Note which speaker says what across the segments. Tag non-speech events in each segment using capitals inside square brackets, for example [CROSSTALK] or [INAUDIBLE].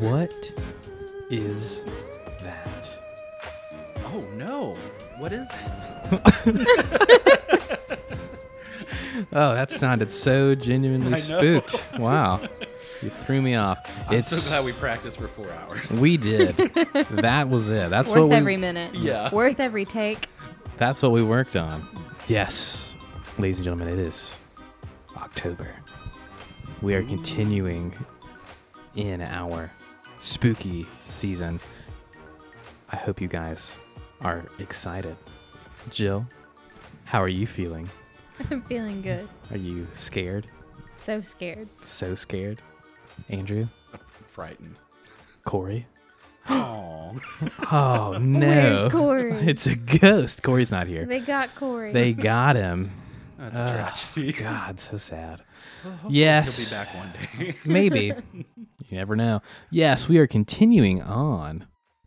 Speaker 1: What is that?
Speaker 2: Oh no! What is that?
Speaker 1: Oh, that sounded so
Speaker 2: I know.
Speaker 1: genuinely spooked. Wow. You threw me off.
Speaker 2: I'm
Speaker 1: it's
Speaker 2: so glad we practiced for four hours.
Speaker 1: we did. that was it. That's what
Speaker 3: Worth
Speaker 1: we
Speaker 3: every minute.
Speaker 2: Yeah.
Speaker 3: Worth every take. [LAUGHS]
Speaker 1: That's what we worked on. Yes, ladies and gentlemen, it is October. We are continuing in our spooky season. I hope you guys are excited. Jill, how are you feeling?
Speaker 3: I'm feeling good.
Speaker 1: Are you scared?
Speaker 3: So scared.
Speaker 1: So scared? Andrew?
Speaker 2: [LAUGHS] [GASPS] frightened.
Speaker 1: Corey?
Speaker 2: Oh,
Speaker 1: Oh,
Speaker 3: [LAUGHS]
Speaker 1: no.
Speaker 3: Where's Corey?
Speaker 1: [LAUGHS] It's a ghost. Corey's not here.
Speaker 3: They got Corey. [LAUGHS]
Speaker 1: They got him.
Speaker 2: that's
Speaker 1: Oh,
Speaker 2: a tragedy.
Speaker 1: God, so sad.
Speaker 2: Hopefully
Speaker 1: Yes.
Speaker 2: he'll be back one day.
Speaker 1: Maybe. you never know. Yes, we are continuing on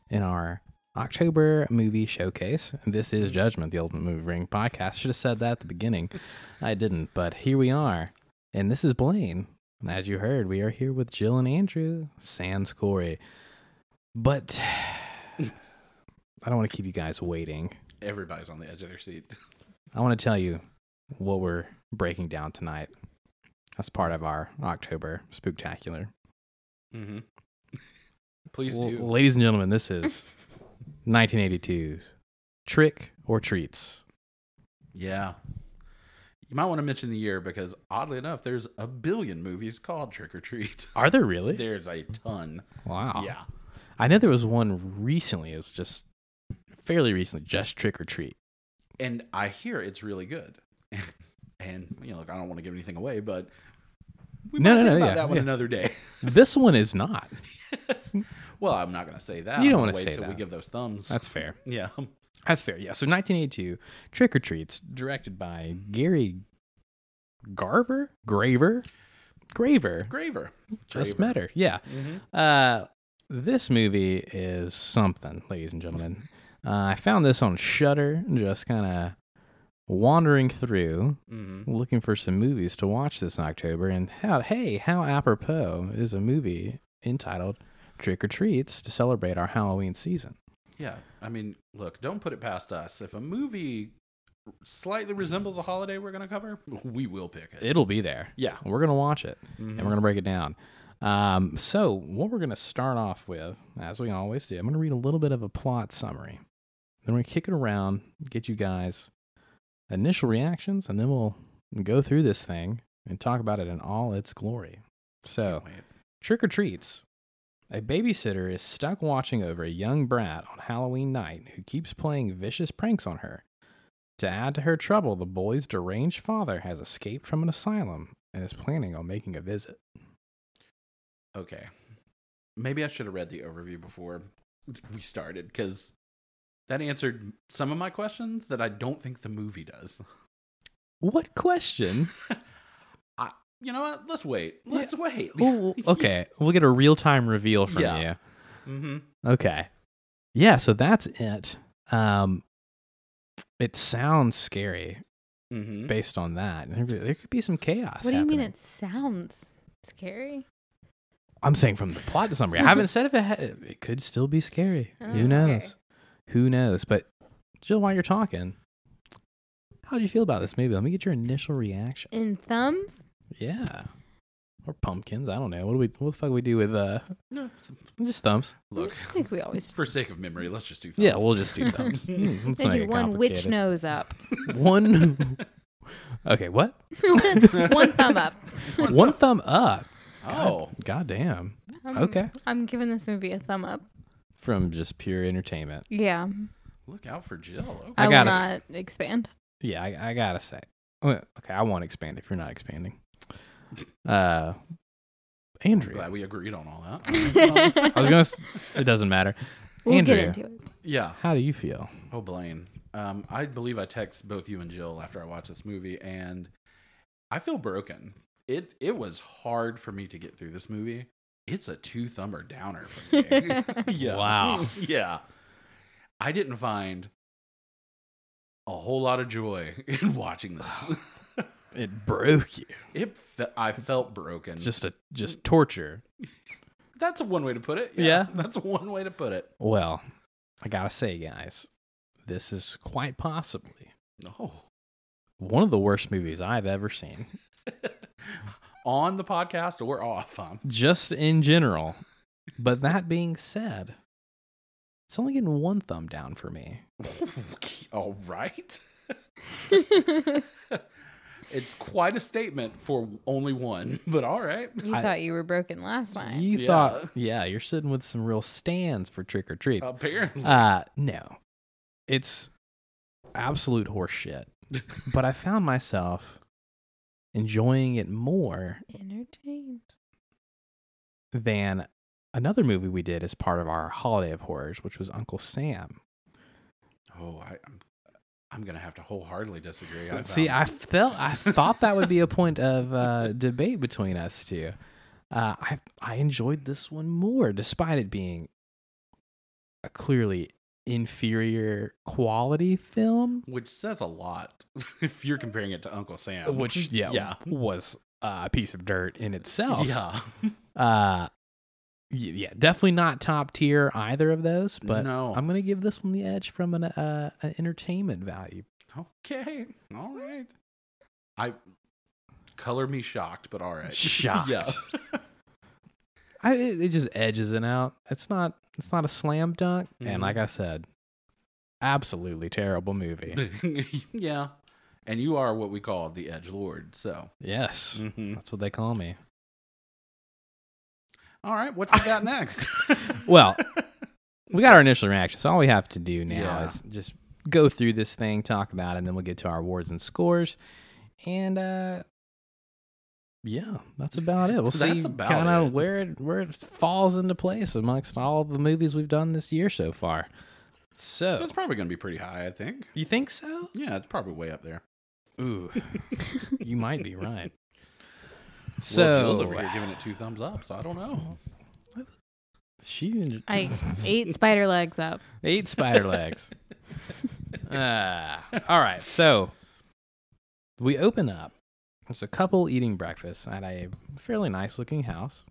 Speaker 1: in our October movie showcase. This is Judgment, the Ultimate Movie Ring podcast. Should have said that at the beginning. I didn't, but here we are. And this is Blaine. And as you heard, we are here with Jill and Andrew, sans Corey. But [SIGHS] I don't want to keep you guys waiting.
Speaker 2: [LAUGHS] Everybody's on the edge of their seat.
Speaker 1: I want to tell you what we're breaking down tonight. That's part of our October spooktacular.
Speaker 2: Mm-hmm. [LAUGHS] Please
Speaker 1: Well,
Speaker 2: do.
Speaker 1: Ladies and gentlemen, this [LAUGHS] is 1982's Trick or Treats.
Speaker 2: Yeah. You might want to mention the year because oddly enough, there's a billion movies called Trick or Treat.
Speaker 1: Are there really?
Speaker 2: [LAUGHS] There's a ton.
Speaker 1: wow.
Speaker 2: Yeah.
Speaker 1: I know there was one recently. It was just fairly recently, just Trick or Treat.
Speaker 2: And I hear it's really good. [LAUGHS] and you know, look, I don't want to give anything away, but we
Speaker 1: No,
Speaker 2: might
Speaker 1: no,
Speaker 2: think
Speaker 1: no,
Speaker 2: about
Speaker 1: yeah,
Speaker 2: that one
Speaker 1: yeah.
Speaker 2: another day.
Speaker 1: This one is not.
Speaker 2: Well, I'm not going to say that.
Speaker 1: You
Speaker 2: I'm
Speaker 1: don't
Speaker 2: gonna
Speaker 1: wanna
Speaker 2: wait
Speaker 1: say
Speaker 2: till we
Speaker 1: that.
Speaker 2: give those thumbs.
Speaker 1: That's fair.
Speaker 2: [LAUGHS] yeah.
Speaker 1: That's fair. Yeah. So 1982, Trick or Treats, directed by Gary Garver? Graver? Graver.
Speaker 2: Graver.
Speaker 1: Just
Speaker 2: Graver.
Speaker 1: matter. Yeah.
Speaker 2: Mhm.
Speaker 1: Uh, this movie is something, ladies and gentlemen. Uh, I found this on Shutter, just kind of wandering through,
Speaker 2: Mhm.
Speaker 1: looking for some movies to watch this October. And how, hey, how apropos is a movie entitled "Trick or Treats" to celebrate our Halloween season?
Speaker 2: Yeah. I mean, look, don't put it past us. If a movie slightly resembles a holiday we're going to cover, we will pick it.
Speaker 1: It'll be there.
Speaker 2: yeah.
Speaker 1: We're gonna watch it,
Speaker 2: Mhm.
Speaker 1: and we're gonna break it down. Um, so, what we're gonna start off with, as we always do, I'm gonna read a little bit of a plot summary. Then we're gonna kick it around, get you guys initial reactions, and then we'll go through this thing and talk about it in all its glory. So,
Speaker 2: Can't wait.
Speaker 1: trick or treats. A babysitter is stuck watching over a young brat on Halloween night who keeps playing vicious pranks on her. To add to her trouble, the boy's deranged father has escaped from an asylum and is planning on making a visit.
Speaker 2: Okay. Maybe I should have read the overview before we started because that answered some of my questions that I don't think the movie does.
Speaker 1: What question?
Speaker 2: I, you know what? Let's wait. Let's wait.
Speaker 1: Ooh, okay, we'll get a real time reveal from
Speaker 2: Yeah.
Speaker 1: you.
Speaker 2: Mm-hmm.
Speaker 1: Okay. Yeah, so that's it. Um it sounds scary
Speaker 2: Mm-hmm.
Speaker 1: based on that. And There there could be some chaos.
Speaker 3: what do you mean
Speaker 1: happening.
Speaker 3: it sounds scary?
Speaker 1: I'm saying from the plot summary. I haven't said if it, ha- it could still be scary.
Speaker 3: Oh,
Speaker 1: Who knows? Who knows? But Jill, while you're talking, how do you feel about this movie? Let me get your initial reactions.
Speaker 3: In thumbs?
Speaker 1: yeah, or pumpkins. I don't know. What do we? What the fuck we do with uh?
Speaker 2: No.
Speaker 1: Just thumbs.
Speaker 2: Look,
Speaker 3: I think we always
Speaker 2: for sake of memory, let's just do. Thumbs.
Speaker 1: Yeah, we'll just do [LAUGHS]
Speaker 2: [LAUGHS]
Speaker 1: thumbs. Mm, let's
Speaker 3: they
Speaker 1: not
Speaker 3: do
Speaker 1: get
Speaker 3: one witch
Speaker 1: complicated. [LAUGHS]
Speaker 3: nose up,
Speaker 1: One. okay, what?
Speaker 3: one thumb up.
Speaker 1: [LAUGHS] One thumb up.
Speaker 2: Oh,
Speaker 1: God damn.
Speaker 3: Um,
Speaker 1: Okay.
Speaker 3: I'm giving this movie a thumb up.
Speaker 1: From just pure entertainment.
Speaker 3: Yeah,
Speaker 2: look out for Jill. Okay.
Speaker 1: I
Speaker 3: I, will
Speaker 1: gotta
Speaker 3: not
Speaker 1: s-
Speaker 3: expand.
Speaker 1: [LAUGHS] Yeah, I, I gotta say. Well, Okay, I won't expand if you're not expanding. Uh, Andrew,
Speaker 2: Glad
Speaker 1: I
Speaker 2: we agreed on all
Speaker 3: [LAUGHS]
Speaker 2: that.
Speaker 1: was
Speaker 2: [LAUGHS]
Speaker 3: we'll
Speaker 1: gonna. s- [LAUGHS] It doesn't matter.
Speaker 3: get
Speaker 1: Andrea.
Speaker 3: into it.
Speaker 2: yeah.
Speaker 1: How do you feel?
Speaker 2: Oh, Blaine. Um, I believe I text both you and Jill after I watched this movie, and I feel broken. It it was hard for me to get through this movie. It's a two thumber downer for
Speaker 3: [LAUGHS]
Speaker 2: me. [LAUGHS] yeah.
Speaker 1: Wow.
Speaker 2: [LAUGHS] Yeah. I didn't find a whole lot of joy [LAUGHS] in watching this.
Speaker 1: It broke you.
Speaker 2: it fe- I felt broken.
Speaker 1: Mm. It's just a just torture
Speaker 2: That's one way to put it.
Speaker 1: Yeah.
Speaker 2: That's one way to put it.
Speaker 1: Well, I gotta say, guys, this is quite possibly
Speaker 2: No.
Speaker 1: one of the worst movies I've ever seen.
Speaker 2: On the podcast or off. Um, [LAUGHS]
Speaker 1: Just in general. But that being said, it's only getting one thumb down for me.
Speaker 2: all right. It's quite a statement for only one, [LAUGHS] but all right.
Speaker 3: you
Speaker 1: I-
Speaker 3: thought you were broken last night.
Speaker 1: You
Speaker 2: Yeah.
Speaker 1: thought, yeah, you're sitting with some real stands for trick or treat.
Speaker 2: Um, Apparently.
Speaker 1: Uh, no, it's absolute horseshit. but I found myself enjoying it more
Speaker 3: Entertained. [LAUGHS]
Speaker 1: than another movie we did as part of our holiday of horrors, which was Uncle Sam.
Speaker 2: Oh, I, I'm, I'm going to have to wholeheartedly disagree. I
Speaker 1: See,
Speaker 2: found-
Speaker 1: I felt I thought that would be a point of uh, debate between us two. Uh, I I enjoyed this one more, despite it being a clearly inferior quality film,
Speaker 2: Which says a lot [LAUGHS] if you're comparing it to Uncle Sam. [LAUGHS]
Speaker 1: which yeah,
Speaker 2: Yeah.
Speaker 1: was uh, a piece of dirt in itself.
Speaker 2: Yeah. [LAUGHS]
Speaker 1: Uh, y- yeah, definitely not top tier either of those, but
Speaker 2: no.
Speaker 1: I'm gonna give this one the edge from an uh, an entertainment value.
Speaker 2: okay. All right. I color me shocked, but all right.
Speaker 1: Shocked.
Speaker 2: [LAUGHS] yeah.
Speaker 1: [LAUGHS] I, it, it just edges it out. It's not it's not a slam dunk.
Speaker 2: Mhm.
Speaker 1: And like I said, absolutely terrible movie.
Speaker 2: [LAUGHS] yeah. And you are what we call the edge lord. So,
Speaker 1: yes,
Speaker 2: Mm.
Speaker 1: that's what they call me.
Speaker 2: All right, what we got next?
Speaker 1: [LAUGHS]
Speaker 2: [LAUGHS]
Speaker 1: Well, we got our initial reaction, so all we have to do now
Speaker 2: Yeah.
Speaker 1: is just go through this thing, talk about it, and then we'll get to our awards and scores. And uh yeah, that's about it. We'll
Speaker 2: [LAUGHS] That's
Speaker 1: see
Speaker 2: about
Speaker 1: kind
Speaker 2: it.
Speaker 1: of where it where it falls into place amongst all the movies we've done this year so far. So,
Speaker 2: it's probably going to be pretty high, I think.
Speaker 1: you think so?
Speaker 2: Yeah, it's probably way up there.
Speaker 1: Ooh, you might be right.
Speaker 2: [LAUGHS] well,
Speaker 1: So
Speaker 2: Jill's over here giving it two thumbs up, so I
Speaker 1: [LAUGHS]
Speaker 2: don't know.
Speaker 1: she [LAUGHS]
Speaker 3: I ate spider legs up.
Speaker 1: eight spider
Speaker 3: [LAUGHS]
Speaker 1: legs. Ah, all right, so we open up. There's a couple eating breakfast at a fairly nice looking house.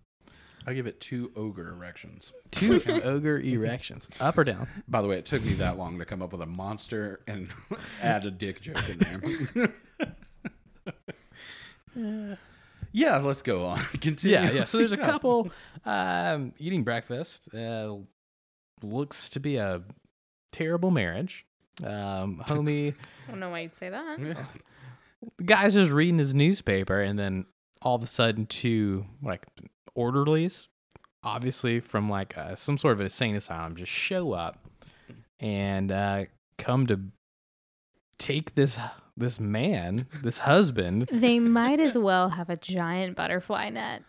Speaker 2: I give it two ogre erections.
Speaker 3: [LAUGHS]
Speaker 1: Two ogre erections, up or down.
Speaker 2: By the way, it took me that long to come up with a monster and [LAUGHS] add a dick joke in there.
Speaker 1: [LAUGHS]
Speaker 2: [LAUGHS] yeah, let's go on. [LAUGHS] Continue.
Speaker 1: Yeah, yeah. So
Speaker 2: [LAUGHS]
Speaker 1: there's a couple um, eating breakfast. Uh, looks to be a terrible marriage.
Speaker 2: [LAUGHS]
Speaker 1: Um, homie.
Speaker 3: I don't know why you'd say
Speaker 1: [LAUGHS]
Speaker 3: that.
Speaker 2: Yeah.
Speaker 1: the guy's just reading his newspaper and then all of a sudden two like orderlies obviously from like uh, some sort of insane asylum just show up and uh come to take this this man this husband
Speaker 3: They might as well have a giant butterfly net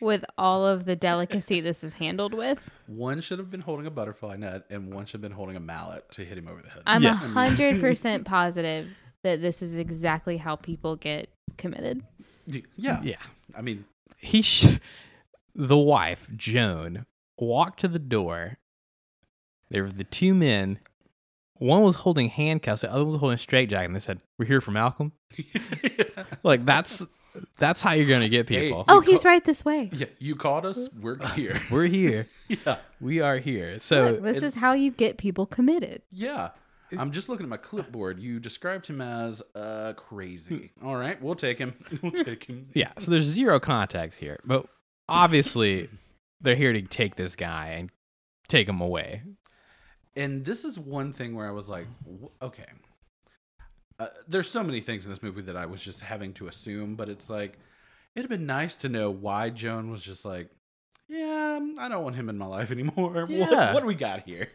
Speaker 3: with all of the delicacy this is handled with.
Speaker 2: One should have been holding a butterfly net, and one should have been holding a mallet to hit him over the head.
Speaker 3: I'm a
Speaker 1: Yeah.
Speaker 3: hundred percent positive that this is exactly how people get committed.
Speaker 2: [LAUGHS] yeah.
Speaker 1: yeah
Speaker 2: I mean, [LAUGHS]
Speaker 1: he sh- the wife joan walked to the door there were the two men one was holding handcuffs the other was holding a straitjacket and they said we're here for malcolm like that's that's how you're gonna get
Speaker 2: Hey.
Speaker 1: people
Speaker 3: Oh,
Speaker 2: You
Speaker 3: he's
Speaker 2: co-
Speaker 3: right this way.
Speaker 2: yeah, you called us. We're here.
Speaker 1: we're here
Speaker 2: yeah.
Speaker 1: we are here so
Speaker 3: Look, this
Speaker 2: it's-
Speaker 3: is how you get people committed.
Speaker 2: Yeah. I'm just looking at my clipboard. You described him as uh crazy. All right, we'll take him. [LAUGHS] We'll take him.
Speaker 1: yeah so there's zero contacts here but obviously they're here to take this guy and take him away
Speaker 2: And this is one thing where I was like, w- okay. Uh, there's so many things in this movie that I was just having to assume, but it's like it'd have been nice to know why Joan was just like, yeah, um, I don't want him in my life [LAUGHS] anymore.
Speaker 1: Yeah.
Speaker 2: What, what do we got here?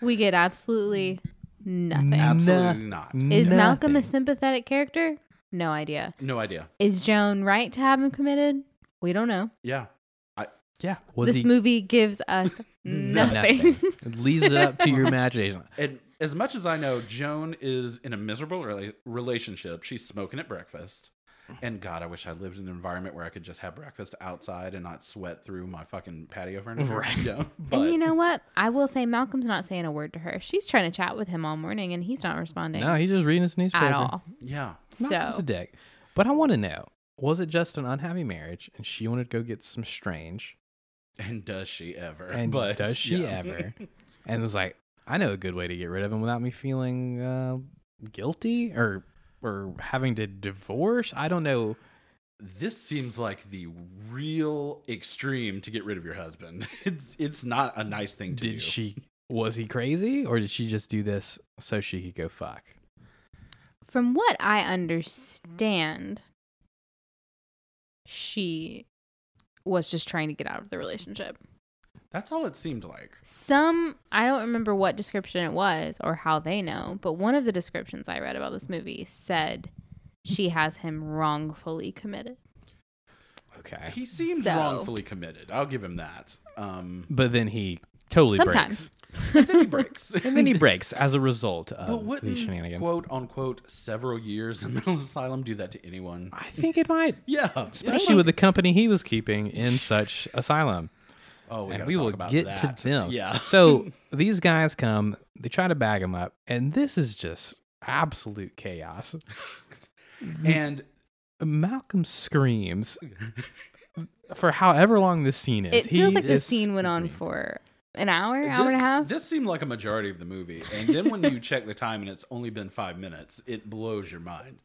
Speaker 3: We get absolutely nothing.
Speaker 1: Ab-
Speaker 2: Absolutely not.
Speaker 3: is Malcolm a
Speaker 1: Nothing.
Speaker 3: sympathetic character? No idea.
Speaker 2: No idea.
Speaker 3: Is Joan right to have him committed? We don't know.
Speaker 2: Yeah.
Speaker 1: yeah was
Speaker 3: this
Speaker 1: he
Speaker 3: movie gives us
Speaker 1: [LAUGHS]
Speaker 3: nothing.
Speaker 1: it leaves it up to
Speaker 3: [LAUGHS]
Speaker 1: your imagination
Speaker 2: And as much as I know, Joan is in a miserable rela- relationship. She's smoking at breakfast. And God, I wish I lived in an environment where I could just have breakfast outside and not sweat through my fucking patio furniture.
Speaker 1: Right.
Speaker 2: [LAUGHS] Yeah.
Speaker 3: and
Speaker 2: But
Speaker 3: you know what? I will say Malcolm's not saying a word to her. She's trying to chat with him all morning and he's not responding
Speaker 1: no he's just reading his newspaper
Speaker 3: at all.
Speaker 2: yeah.
Speaker 1: Malcolm's
Speaker 3: so
Speaker 1: a dick but i want to know was it just an unhappy marriage and she wanted to go get some strange
Speaker 2: And does she ever?
Speaker 1: And
Speaker 2: but
Speaker 1: does she
Speaker 2: yeah.
Speaker 1: ever? And was like, I know a good way to get rid of him without me feeling uh, guilty or or having to divorce. I don't know.
Speaker 2: [LAUGHS] this seems like the real extreme to get rid of your husband. [LAUGHS] It's it's not a nice thing to do.
Speaker 1: Did she was he crazy or did she just do this so she could go fuck?
Speaker 3: From what I understand, she was just trying to get out of the relationship.
Speaker 2: That's all it seemed like.
Speaker 3: Some, I don't remember what description it was or how they know, but one of the descriptions I read about this movie said she has him wrongfully committed.
Speaker 1: Okay.
Speaker 2: He seems
Speaker 3: So-
Speaker 2: wrongfully committed. I'll give him that.
Speaker 1: [LAUGHS]
Speaker 2: Um,
Speaker 1: But then he totally
Speaker 3: Sometimes.
Speaker 1: breaks.
Speaker 2: but then he breaks.
Speaker 1: [LAUGHS] And then he breaks as a result
Speaker 2: [LAUGHS] but
Speaker 1: of
Speaker 2: wouldn't
Speaker 1: these shenanigans.
Speaker 2: quote unquote several years in [LAUGHS] mental asylum do that to anyone?
Speaker 1: I think it
Speaker 2: [LAUGHS]
Speaker 1: might.
Speaker 2: Yeah,
Speaker 1: Especially with the company he was keeping in such asylum.
Speaker 2: Oh, we,
Speaker 1: and
Speaker 2: gotta
Speaker 1: we
Speaker 2: talk
Speaker 1: will
Speaker 2: about
Speaker 1: get
Speaker 2: that.
Speaker 1: to them.
Speaker 2: Yeah.
Speaker 1: so these guys come, they try to bag him up, and this is just absolute chaos.
Speaker 2: [LAUGHS] and
Speaker 1: Malcolm screams for however long this scene is.
Speaker 3: [LAUGHS] It feels
Speaker 1: He
Speaker 3: like the
Speaker 1: is
Speaker 3: scene went on
Speaker 1: screaming.
Speaker 3: for an hour,
Speaker 2: this,
Speaker 3: hour and a half.
Speaker 2: this seemed like a majority of the movie, and then when
Speaker 1: [LAUGHS]
Speaker 2: you check the time and it's only been five minutes, it blows your mind.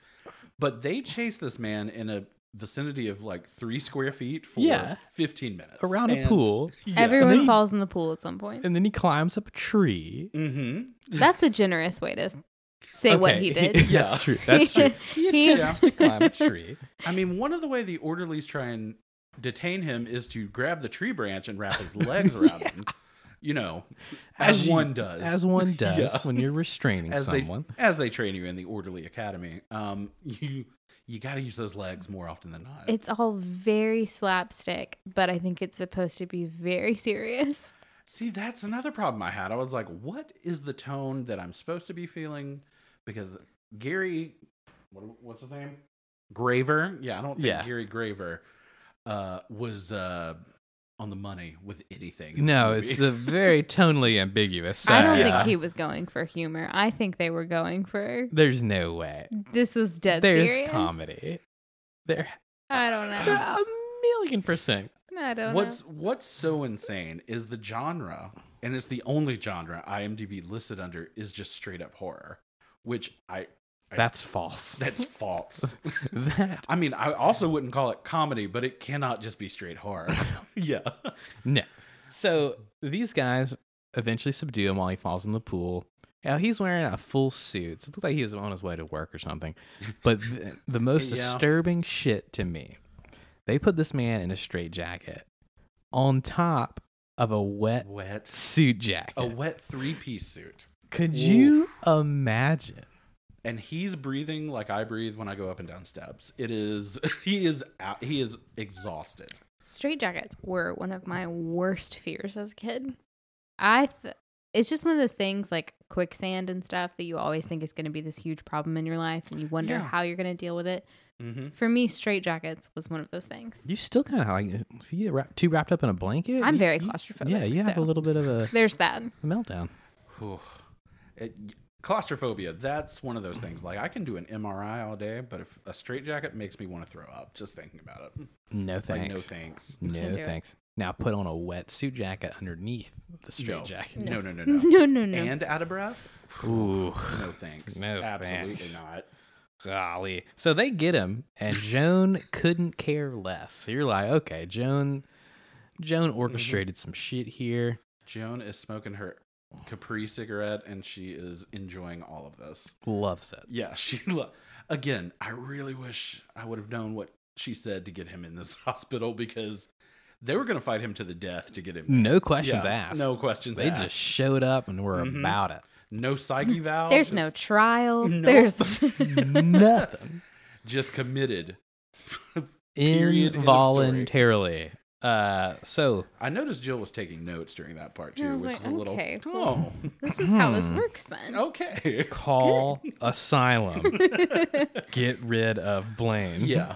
Speaker 2: But they chase this man in a vicinity of like three square feet for
Speaker 1: Yeah.
Speaker 2: fifteen minutes
Speaker 1: around
Speaker 2: And-
Speaker 1: a pool.
Speaker 2: Yeah.
Speaker 1: And then
Speaker 3: Everyone
Speaker 1: he-
Speaker 3: falls in the pool at some point.
Speaker 1: And [LAUGHS] then he climbs up a tree.
Speaker 2: Mhm.
Speaker 3: That's a generous way to say what
Speaker 1: [LAUGHS] Okay,
Speaker 3: he did.
Speaker 2: Yeah.
Speaker 1: That's true.
Speaker 3: [LAUGHS]
Speaker 1: That's true.
Speaker 3: He-
Speaker 1: attempts to climb
Speaker 3: [LAUGHS]
Speaker 1: a tree.
Speaker 2: I mean, one of the way the orderlies try and detain him is to grab the tree branch and wrap
Speaker 1: [LAUGHS]
Speaker 2: his legs around him. You know, as,
Speaker 1: you-
Speaker 2: one does,
Speaker 1: As one does
Speaker 2: Yeah.
Speaker 1: when you're restraining
Speaker 2: as they [LAUGHS]
Speaker 1: someone.
Speaker 2: as they train you in the orderly academy. Um, [LAUGHS] you you got to use those legs more often than not.
Speaker 3: It's all very slapstick, but I think it's supposed to be very serious.
Speaker 2: See, that's another problem I had. I was like, what is the tone that I'm supposed to be feeling? Because Gary, what, what's his name? Graver. Yeah, I don't think
Speaker 1: Yeah.
Speaker 2: Gary Graver uh, was uh, on the money with anything. in this
Speaker 1: No,
Speaker 2: movie. [LAUGHS]
Speaker 1: it's uh, a very tonally ambiguous.
Speaker 3: I don't
Speaker 1: side.
Speaker 2: Yeah.
Speaker 3: think he was going for humor. I think they were going for
Speaker 1: There's no way.
Speaker 3: this was dead
Speaker 1: There's
Speaker 3: serious.
Speaker 1: comedy. There,
Speaker 3: I don't know.
Speaker 1: a million percent.
Speaker 3: I don't
Speaker 2: what's what's so insane is the genre, and it's the only genre IMDb listed under is just straight up horror, which I
Speaker 1: That's
Speaker 2: [LAUGHS]
Speaker 1: false. [LAUGHS]
Speaker 2: that's false.
Speaker 1: That
Speaker 2: I mean, I also wouldn't call it comedy, but it cannot just be straight
Speaker 1: [LAUGHS]
Speaker 2: horror. yeah.
Speaker 1: no. So these guys eventually subdue him while he falls in the pool. Now he's wearing a full suit, so it looked like he was on his way to work or something. But th- [LAUGHS] the most
Speaker 2: Yeah.
Speaker 1: disturbing shit to me, they put this man in a straight jacket on top of a wet
Speaker 2: Wet.
Speaker 1: suit jacket.
Speaker 2: A wet three piece suit.
Speaker 1: Could you imagine?
Speaker 2: And he's breathing like I breathe when I go up and down steps. It is [LAUGHS] he is out, he is exhausted.
Speaker 3: straight jackets were one of my worst fears as a kid. I th- it's just one of those things like quicksand and stuff that you always think is going to be this huge problem in your life and you wonder
Speaker 2: Yeah.
Speaker 3: how you're going to deal with it.
Speaker 2: Mm-hmm.
Speaker 3: For me, straight jackets was one of those things.
Speaker 1: You still kind of like if you get wrap, too wrapped up in a blanket.
Speaker 3: I'm
Speaker 1: you-
Speaker 3: very
Speaker 1: you-
Speaker 3: claustrophobic.
Speaker 1: Yeah, you have
Speaker 3: so
Speaker 1: a little bit of a
Speaker 3: There's
Speaker 2: [LAUGHS]
Speaker 3: that.
Speaker 1: meltdown.
Speaker 2: It, claustrophobia, that's one of those things. Like I can do an MRI all day, but if a straight jacket makes me want to throw up just thinking about it.
Speaker 1: No
Speaker 2: Like
Speaker 1: thanks.
Speaker 2: no thanks.
Speaker 1: no
Speaker 3: Can't do it.
Speaker 1: thanks. Now put on a wet suit jacket underneath the straight
Speaker 2: no.
Speaker 1: jacket.
Speaker 2: No, no, no, no.
Speaker 3: No, [LAUGHS] no, no.
Speaker 2: And out of breath?
Speaker 1: Ooh, [LAUGHS]
Speaker 2: No thanks.
Speaker 1: No
Speaker 2: Absolutely
Speaker 1: thanks.
Speaker 2: not.
Speaker 1: golly. So they get him, and Joan couldn't care less. So you're like, okay, Joan, Joan
Speaker 2: Mm-hmm.
Speaker 1: orchestrated some shit here.
Speaker 2: Joan is smoking her Capri cigarette and she is enjoying all of this.
Speaker 1: Loves it.
Speaker 2: Yeah, [LAUGHS] she lo- again, I really wish I would have known what she said to get him in this [LAUGHS] hospital because they were going to fight him to the death to get him.
Speaker 1: No questions
Speaker 2: Yeah,
Speaker 1: asked.
Speaker 2: No questions
Speaker 1: They
Speaker 2: asked.
Speaker 1: just showed up and were
Speaker 2: Mhm.
Speaker 1: about
Speaker 2: [LAUGHS]
Speaker 1: it.
Speaker 2: no
Speaker 3: [LAUGHS]
Speaker 2: psyche valve.
Speaker 3: There's
Speaker 2: just,
Speaker 3: no
Speaker 2: [LAUGHS]
Speaker 3: trial.
Speaker 2: No.
Speaker 3: There's [LAUGHS]
Speaker 1: Nothing.
Speaker 2: just committed. Period, end of story.
Speaker 1: Involuntarily. Uh, so
Speaker 2: I noticed Jill was taking notes during that part
Speaker 3: I
Speaker 2: too,
Speaker 3: was
Speaker 2: which
Speaker 3: like,
Speaker 2: is a little
Speaker 3: okay,
Speaker 2: oh,
Speaker 3: this is how this
Speaker 1: Hmm.
Speaker 3: works
Speaker 2: [LAUGHS]
Speaker 3: then.
Speaker 2: okay.
Speaker 1: [LAUGHS] call asylum.
Speaker 2: [LAUGHS]
Speaker 1: Get rid of Blaine.
Speaker 2: Yeah.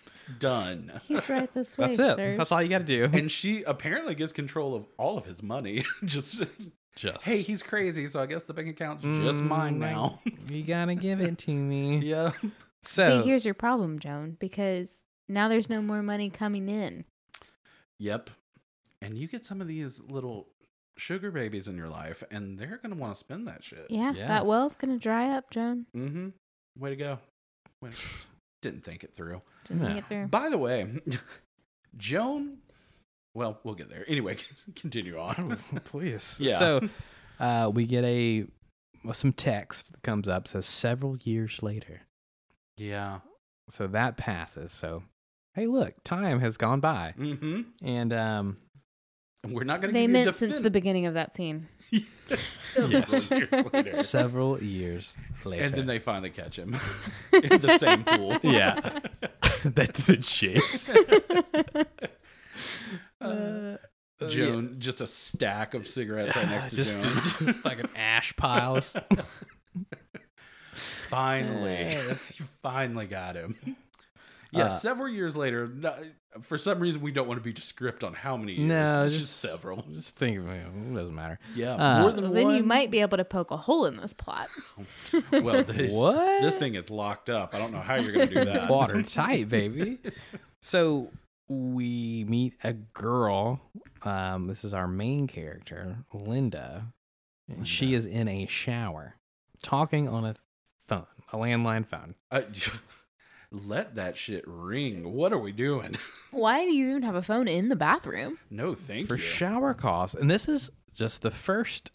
Speaker 2: [LAUGHS] Done.
Speaker 3: [LAUGHS] He's right this way.
Speaker 1: That's it.
Speaker 3: sirs.
Speaker 1: That's all you got to do.
Speaker 2: And she apparently gets control of all of his money. [LAUGHS] just
Speaker 1: just
Speaker 2: hey, he's crazy, so I guess the bank account's just
Speaker 1: Mm,
Speaker 2: mine now. [LAUGHS]
Speaker 1: you gotta give it to me.
Speaker 2: yeah.
Speaker 1: So
Speaker 3: See, here's your problem, Joan, because now there's no more money coming in.
Speaker 2: Yep. and you get some of these little sugar babies in your life, and they're gonna want to spend that shit.
Speaker 3: Yeah,
Speaker 1: Yeah.
Speaker 3: that well's gonna dry up, Joan.
Speaker 2: Mm-hmm. Way to go. Way to- Didn't think it through.
Speaker 3: Didn't
Speaker 1: Yeah.
Speaker 3: get through.
Speaker 2: By the way, [LAUGHS] Joan. Well, we'll get there. Anyway, [LAUGHS] continue
Speaker 1: Oh, [LAUGHS]
Speaker 2: on.
Speaker 1: please.
Speaker 2: Yeah.
Speaker 1: So uh, we get a well, some text that comes up says several years later.
Speaker 2: yeah.
Speaker 1: So that passes. So hey, look, time has gone by,
Speaker 2: Mm-hmm.
Speaker 1: and um,
Speaker 2: We're not gonna.
Speaker 3: They
Speaker 2: give
Speaker 3: meant
Speaker 2: you
Speaker 3: since [LAUGHS]
Speaker 2: [LAUGHS]
Speaker 3: the beginning of that scene.
Speaker 2: several
Speaker 1: Yes.
Speaker 2: years later.
Speaker 1: several years later,
Speaker 2: And then they finally catch him [LAUGHS] in the same pool.
Speaker 3: [LAUGHS]
Speaker 1: Yeah. [LAUGHS] that's the
Speaker 2: [LAUGHS]
Speaker 1: chase.
Speaker 2: Uh, Joan, just a stack of cigarettes
Speaker 1: [LAUGHS]
Speaker 2: right next to
Speaker 1: just
Speaker 2: Joan.
Speaker 1: like an ash
Speaker 2: [LAUGHS]
Speaker 1: piles.
Speaker 2: finally,
Speaker 1: [LAUGHS]
Speaker 2: you finally got him. Yeah,
Speaker 1: Uh,
Speaker 2: several years later. no- for some reason, we don't want to be descript on how many years.
Speaker 1: No,
Speaker 2: it's just,
Speaker 1: just-
Speaker 2: several.
Speaker 1: Just think, man, it doesn't matter.
Speaker 2: Yeah,
Speaker 1: Uh,
Speaker 2: more than
Speaker 3: Well, then
Speaker 2: one.
Speaker 3: you might be able to poke a hole in this plot.
Speaker 2: [LAUGHS]
Speaker 1: [LAUGHS]
Speaker 2: Well, this,
Speaker 1: What?
Speaker 2: this thing is locked up. I don't know how you're going
Speaker 1: [LAUGHS]
Speaker 2: to do that.
Speaker 1: watertight, baby. So we meet a girl. Um, this is our main character, Linda, and she is in a shower talking on a phone, a landline phone.
Speaker 2: Uh, [LAUGHS] let that shit ring. What are we doing?
Speaker 3: [LAUGHS]
Speaker 2: [LAUGHS]
Speaker 3: Why do you even have a phone in the bathroom?
Speaker 2: No, thank
Speaker 1: for
Speaker 2: you.
Speaker 1: shower costs. And this is just the first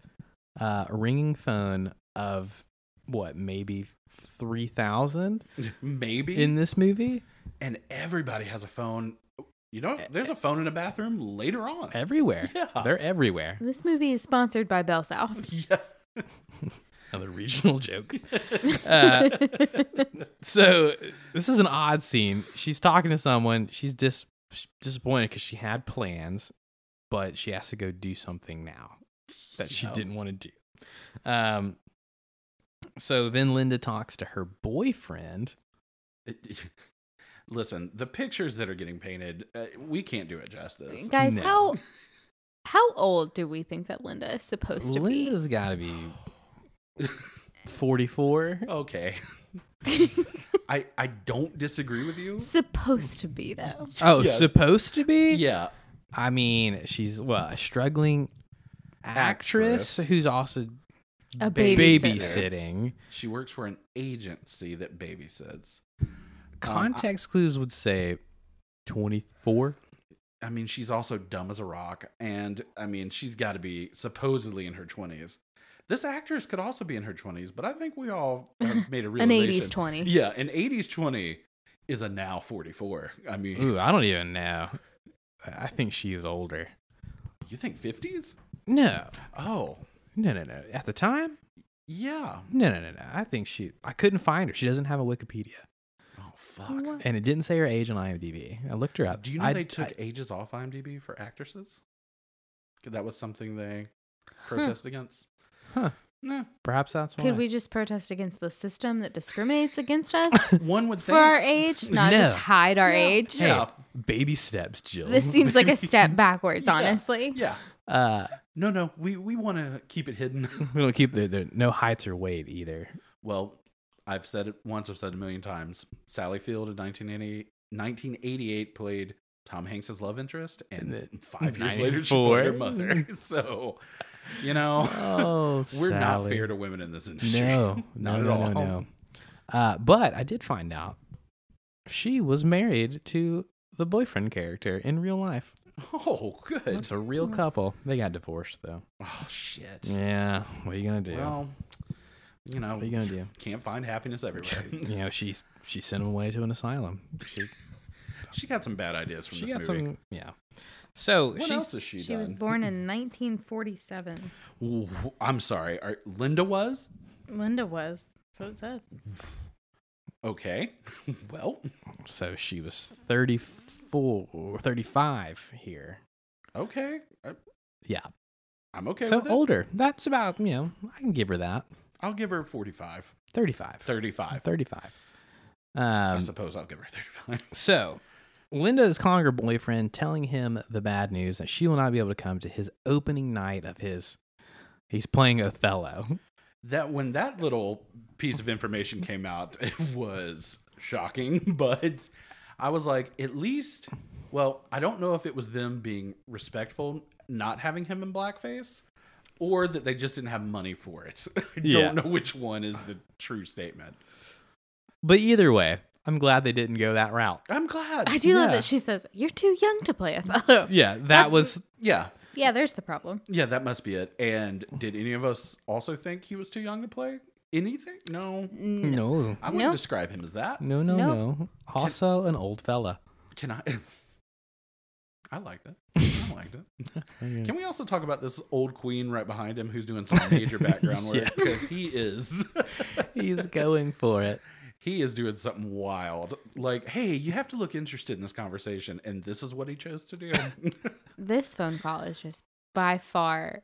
Speaker 1: uh, ringing phone of what maybe 3000
Speaker 2: [LAUGHS] Maybe.
Speaker 1: in this movie
Speaker 2: and everybody has a phone. You know,
Speaker 1: Eh,
Speaker 2: there's a phone in a bathroom later on.
Speaker 1: everywhere
Speaker 2: [LAUGHS] Yeah.
Speaker 1: they're everywhere
Speaker 3: This movie is sponsored by Bell South.
Speaker 2: yeah.
Speaker 1: [LAUGHS] another
Speaker 2: [LAUGHS]
Speaker 1: regional joke [LAUGHS]
Speaker 3: [LAUGHS]
Speaker 1: uh, so this is an odd scene she's talking to someone she's dis- disappointed because she had plans but she has to go do something now that she
Speaker 2: Yeah.
Speaker 1: didn't want to do um, so then linda talks to her boyfriend
Speaker 2: [LAUGHS] Listen, the pictures that are getting painted, uh, we can't do it justice.
Speaker 3: Guys,
Speaker 1: No.
Speaker 3: how how old do we think that Linda is supposed to
Speaker 1: Linda's got to be 44.
Speaker 2: [LAUGHS]
Speaker 3: [LAUGHS]
Speaker 2: Okay.
Speaker 3: be?
Speaker 2: I, I don't disagree with you.
Speaker 3: supposed to be though.
Speaker 1: Oh,
Speaker 2: Yeah.
Speaker 1: supposed to be?
Speaker 2: Yeah.
Speaker 1: I mean, she's well, a struggling actress,
Speaker 2: Actress.
Speaker 1: who's also
Speaker 3: A
Speaker 1: babysitting.
Speaker 3: Babysitter.
Speaker 2: She works for an agency that babysits.
Speaker 1: Context clues would say 24.
Speaker 2: I mean, she's also dumb as a rock. And I mean, she's got to be supposedly in her 20s. This actress could also be in her 20s, but I think we all have made a
Speaker 3: [LAUGHS] An
Speaker 2: realization.
Speaker 3: eighties twenty.
Speaker 2: Yeah, an 80s 20 is a now 44.
Speaker 1: [LAUGHS]
Speaker 2: I mean,
Speaker 1: Ooh, I don't even know. I think she's older.
Speaker 2: you think 50s?
Speaker 1: No,
Speaker 2: Oh,
Speaker 1: no, no, no. At the time,
Speaker 2: yeah.
Speaker 1: no, no, no, no. I think she. I couldn't find her. She doesn't have a Wikipedia,
Speaker 2: Oh, fuck.
Speaker 3: What?
Speaker 1: and it didn't say her age on IMDb. I looked her up.
Speaker 2: Do you know
Speaker 1: I-
Speaker 2: they
Speaker 1: I-
Speaker 2: took ages off IMDb for actresses? 'Cause That was something they protest against.
Speaker 1: Huh.
Speaker 3: [LAUGHS]
Speaker 2: No.
Speaker 1: perhaps that's why.
Speaker 3: Could we just protest against the system that discriminates
Speaker 1: [LAUGHS]
Speaker 3: against us
Speaker 2: One would
Speaker 3: for our
Speaker 2: think. [LAUGHS]
Speaker 3: age? Not
Speaker 1: No.
Speaker 3: just hide our age.
Speaker 1: Hey,
Speaker 2: Yeah.
Speaker 1: baby steps, Jill.
Speaker 3: This seems
Speaker 1: [LAUGHS]
Speaker 3: like a step backwards,
Speaker 2: Yeah.
Speaker 3: honestly.
Speaker 2: Yeah.
Speaker 1: uh,
Speaker 2: No, no. We, we want to keep it hidden. [LAUGHS]
Speaker 1: we don't keep the, the no heights or weight either.
Speaker 2: Well, I've said it once, I've said it a million times. Sally Field in 1980, 1988 played Tom Hanks's love interest,
Speaker 1: And
Speaker 2: and
Speaker 1: then
Speaker 2: five years later, she played her mother. [LAUGHS] So, you
Speaker 3: [LAUGHS]
Speaker 2: know,
Speaker 1: [LAUGHS] Oh,
Speaker 2: we're not fair to women in this industry. [LAUGHS]
Speaker 1: No, [LAUGHS] no,
Speaker 2: Not at
Speaker 1: no,
Speaker 2: all.
Speaker 1: no, no. Uh, but I did find out she was married to the boyfriend character in real life.
Speaker 2: Oh, good.
Speaker 1: It's a real couple. They got divorced though.
Speaker 2: Oh, shit.
Speaker 1: Yeah, what are you gonna do?
Speaker 2: Well, you know,
Speaker 1: what are you
Speaker 2: [LAUGHS]
Speaker 1: gonna do?
Speaker 2: can't find
Speaker 1: [LAUGHS]
Speaker 2: happiness everywhere.
Speaker 1: you know, she she sent him away to an asylum. She,
Speaker 2: she got some bad ideas from
Speaker 1: she
Speaker 2: this
Speaker 1: got
Speaker 2: movie.
Speaker 1: some. Yeah. So
Speaker 2: What
Speaker 1: she's
Speaker 2: else has she,
Speaker 3: She
Speaker 2: done?
Speaker 3: was born in 1947.
Speaker 2: Ooh, I'm sorry. Are, Linda was?
Speaker 3: Linda was. That's what it says.
Speaker 2: Okay. [LAUGHS] well,
Speaker 1: so she was 34 or 35 here.
Speaker 2: okay. I-
Speaker 1: Yeah.
Speaker 2: I'm okay
Speaker 1: so
Speaker 2: with it.
Speaker 1: older. That's about, you know, I can give her that.
Speaker 2: I'll give her 45.
Speaker 1: 35.
Speaker 2: 35.
Speaker 1: 35.
Speaker 2: I
Speaker 1: Um,
Speaker 2: suppose I'll give her 35.
Speaker 1: so Linda is calling her boyfriend, telling him the bad news that she will not be able to come to his opening night of his. He's playing Othello.
Speaker 2: That when that little piece of information [LAUGHS] came out, it was shocking, but I was like, at least Well, I don't know if it was them being respectful, not having him in blackface, or that they just didn't have money for it. [LAUGHS] I
Speaker 1: Yeah.
Speaker 2: don't know which one is the true statement.
Speaker 1: But either way, I'm glad they didn't go that route.
Speaker 2: I'm glad.
Speaker 3: I do love
Speaker 1: Yeah.
Speaker 3: that she says, You're too young to play a fellow.
Speaker 1: Yeah, that
Speaker 2: That's-
Speaker 1: was
Speaker 2: Yeah.
Speaker 3: yeah, there's the problem.
Speaker 2: Yeah, that must be it. And did any of us also think he was too young to play anything? No.
Speaker 3: N-
Speaker 1: no.
Speaker 2: I wouldn't
Speaker 3: Nope.
Speaker 2: describe him as that.
Speaker 1: No, no,
Speaker 3: No.
Speaker 1: no. Also an old fella.
Speaker 2: Can I? [LAUGHS] I liked it. I liked it.
Speaker 1: Mm.
Speaker 2: Can we also talk about this old queen right behind him
Speaker 1: [LAUGHS]
Speaker 2: who's doing some major background work?
Speaker 1: Yes.
Speaker 2: Because he is. [LAUGHS]
Speaker 1: He's going for it.
Speaker 2: he is doing something wild. Like, hey, you have to look interested in this conversation, and this is what he chose
Speaker 1: [LAUGHS]
Speaker 2: to do.
Speaker 3: This phone call is just by far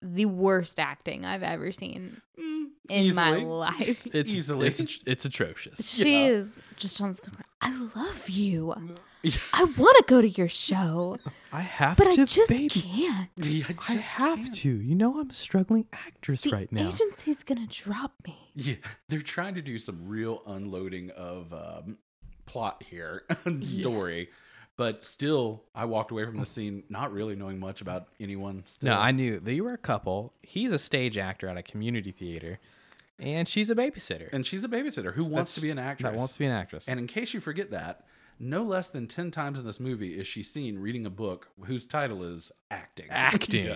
Speaker 3: the worst acting I've ever seen
Speaker 2: Mm,
Speaker 3: in my
Speaker 1: [LAUGHS]
Speaker 2: easily.
Speaker 3: life.
Speaker 1: It's
Speaker 2: Easily. [LAUGHS]
Speaker 1: it's atro- it's atrocious.
Speaker 3: She
Speaker 2: Yeah.
Speaker 3: is just on this phone call, I love you.
Speaker 2: Yeah.
Speaker 3: I want to go to
Speaker 1: [LAUGHS]
Speaker 3: your show,
Speaker 1: I have
Speaker 3: but
Speaker 1: to
Speaker 3: I just
Speaker 1: baby.
Speaker 3: can't.
Speaker 2: Yeah,
Speaker 1: I
Speaker 2: just
Speaker 1: have
Speaker 2: can't.
Speaker 1: to. You know I'm a struggling actress
Speaker 3: The
Speaker 1: right now.
Speaker 3: agency's going to drop me.
Speaker 2: Yeah, they're trying to do some real unloading of um, plot here, [LAUGHS] and story, but still, I walked away from the scene not really knowing much about anyone. Still.
Speaker 1: No, I knew they were a couple. He's a stage actor at a community theater, and she's a babysitter
Speaker 2: and she's a babysitter who wants to be an actress.
Speaker 1: that wants to be an actress.
Speaker 2: And in case you forget that, no less than 10 times in this movie is she seen reading a book whose title is Acting. [LAUGHS]
Speaker 1: Acting.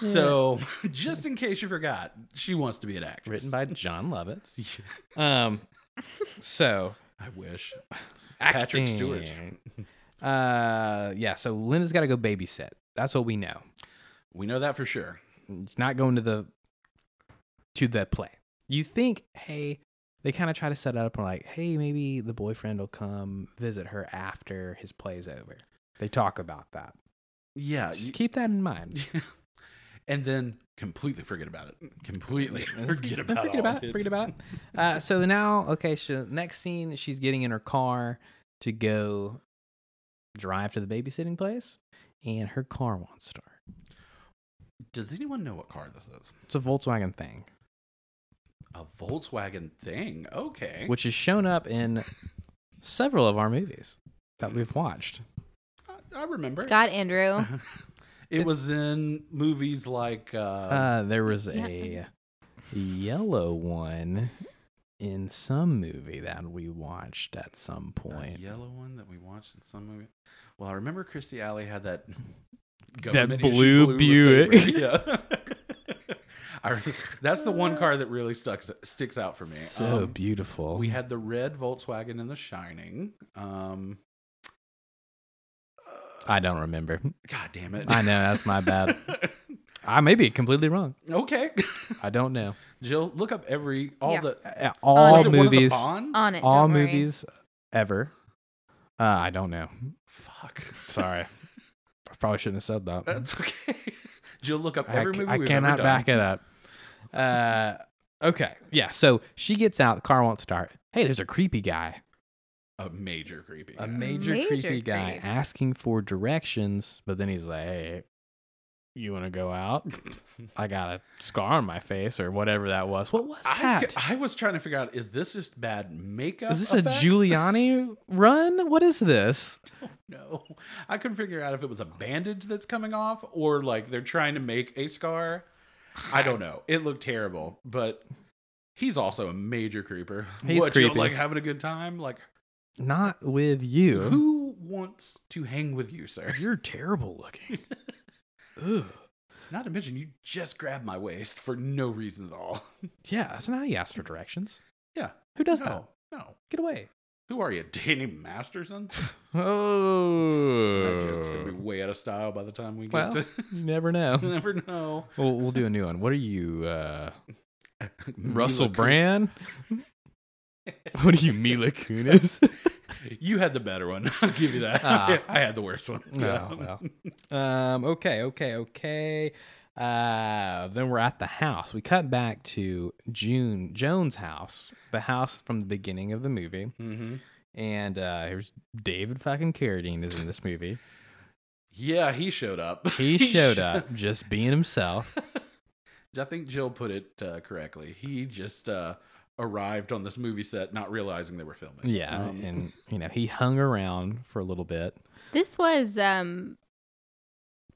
Speaker 2: So, just in case you forgot, she wants to be an actress.
Speaker 1: written by John Lovitz.
Speaker 2: [LAUGHS]
Speaker 1: Um, so
Speaker 2: I wish. Patrick Stewart.
Speaker 1: acting. Uh, yeah. So Linda's got to go babysit. That's what we know.
Speaker 2: We know that for sure.
Speaker 1: It's not going to the to the play. You think, hey, they kind of try to set it up and like, hey, maybe the boyfriend will come visit her after his play's over. They talk about that.
Speaker 2: Yeah.
Speaker 1: Just
Speaker 2: Uh, you-
Speaker 1: keep that in
Speaker 2: [LAUGHS]
Speaker 1: mind.
Speaker 2: and then completely forget about it. Completely forget
Speaker 1: Don't
Speaker 2: about,
Speaker 1: [LAUGHS] forget
Speaker 2: all
Speaker 1: about it. Forget
Speaker 2: [LAUGHS]
Speaker 1: about it. Uh, so now, okay, so next scene, she's getting in her car to go drive to the babysitting place, and her car won't start.
Speaker 2: Does anyone know what car this is?
Speaker 1: It's a Volkswagen thing,
Speaker 2: A Volkswagen thing. Okay.
Speaker 1: which has shown up in several of our movies that we've watched.
Speaker 2: I- I remember.
Speaker 3: God,
Speaker 1: [LAUGHS]
Speaker 3: Andrew.
Speaker 2: It was in movies like uh,
Speaker 1: Uh, there was
Speaker 3: yeah.
Speaker 1: a yellow one in some movie that we watched at some
Speaker 2: a
Speaker 1: point.
Speaker 2: yellow one that we watched in some movie. Well, I remember Christy Alley had that [LAUGHS]
Speaker 1: That
Speaker 2: government
Speaker 1: blue
Speaker 2: issue
Speaker 1: Buick.
Speaker 2: Sabre. [LAUGHS] Yeah. I, re- that's the one car that really stuck sticks out for me.
Speaker 1: So
Speaker 2: Um,
Speaker 1: beautiful.
Speaker 2: we had the red Volkswagen in The Shining. Um,
Speaker 1: I don't remember.
Speaker 2: God damn it!
Speaker 1: I know that's my bad. I may be completely wrong.
Speaker 2: [LAUGHS] okay,
Speaker 1: I don't know.
Speaker 2: Jill, look up every all
Speaker 3: Yeah.
Speaker 2: the
Speaker 1: Uh,
Speaker 2: was
Speaker 1: all
Speaker 2: it one of the
Speaker 1: movies,
Speaker 2: Bonds?
Speaker 3: On it.
Speaker 1: all
Speaker 3: don't worry.
Speaker 1: movies ever. Uh, I don't
Speaker 2: [LAUGHS]
Speaker 1: know.
Speaker 2: Fuck,
Speaker 1: Sorry, I probably shouldn't have said that.
Speaker 2: that's [LAUGHS] okay. Jill, look up
Speaker 1: I,
Speaker 2: every
Speaker 1: ca-
Speaker 2: movie.
Speaker 1: I
Speaker 2: we've
Speaker 1: cannot
Speaker 2: ever done.
Speaker 1: back it up. Uh, okay, yeah. So she gets out. The car won't start. Hey, there's a creepy guy,
Speaker 2: a major creepy.
Speaker 1: a
Speaker 2: guy.
Speaker 1: major,
Speaker 3: Major
Speaker 1: creepy guy,
Speaker 3: creep.
Speaker 1: asking for directions. But then he's like, "Hey, you want to go
Speaker 2: [LAUGHS]
Speaker 1: out? I got a scar on my face, or whatever that was. What was
Speaker 2: I,
Speaker 1: that?
Speaker 2: I was trying to figure out is this just bad makeup?
Speaker 1: Is this
Speaker 2: effects?
Speaker 1: a Giuliani run? What is this?
Speaker 2: [LAUGHS] No, I couldn't figure out if it was a bandage that's coming off or like they're trying to make a scar. I don't know. It looked terrible, but he's also a major creeper.
Speaker 1: He's
Speaker 2: what, you don't
Speaker 1: creepy.
Speaker 2: like having a good time. Like
Speaker 1: Not with you.
Speaker 2: who wants to hang with you, sir?
Speaker 1: You're terrible looking. [LAUGHS] Ugh.
Speaker 2: Not to mention you just grabbed my waist for no reason at all. [LAUGHS]
Speaker 1: Yeah, that's not how you ask for directions.
Speaker 2: Yeah,
Speaker 1: Who does that?
Speaker 2: no, no.
Speaker 1: Get away.
Speaker 2: Who are you, [LAUGHS]
Speaker 1: [LAUGHS]
Speaker 2: Danny Masterson? That joke's gonna be
Speaker 1: Oh.
Speaker 2: way out of style by the time we get
Speaker 1: Well,
Speaker 2: to. [LAUGHS]
Speaker 1: you never know.
Speaker 2: never know.
Speaker 1: [LAUGHS] we'll, we'll do a new one. What are you, uh, Russell
Speaker 2: Mila Kun- [LAUGHS]
Speaker 1: Brand? what are you, Mila [LAUGHS]
Speaker 2: [LAUGHS]
Speaker 1: Kunis?
Speaker 2: You had the better one. [LAUGHS] I'll give you that.
Speaker 1: Ah.
Speaker 2: [LAUGHS] I had the worst one.
Speaker 1: oh, well. Um, okay, okay, okay. Uh, then we're at the house. We cut back to June Jones' house, the house from the beginning of the movie.
Speaker 2: hmm
Speaker 1: And uh, here's David fucking Carradine is in this movie.
Speaker 2: Yeah, [LAUGHS] he showed
Speaker 1: [LAUGHS]
Speaker 2: up.
Speaker 1: He showed
Speaker 2: sho-
Speaker 1: up just being himself.
Speaker 2: I think Jill put it uh, correctly. He just uh, arrived on this movie set not realizing they were filming.
Speaker 1: Yeah,
Speaker 2: Um,
Speaker 1: and you know he hung around for a little bit.
Speaker 3: This was um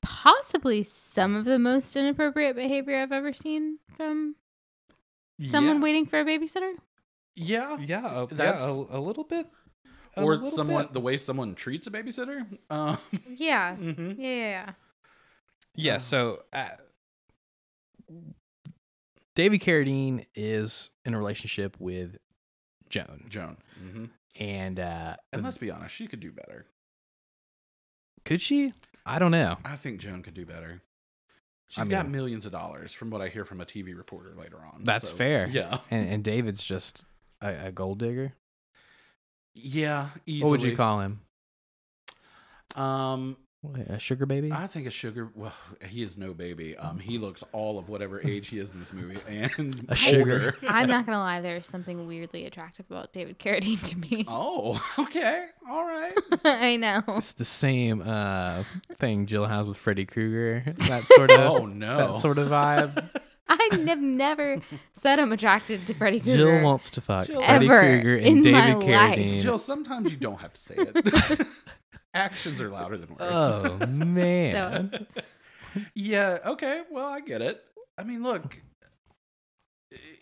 Speaker 3: possibly some of the most inappropriate behavior I've ever seen from someone
Speaker 2: yeah.
Speaker 3: waiting for
Speaker 1: [LAUGHS]
Speaker 3: a babysitter.
Speaker 2: yeah.
Speaker 1: Yeah, a,
Speaker 2: That's-
Speaker 1: a, a little bit, a
Speaker 2: Or
Speaker 1: little
Speaker 2: someone,
Speaker 1: bit.
Speaker 2: the way someone treats a babysitter. Um, [LAUGHS]
Speaker 3: Yeah.
Speaker 2: mhm.
Speaker 3: Yeah, yeah,
Speaker 1: Yeah,
Speaker 2: Um,
Speaker 1: so uh, Davy Carradine is in a relationship with Joan,
Speaker 2: Joan.
Speaker 1: Mm-hmm.
Speaker 2: hmm
Speaker 1: and uh,
Speaker 2: And let's be honest, she could do better.
Speaker 1: could she? I don't know.
Speaker 2: I think Joan could do better. She's
Speaker 1: I
Speaker 2: got
Speaker 1: mean-
Speaker 2: millions of dollars, from what I hear from a TV reporter later on.
Speaker 1: That's fair.
Speaker 2: Yeah.
Speaker 1: And, and David's just a, a gold digger.
Speaker 2: Yeah. Easily.
Speaker 1: What would you call him?
Speaker 2: Um,
Speaker 1: A sugar baby?
Speaker 2: I think a sugar. Well, he is no baby. Um, he looks all of whatever
Speaker 1: [LAUGHS]
Speaker 2: age he is in this movie and
Speaker 1: A sugar.
Speaker 2: older.
Speaker 3: yeah.
Speaker 2: [LAUGHS]
Speaker 3: I'm not gonna lie, there's something weirdly attractive about David Carradine to me.
Speaker 2: Oh, [LAUGHS] okay,
Speaker 1: [LAUGHS]
Speaker 2: all right.
Speaker 3: [LAUGHS] I know.
Speaker 1: it's the same uh, thing Jill has with Freddy Krueger.
Speaker 2: [LAUGHS]
Speaker 1: That sort of
Speaker 2: Oh no,
Speaker 1: that sort of
Speaker 2: [LAUGHS]
Speaker 1: vibe.
Speaker 3: I have never said I'm attracted to Freddy Krueger.
Speaker 1: Jill wants to fuck
Speaker 2: Jill-
Speaker 1: Freddy
Speaker 3: Ever
Speaker 1: Krueger and
Speaker 3: in
Speaker 1: David
Speaker 3: my life.
Speaker 1: Carradine.
Speaker 2: Jill. Sometimes you don't have to say
Speaker 1: [LAUGHS]
Speaker 2: it. Actions are louder than words.
Speaker 1: oh
Speaker 3: [LAUGHS]
Speaker 1: man,
Speaker 2: Yeah. Okay. Well, I get it. I mean, look,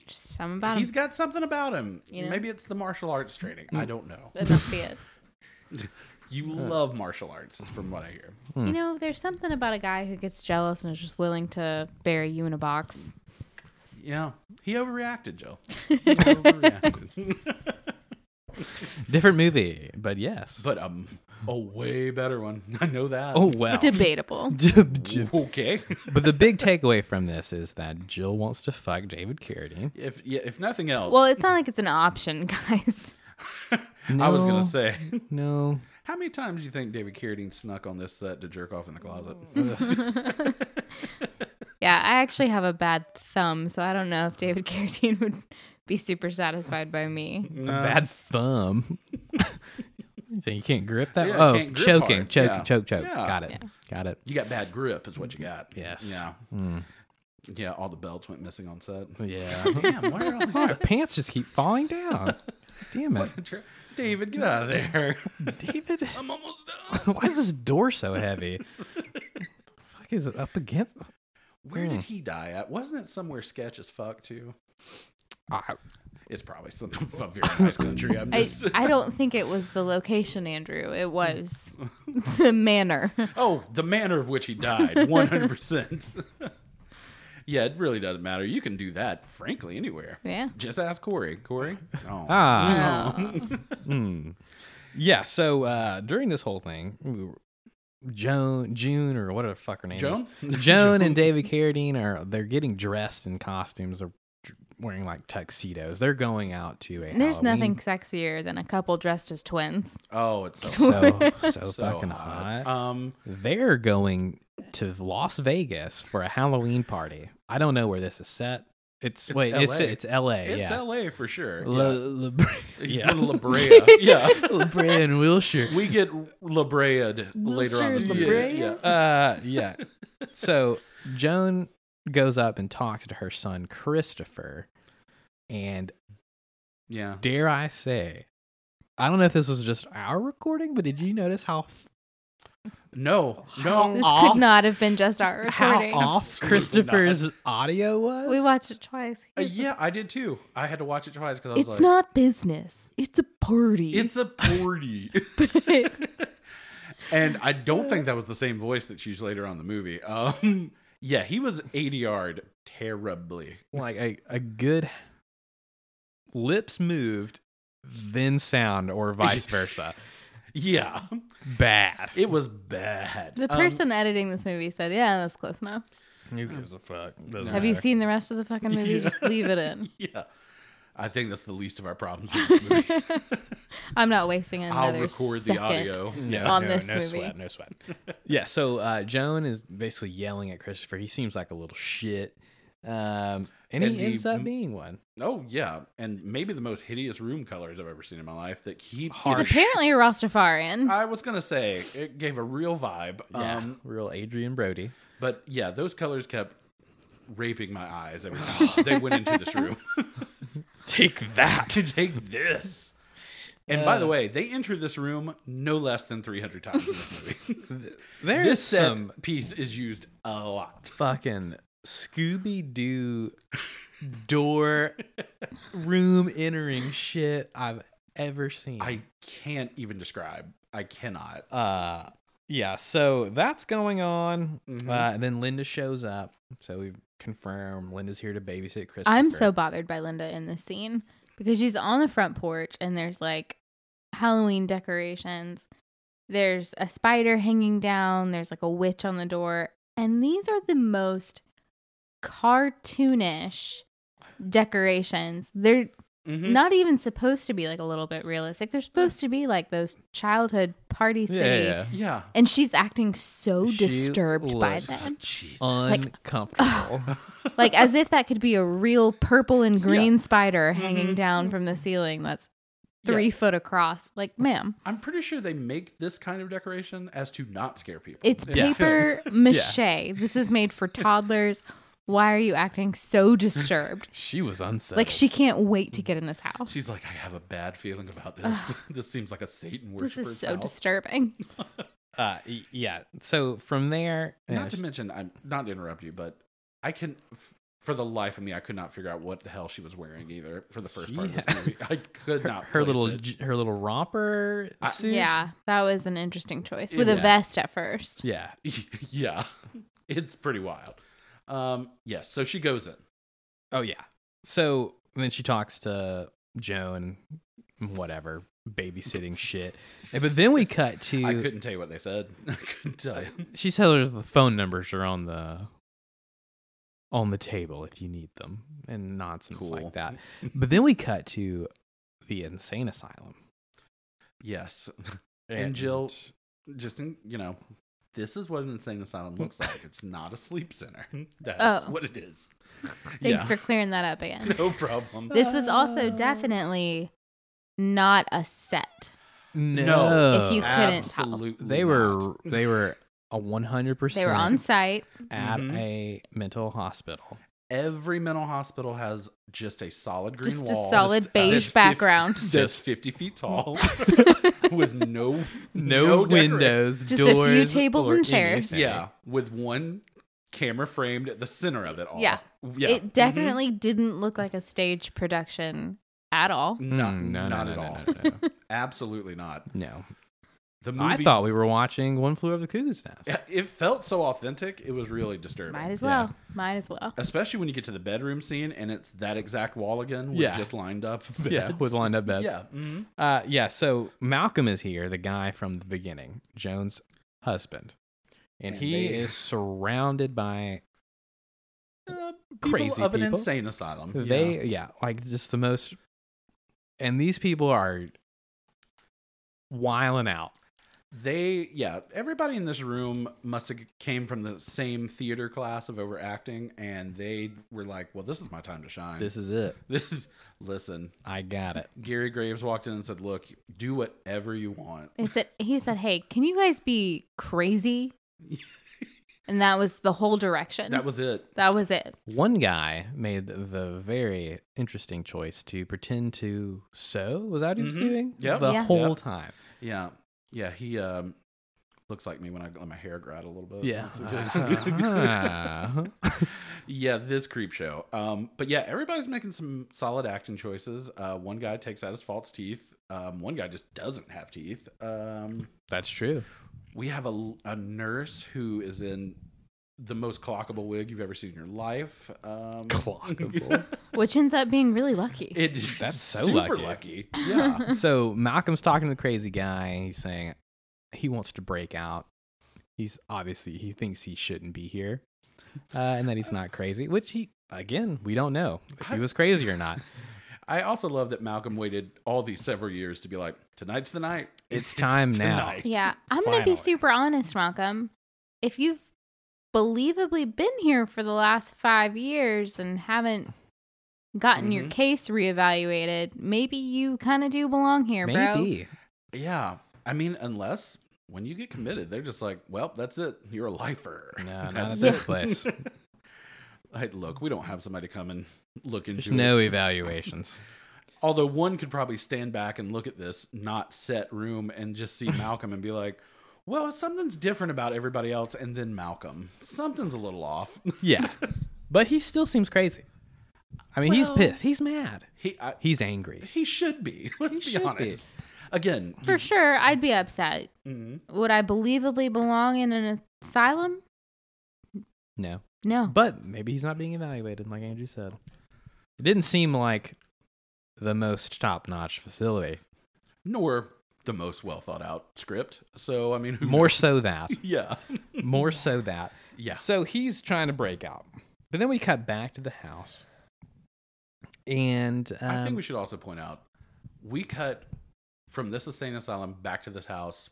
Speaker 3: Just something about
Speaker 2: he's
Speaker 3: him.
Speaker 2: got something about him.
Speaker 3: Um, You know?
Speaker 2: Maybe it's the martial arts training.
Speaker 1: Hmm.
Speaker 2: I don't know.
Speaker 3: That must
Speaker 2: [LAUGHS]
Speaker 3: be it.
Speaker 2: You love martial arts, from what I hear.
Speaker 3: You know, there's something about a guy who gets jealous and is just willing to bury you in a box.
Speaker 2: Yeah, he overreacted,
Speaker 1: [LAUGHS]
Speaker 2: Jill. He overreacted.
Speaker 1: different movie, but yes.
Speaker 2: but um, a way better one. [LAUGHS] I know that.
Speaker 1: oh well. [LAUGHS]
Speaker 2: [LAUGHS]
Speaker 3: Debatable.
Speaker 2: okay.
Speaker 1: but the big takeaway from this is that Jill wants to fuck David Carradine.
Speaker 2: If yeah, if nothing else,
Speaker 3: Well, it's not like it's an option, [LAUGHS] guys.
Speaker 2: I was
Speaker 1: No.
Speaker 2: gonna say, [LAUGHS]
Speaker 1: No,
Speaker 2: how many times do you think David Carradine snuck on this set to jerk off in the closet?
Speaker 1: Mm.
Speaker 3: Yeah, I actually have a bad thumb, so I don't know if David Carradine would be super satisfied by me.
Speaker 2: [LAUGHS]
Speaker 1: a bad thumb. [LAUGHS] so you can't grip that.
Speaker 2: Yeah,
Speaker 1: oh,
Speaker 2: can't grip
Speaker 1: choking,
Speaker 2: hard.
Speaker 1: choking,
Speaker 2: Yeah.
Speaker 1: choke, choke.
Speaker 2: Yeah.
Speaker 1: Got it.
Speaker 3: Yeah.
Speaker 1: Got it.
Speaker 2: You got bad grip, is what you got.
Speaker 1: Yes.
Speaker 2: Yeah.
Speaker 1: Mm.
Speaker 2: Yeah. All the belts went missing on set.
Speaker 1: Yeah.
Speaker 2: [LAUGHS] Damn. Where else? [LAUGHS]
Speaker 1: the pants just keep falling down. Damn it,
Speaker 2: David, get out of there.
Speaker 1: David.
Speaker 2: [LAUGHS] I'm almost
Speaker 1: [LAUGHS]
Speaker 2: done.
Speaker 1: Why is this door so heavy? the fuck is it up against?
Speaker 2: Where
Speaker 1: Mm.
Speaker 2: did he die at? Wasn't it somewhere sketch as fuck too?
Speaker 1: I-
Speaker 2: It's probably some [LAUGHS] a very nice country. I'm
Speaker 3: I,
Speaker 2: just.
Speaker 3: I don't think it was the location, Andrew.
Speaker 2: [LAUGHS]
Speaker 3: It was the manner. [LAUGHS]
Speaker 2: Oh, the manner of which he died, 100%. [LAUGHS] yeah, it really doesn't matter. You can do that, frankly, anywhere.
Speaker 3: Yeah.
Speaker 2: Just ask Corey. Corey? Oh.
Speaker 1: ah.
Speaker 2: [LAUGHS]
Speaker 3: Uh,
Speaker 1: Mm. Yeah. So uh, during this whole thing, we were- Joan, June, or whatever the fuck her name
Speaker 2: Joan?
Speaker 1: [LAUGHS] is, Joan and David Carradine are they're getting dressed in costumes. They're dr- wearing like tuxedos. They're going out to a.
Speaker 3: there's nothing
Speaker 1: Halloween-
Speaker 3: sexier than a couple dressed as twins.
Speaker 2: Oh, it's so,
Speaker 1: [LAUGHS]
Speaker 3: [LAUGHS]
Speaker 1: so so,
Speaker 2: so
Speaker 1: fucking
Speaker 2: hot.
Speaker 1: hot.
Speaker 2: Um,
Speaker 1: They're going to Las Vegas for a Halloween party. I don't know where this is set. It's,
Speaker 2: It's
Speaker 1: wait, it's
Speaker 2: LA.
Speaker 1: it's L.A.
Speaker 2: it's
Speaker 1: yeah.
Speaker 2: LA for sure.
Speaker 1: La- La- [LAUGHS]
Speaker 2: yeah. He's
Speaker 1: yeah.
Speaker 2: going to La Brea. yeah.
Speaker 1: La Brea and Wilshire.
Speaker 2: We get La Brea later on
Speaker 1: Sure,
Speaker 2: this
Speaker 1: La
Speaker 2: movie.
Speaker 1: Brea?
Speaker 2: Yeah.
Speaker 1: Uh, yeah. So Joan goes up and talks to her son Christopher, and
Speaker 2: yeah.
Speaker 1: dare I say, I don't know if this was just our recording, but did you notice how
Speaker 2: No.
Speaker 3: This
Speaker 2: No.
Speaker 1: Off.
Speaker 3: could not have been just our
Speaker 1: how
Speaker 3: recording.
Speaker 1: off
Speaker 2: Absolutely
Speaker 1: Christopher's audio was?
Speaker 3: We watched it twice.
Speaker 2: Uh, yeah, I did too. I had to watch it twice because I was
Speaker 3: It's
Speaker 2: like,
Speaker 3: not business. It's a party. [LAUGHS]
Speaker 2: it's a party. And I don't think that was the same voice that's used later on in the movie. Um, yeah, he was ADR'd terribly.
Speaker 1: like a, a good lips moved, then sound,
Speaker 3: [LAUGHS]
Speaker 1: or vice versa.
Speaker 2: Yeah,
Speaker 1: Bad.
Speaker 2: it was bad.
Speaker 3: the
Speaker 2: Um,
Speaker 3: person editing this movie said, "Yeah, that's close enough."
Speaker 1: [LAUGHS] Who gives a fuck? Doesn't
Speaker 3: Have you
Speaker 1: matter.
Speaker 3: seen the rest of the fucking
Speaker 2: [LAUGHS]
Speaker 3: movie? Just leave it in.
Speaker 2: yeah, I think that's the least of our problems with this movie.
Speaker 3: I'm not wasting
Speaker 2: I'll
Speaker 3: [LAUGHS] another
Speaker 2: record the
Speaker 3: second.
Speaker 2: audio.
Speaker 1: no,
Speaker 3: on
Speaker 1: no,
Speaker 3: this
Speaker 1: no
Speaker 3: movie.
Speaker 1: sweat, no sweat.
Speaker 3: [LAUGHS]
Speaker 1: yeah, so uh, Joan is basically yelling at Christopher. He seems like a little shit, um, and,
Speaker 2: And
Speaker 1: he
Speaker 2: the-
Speaker 1: ends up being one.
Speaker 2: Oh yeah, and maybe the most hideous room colors I've ever seen in my life. That he
Speaker 3: He's apparently a Rastafarian.
Speaker 2: I was gonna say it gave a real vibe. Um,
Speaker 1: Um, real Adrian Brody.
Speaker 2: but yeah,
Speaker 3: [LAUGHS]
Speaker 2: those colors kept raping my eyes every time they went into this room.
Speaker 1: Take that.
Speaker 2: to take this. And by the
Speaker 1: Uh.
Speaker 2: way, they enter this room no less than 300 times in this movie.
Speaker 1: There's
Speaker 2: this set
Speaker 1: some
Speaker 2: piece is used a lot.
Speaker 1: fucking Scooby Doo door room entering shit I've ever seen.
Speaker 2: I can't even describe. I cannot.
Speaker 1: uh yeah so that's going on
Speaker 2: Mhm.
Speaker 1: uh, and then linda shows up so we confirm linda's here to babysit chris
Speaker 3: I'm so bothered by Linda in this scene because she's on the front porch and there's like Halloween decorations. There's a spider hanging down. There's like a witch on the door. And these are the most cartoonish decorations. They're
Speaker 1: Hmm.
Speaker 2: Mhm.
Speaker 3: not even supposed to be like a little bit realistic. They're supposed to be like those childhood party city.
Speaker 1: yeah, yeah,
Speaker 2: yeah.
Speaker 3: And she's acting so
Speaker 1: She
Speaker 3: disturbed by
Speaker 1: looks-
Speaker 3: them.
Speaker 2: Jesus.
Speaker 1: Uh,
Speaker 2: [SIGHS]
Speaker 1: uncomfortable
Speaker 3: like as if that could be a real purple and green spider
Speaker 2: Mhm.
Speaker 3: hanging down from the ceiling that's
Speaker 2: Yeah.
Speaker 3: three foot across like ma'am
Speaker 2: I'm pretty sure they make this kind of decoration as to not scare people.
Speaker 3: it's
Speaker 2: Yeah.
Speaker 3: [LAUGHS] paper mache this is made for toddlers why are you acting
Speaker 2: [LAUGHS]
Speaker 3: so disturbed
Speaker 1: she was unsettled
Speaker 3: like she can't wait to get in this house
Speaker 2: She's like, I have a bad feeling about this. [LAUGHS] this seems like a Satan
Speaker 3: this
Speaker 2: worshiper.
Speaker 3: is so disturbing
Speaker 1: uh y- yeah so from there yeah,
Speaker 2: Not to mention, I'm not to interrupt you, but I can, f- for the life of me, I could not figure out what the hell she was wearing either for the first part of
Speaker 1: Yeah.
Speaker 2: this movie.
Speaker 1: [LAUGHS]
Speaker 2: I could
Speaker 1: her,
Speaker 2: not.
Speaker 1: her
Speaker 2: place
Speaker 1: little
Speaker 2: it.
Speaker 1: j- her little romper
Speaker 2: I-
Speaker 1: suit
Speaker 3: yeah that was an interesting choice with
Speaker 1: Yeah.
Speaker 3: a vest at first
Speaker 1: yeah
Speaker 2: [LAUGHS] yeah, it's pretty wild. Um, yes. so she goes in.
Speaker 1: oh yeah so and then she talks to joan whatever babysitting shit And- but then we cut to
Speaker 2: [LAUGHS] I couldn't tell you what they said. [LAUGHS] I couldn't tell you.
Speaker 1: she tells us the phone numbers are on the on the table if you need them and nonsense
Speaker 2: Cool.
Speaker 1: like
Speaker 2: [LAUGHS]
Speaker 1: that. But then we cut to the insane asylum.
Speaker 2: Yes, And Jill- just in you know, this is what an insane asylum
Speaker 1: [LAUGHS]
Speaker 2: looks like. It's not a sleep center. [LAUGHS] That's
Speaker 3: Oh.
Speaker 2: what it is.
Speaker 3: thanks
Speaker 2: yeah,
Speaker 3: for clearing that up again
Speaker 2: [LAUGHS] no problem.
Speaker 3: this
Speaker 2: [LAUGHS]
Speaker 3: was also definitely not a set
Speaker 1: no,
Speaker 3: If you- couldn't tell.
Speaker 2: Absolutely,
Speaker 1: they were
Speaker 2: not.
Speaker 1: they were a one hundred percent
Speaker 3: they were on site
Speaker 1: at
Speaker 2: Mhm.
Speaker 1: a mental hospital.
Speaker 2: Every mental hospital has just a solid green
Speaker 3: just a
Speaker 2: wall,
Speaker 3: solid
Speaker 2: just-
Speaker 3: beige
Speaker 2: that's fif- [LAUGHS]
Speaker 3: background.
Speaker 2: that's fifty feet
Speaker 3: [LAUGHS]
Speaker 2: tall,
Speaker 1: [LAUGHS]
Speaker 2: with no
Speaker 1: No,
Speaker 2: decoration.
Speaker 1: windows,
Speaker 3: Just a few
Speaker 1: doors,
Speaker 3: tables
Speaker 1: or
Speaker 3: and chairs.
Speaker 1: anything.
Speaker 2: Yeah, with one camera framed at the center of it all.
Speaker 3: Yeah.
Speaker 2: yeah. Mm-hmm.
Speaker 3: It definitely didn't look like a stage production at all.
Speaker 2: Mhm. not,
Speaker 1: Mm, no, no,
Speaker 2: not
Speaker 1: no,
Speaker 2: at
Speaker 1: no,
Speaker 2: all.
Speaker 1: no, no, [LAUGHS] no.
Speaker 2: Absolutely not.
Speaker 1: No.
Speaker 2: The movie.
Speaker 1: I thought we were watching One Flew Over the Cuckoo's Nest.
Speaker 2: Yeah, [LAUGHS] It felt so authentic. It was really disturbing.
Speaker 3: Might as well. Might as well.
Speaker 2: Especially when you get to the bedroom scene and it's that exact wall again with
Speaker 1: Yeah.
Speaker 2: just lined up beds.
Speaker 1: Yeah, [LAUGHS] with lined up beds.
Speaker 2: Yeah. mhm.
Speaker 1: Uh, yeah. So Malcolm is here, the guy from the beginning, Joan's husband, and,
Speaker 2: And
Speaker 1: he
Speaker 2: they-
Speaker 1: [LAUGHS] is surrounded by
Speaker 2: Uh, people
Speaker 1: Crazy
Speaker 2: of an
Speaker 1: people.
Speaker 2: insane asylum.
Speaker 1: they, yeah. like just the most. And these people are wiling out.
Speaker 2: They, yeah, everybody in this room must have came from the same theater class of overacting, and they were like, "Well, this is my time to shine."
Speaker 1: This is it.
Speaker 2: [LAUGHS] this is listen.
Speaker 1: I got [LAUGHS] it.
Speaker 2: Gary Graves walked in and said, "Look, do whatever you want."
Speaker 3: He said he said, Hey, can you guys be
Speaker 2: [LAUGHS]
Speaker 3: crazy? and that was the whole direction.
Speaker 2: That was it.
Speaker 3: that was it.
Speaker 1: One guy made the very interesting choice to pretend to sew. Was that what he was
Speaker 2: Mhm.
Speaker 1: doing?
Speaker 2: Yep.
Speaker 1: The
Speaker 3: Yeah.
Speaker 1: whole
Speaker 2: Yep.
Speaker 1: time.
Speaker 2: Yeah, yeah. He um, looks like me when I let my hair grow out a little bit.
Speaker 1: Yeah. [LAUGHS]
Speaker 2: It's
Speaker 1: Uh-huh.
Speaker 2: good. [LAUGHS] yeah, this creep show. Um, but yeah, everybody's making some solid acting choices. Uh, one guy takes out his false teeth. Um, one guy just doesn't have teeth. Um,
Speaker 1: That's true.
Speaker 2: we have a, a nurse who is in the most clockable wig you've ever seen in your life.
Speaker 1: [LAUGHS]
Speaker 2: Um,
Speaker 1: Clockable.
Speaker 3: Which ends up being really lucky.
Speaker 2: [LAUGHS] It,
Speaker 1: [LAUGHS] That's so
Speaker 2: super
Speaker 1: lucky.
Speaker 2: lucky.
Speaker 3: [LAUGHS]
Speaker 2: Yeah. [LAUGHS]
Speaker 1: so Malcolm's talking to the crazy guy. and He's saying he wants to break out. He's obviously he thinks he shouldn't be here, uh, and that he's not crazy. Which he again we don't know if he was crazy or not.
Speaker 2: I also love that Malcolm waited all these several years to be like, tonight's the night. [LAUGHS]
Speaker 1: It's time now.
Speaker 3: yeah. I'm gonna be
Speaker 1: Finally.
Speaker 3: super honest, Malcolm. If you've believably been here for the last five years and haven't gotten your
Speaker 2: Mhm.
Speaker 3: case reevaluated, maybe you kinda do belong here, bro.
Speaker 1: Maybe
Speaker 2: Yeah. I mean, unless when you
Speaker 3: [LAUGHS]
Speaker 2: get committed, they're just like, well, that's it. You're a lifer.
Speaker 1: No,
Speaker 2: [LAUGHS]
Speaker 1: not
Speaker 2: That's
Speaker 1: at this
Speaker 2: it.
Speaker 1: place.
Speaker 2: Like, look, we don't have somebody come and look into
Speaker 1: There's
Speaker 2: it.
Speaker 1: no evaluations.
Speaker 2: Although one could probably stand back and look at this not set room and
Speaker 1: [LAUGHS]
Speaker 2: just see Malcolm and be like, well, something's different about everybody else, and then Malcolm. Something's a little off. [LAUGHS]
Speaker 1: yeah. But he still seems crazy. I mean, he's
Speaker 2: Well-
Speaker 1: pissed. He's mad.
Speaker 2: He I,
Speaker 1: He's angry.
Speaker 2: he should be. [LAUGHS] Let's
Speaker 1: He
Speaker 2: be
Speaker 1: should
Speaker 2: honest. Again,
Speaker 1: Mm-hmm.
Speaker 3: For sure, I'd be upset.
Speaker 2: mm,
Speaker 3: Would I believably belong in an asylum?
Speaker 1: No.
Speaker 3: No.
Speaker 1: But maybe he's not being evaluated, like Andrew said. It didn't seem like the most top notch facility.
Speaker 2: nor the most well thought out script. So I mean, who
Speaker 1: More
Speaker 2: knows?
Speaker 1: so that.
Speaker 2: [LAUGHS]
Speaker 1: [LAUGHS]
Speaker 2: Yeah.
Speaker 1: More so that.
Speaker 2: Yeah.
Speaker 1: So he's trying to break out. But then we cut back to the house. And um,
Speaker 2: I think we should also point out we cut from this insane asylum back to this house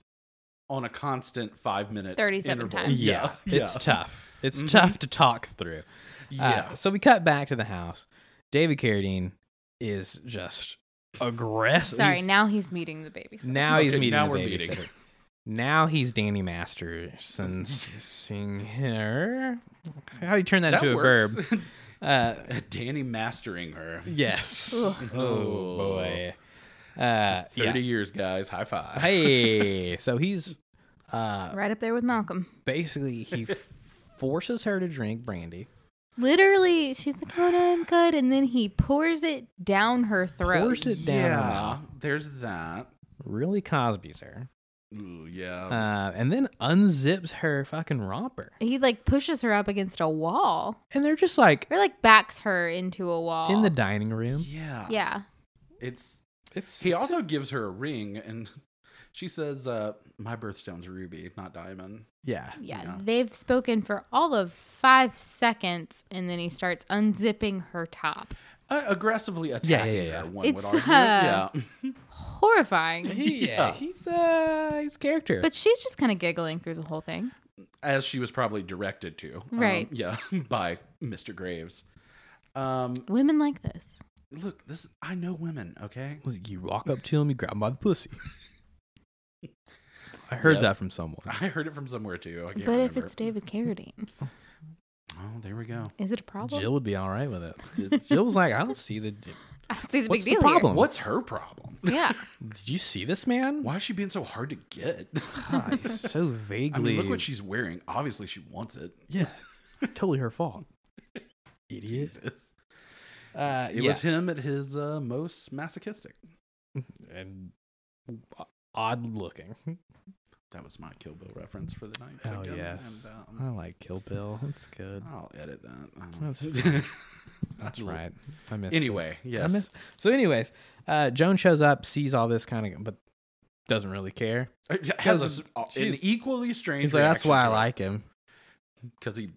Speaker 2: on a constant five minute
Speaker 3: 37
Speaker 2: interval.
Speaker 3: times.
Speaker 1: yeah, it's tough. It's
Speaker 2: Mhm.
Speaker 1: tough to talk through.
Speaker 2: yeah.
Speaker 1: Uh, so we cut back to the house. David Carradine is just aggressive.
Speaker 3: Sorry,
Speaker 1: He's-
Speaker 3: now he's meeting the babies.
Speaker 1: now he's
Speaker 2: Okay,
Speaker 1: meeting
Speaker 2: now
Speaker 1: the
Speaker 2: we're
Speaker 1: babysitter.
Speaker 2: meeting.
Speaker 1: Now he's Danny
Speaker 2: [LAUGHS]
Speaker 1: Masterson singer. How do you turn that,
Speaker 2: That
Speaker 1: into
Speaker 2: works.
Speaker 1: a
Speaker 2: [LAUGHS]
Speaker 1: verb? Uh,
Speaker 2: Danny mastering her.
Speaker 1: yes.
Speaker 3: Ugh.
Speaker 1: [LAUGHS] Oh boy. Uh,
Speaker 2: Thirty
Speaker 1: yeah.
Speaker 2: years, guys. High five. [LAUGHS]
Speaker 1: Hey. So he's uh,
Speaker 3: Right up there with Malcolm.
Speaker 1: basically he forces her to drink brandy.
Speaker 3: Literally, she's like, "Oh, no, I'm good," and then he pours it down her throat.
Speaker 1: Pours it down. her mouth.
Speaker 2: Yeah. There's that.
Speaker 1: Really Cosby's her.
Speaker 2: Ooh, yeah.
Speaker 1: uh, and then unzips her fucking romper.
Speaker 3: He like pushes her up against a wall,
Speaker 1: And they're just like
Speaker 3: or like backs her into a wall
Speaker 1: in the dining room.
Speaker 2: yeah.
Speaker 3: yeah.
Speaker 2: It's
Speaker 1: It's
Speaker 2: he also gives her a ring and she says, uh, my birthstone's ruby, not diamond.
Speaker 1: yeah.
Speaker 3: yeah,
Speaker 2: Yeah.
Speaker 3: They've spoken for all of five seconds, and then he starts unzipping her top.
Speaker 2: Uh, aggressively attacking
Speaker 1: yeah, yeah.
Speaker 2: her, one
Speaker 3: It's,
Speaker 2: would argue.
Speaker 3: uh,
Speaker 2: yeah.
Speaker 3: Horrifying.
Speaker 2: Yeah.
Speaker 1: he's uh he's character.
Speaker 3: But she's just kind of giggling through the whole thing.
Speaker 2: as she was probably directed to. um,
Speaker 3: Right.
Speaker 2: yeah, [LAUGHS] by Mr. Graves. Um,
Speaker 3: Women like this.
Speaker 2: look, this I know women, okay?
Speaker 1: you walk up to him, you grab him by the pussy. I heard
Speaker 2: Yep.
Speaker 1: that from someone.
Speaker 2: I heard it from somewhere too. I
Speaker 3: But
Speaker 2: can't remember.
Speaker 3: if it's David Carradine,
Speaker 2: Oh, there we go.
Speaker 3: is it a problem?
Speaker 1: Jill would be all right with it. Jill was like, I don't see the.
Speaker 3: I don't see the
Speaker 1: What's
Speaker 3: big
Speaker 1: the
Speaker 3: deal
Speaker 1: problem?
Speaker 2: What's her problem?
Speaker 3: here.
Speaker 2: [LAUGHS]
Speaker 3: Yeah,
Speaker 1: Did you see this man?
Speaker 2: Why is she being so hard to get? [LAUGHS]
Speaker 1: God, he's so
Speaker 2: I
Speaker 1: vaguely.
Speaker 2: mean, look what she's wearing. Obviously, she wants it. [LAUGHS]
Speaker 1: yeah, totally her fault. Idiot.
Speaker 2: Jesus.
Speaker 1: Uh,
Speaker 2: It was him at his uh, most masochistic.
Speaker 1: and odd looking.
Speaker 2: That was my Kill Bill reference for the night.
Speaker 1: Oh
Speaker 2: again,
Speaker 1: yes,
Speaker 2: and,
Speaker 1: I
Speaker 2: um,
Speaker 1: like Kill Bill. It's good.
Speaker 2: I'll edit that.
Speaker 1: That's
Speaker 2: [LAUGHS] Um,
Speaker 1: That's
Speaker 2: I'll-
Speaker 1: right. I missed. it.
Speaker 2: Anyway,
Speaker 1: I
Speaker 2: yes.
Speaker 1: missed- So, anyways, uh, Joan shows up, sees all this kind of, but doesn't really care.
Speaker 2: Uh, has
Speaker 1: Because
Speaker 2: a, an
Speaker 1: she's-
Speaker 2: equally strange.
Speaker 1: He's like, "That's why I like him."
Speaker 2: because he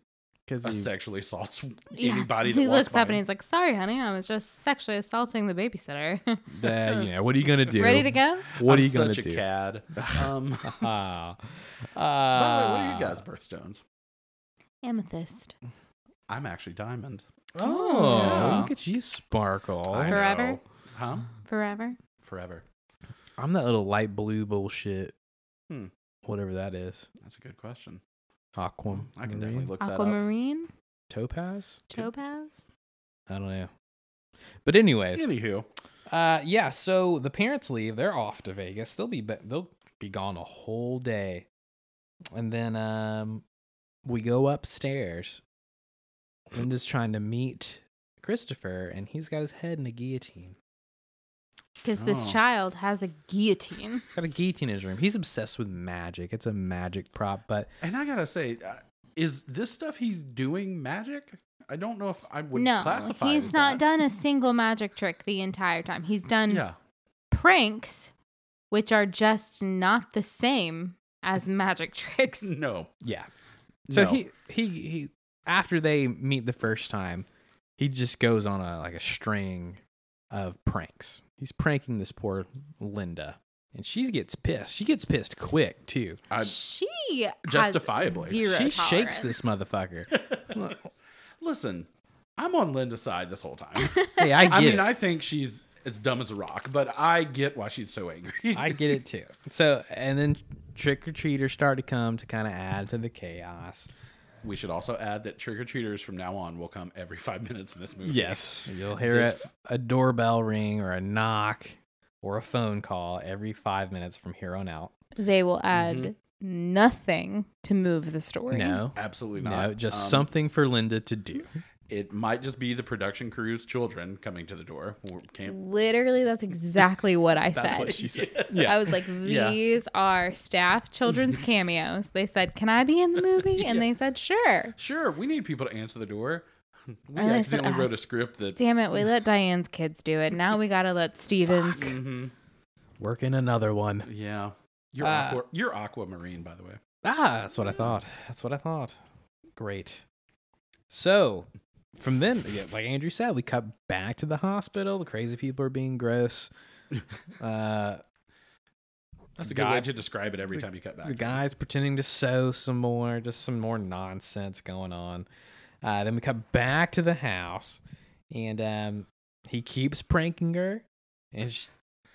Speaker 1: Because
Speaker 2: uh,
Speaker 1: [LAUGHS]
Speaker 2: sexually assaults
Speaker 3: yeah.
Speaker 2: anybody that
Speaker 3: he
Speaker 2: walks
Speaker 3: looks up
Speaker 2: by
Speaker 3: and
Speaker 2: him.
Speaker 3: he's like, "Sorry, honey, I was just sexually assaulting the babysitter." [LAUGHS]
Speaker 2: [LAUGHS]
Speaker 1: you know, what are you gonna do?
Speaker 3: Ready to go?
Speaker 1: What
Speaker 2: I'm
Speaker 1: are you gonna
Speaker 2: such
Speaker 1: do?
Speaker 2: a cad. Um,
Speaker 1: [LAUGHS]
Speaker 2: [LAUGHS]
Speaker 1: Ah.
Speaker 2: by the way, what are
Speaker 1: Ah.
Speaker 2: you guys' birthstones?
Speaker 3: Amethyst.
Speaker 2: I'm actually diamond.
Speaker 1: Oh,
Speaker 2: Yeah.
Speaker 1: look at you sparkle!
Speaker 2: I know.
Speaker 3: Forever?
Speaker 2: huh?
Speaker 3: Forever.
Speaker 2: Forever.
Speaker 1: I'm that little light blue bullshit,
Speaker 2: Hmm.
Speaker 1: whatever that is.
Speaker 2: That's a good question.
Speaker 1: Aquam.
Speaker 2: I can
Speaker 1: marine?
Speaker 2: definitely look that up.
Speaker 3: Aquamarine.
Speaker 1: Topaz.
Speaker 3: Topaz.
Speaker 1: I don't know. But anyways,
Speaker 2: Anywho,
Speaker 1: Uh, yeah. So the parents leave. They're off to Vegas. They'll be, ba- they'll be gone a whole day, and then um, we go upstairs. Linda's trying to meet Christopher, and he's got his head in a guillotine.
Speaker 3: Because this
Speaker 2: Oh.
Speaker 3: child has a guillotine.
Speaker 1: He's got a guillotine in his room. He's obsessed with magic. It's a magic prop, but
Speaker 2: and I gotta say, uh, is this stuff he's doing magic? I don't know if I would
Speaker 3: no,
Speaker 2: classify. it
Speaker 3: he's
Speaker 2: as
Speaker 3: not
Speaker 2: that.
Speaker 3: done a single magic trick the entire time. He's done
Speaker 2: Yeah,
Speaker 3: pranks, which are just not the same as magic tricks.
Speaker 2: no.
Speaker 1: yeah. So
Speaker 2: no.
Speaker 1: he he he after they meet the first time, he just goes on a like a string of pranks. He's pranking this poor Linda, and she gets pissed. She gets pissed quick too.
Speaker 2: I,
Speaker 3: she has
Speaker 2: Justifiably.
Speaker 1: She
Speaker 3: zero
Speaker 1: shakes
Speaker 3: tolerance.
Speaker 1: this motherfucker.
Speaker 2: listen, I'm on Linda's side this whole
Speaker 3: [LAUGHS]
Speaker 2: time.
Speaker 1: hey, I get
Speaker 2: I mean,
Speaker 1: it. I,
Speaker 2: I think she's as dumb as a rock, but I get why she's so angry. [LAUGHS]
Speaker 1: get it too. So and then trick or treaters start to come to kind of add to the chaos.
Speaker 2: we should also add that trick or treaters from now on will come every five minutes in this movie.
Speaker 1: Yes, you'll hear
Speaker 2: This-
Speaker 1: it, a doorbell ring or a knock or a phone call every five minutes from here on out.
Speaker 3: They will add
Speaker 2: Mhm.
Speaker 3: nothing to move the story.
Speaker 1: Mm-hmm. No,
Speaker 2: Absolutely not.
Speaker 1: no, just
Speaker 2: Um,
Speaker 1: something for Linda to do.
Speaker 2: It might just be the production crew's children coming to the door. We Can't,
Speaker 3: Literally, that's exactly what
Speaker 1: [LAUGHS]
Speaker 3: I
Speaker 1: That's
Speaker 3: said.
Speaker 1: what she said.
Speaker 3: [LAUGHS] I was like,
Speaker 1: [LAUGHS] Yeah.
Speaker 3: these are staff
Speaker 1: [LAUGHS]
Speaker 3: children's cameos. They said, Can I be in the movie? And they said, Sure.
Speaker 2: Sure, we need people to answer the door. [LAUGHS] We
Speaker 3: I said,
Speaker 2: accidentally
Speaker 3: "Ah,
Speaker 2: wrote a script that. [LAUGHS]
Speaker 3: Damn it,
Speaker 1: [LAUGHS]
Speaker 3: we let Diane's kids do it. Now we gotta let Steven's.
Speaker 2: hmm
Speaker 1: Working another one.
Speaker 2: yeah. You're,
Speaker 1: Uh,
Speaker 2: aqua, you're aquamarine, by the way.
Speaker 1: Ah, that's what I thought. That's what I thought. Great. So, from then, yeah, like Andrew said, we cut back to the hospital. The crazy people are being gross. [LAUGHS] Uh,
Speaker 2: That's
Speaker 1: the
Speaker 2: a good
Speaker 1: guy-
Speaker 2: way to describe it every time you cut back.
Speaker 1: the guy's pretending to sew some more, just some more nonsense going on. Uh, then we cut back to the house, and um, he keeps pranking her, and sh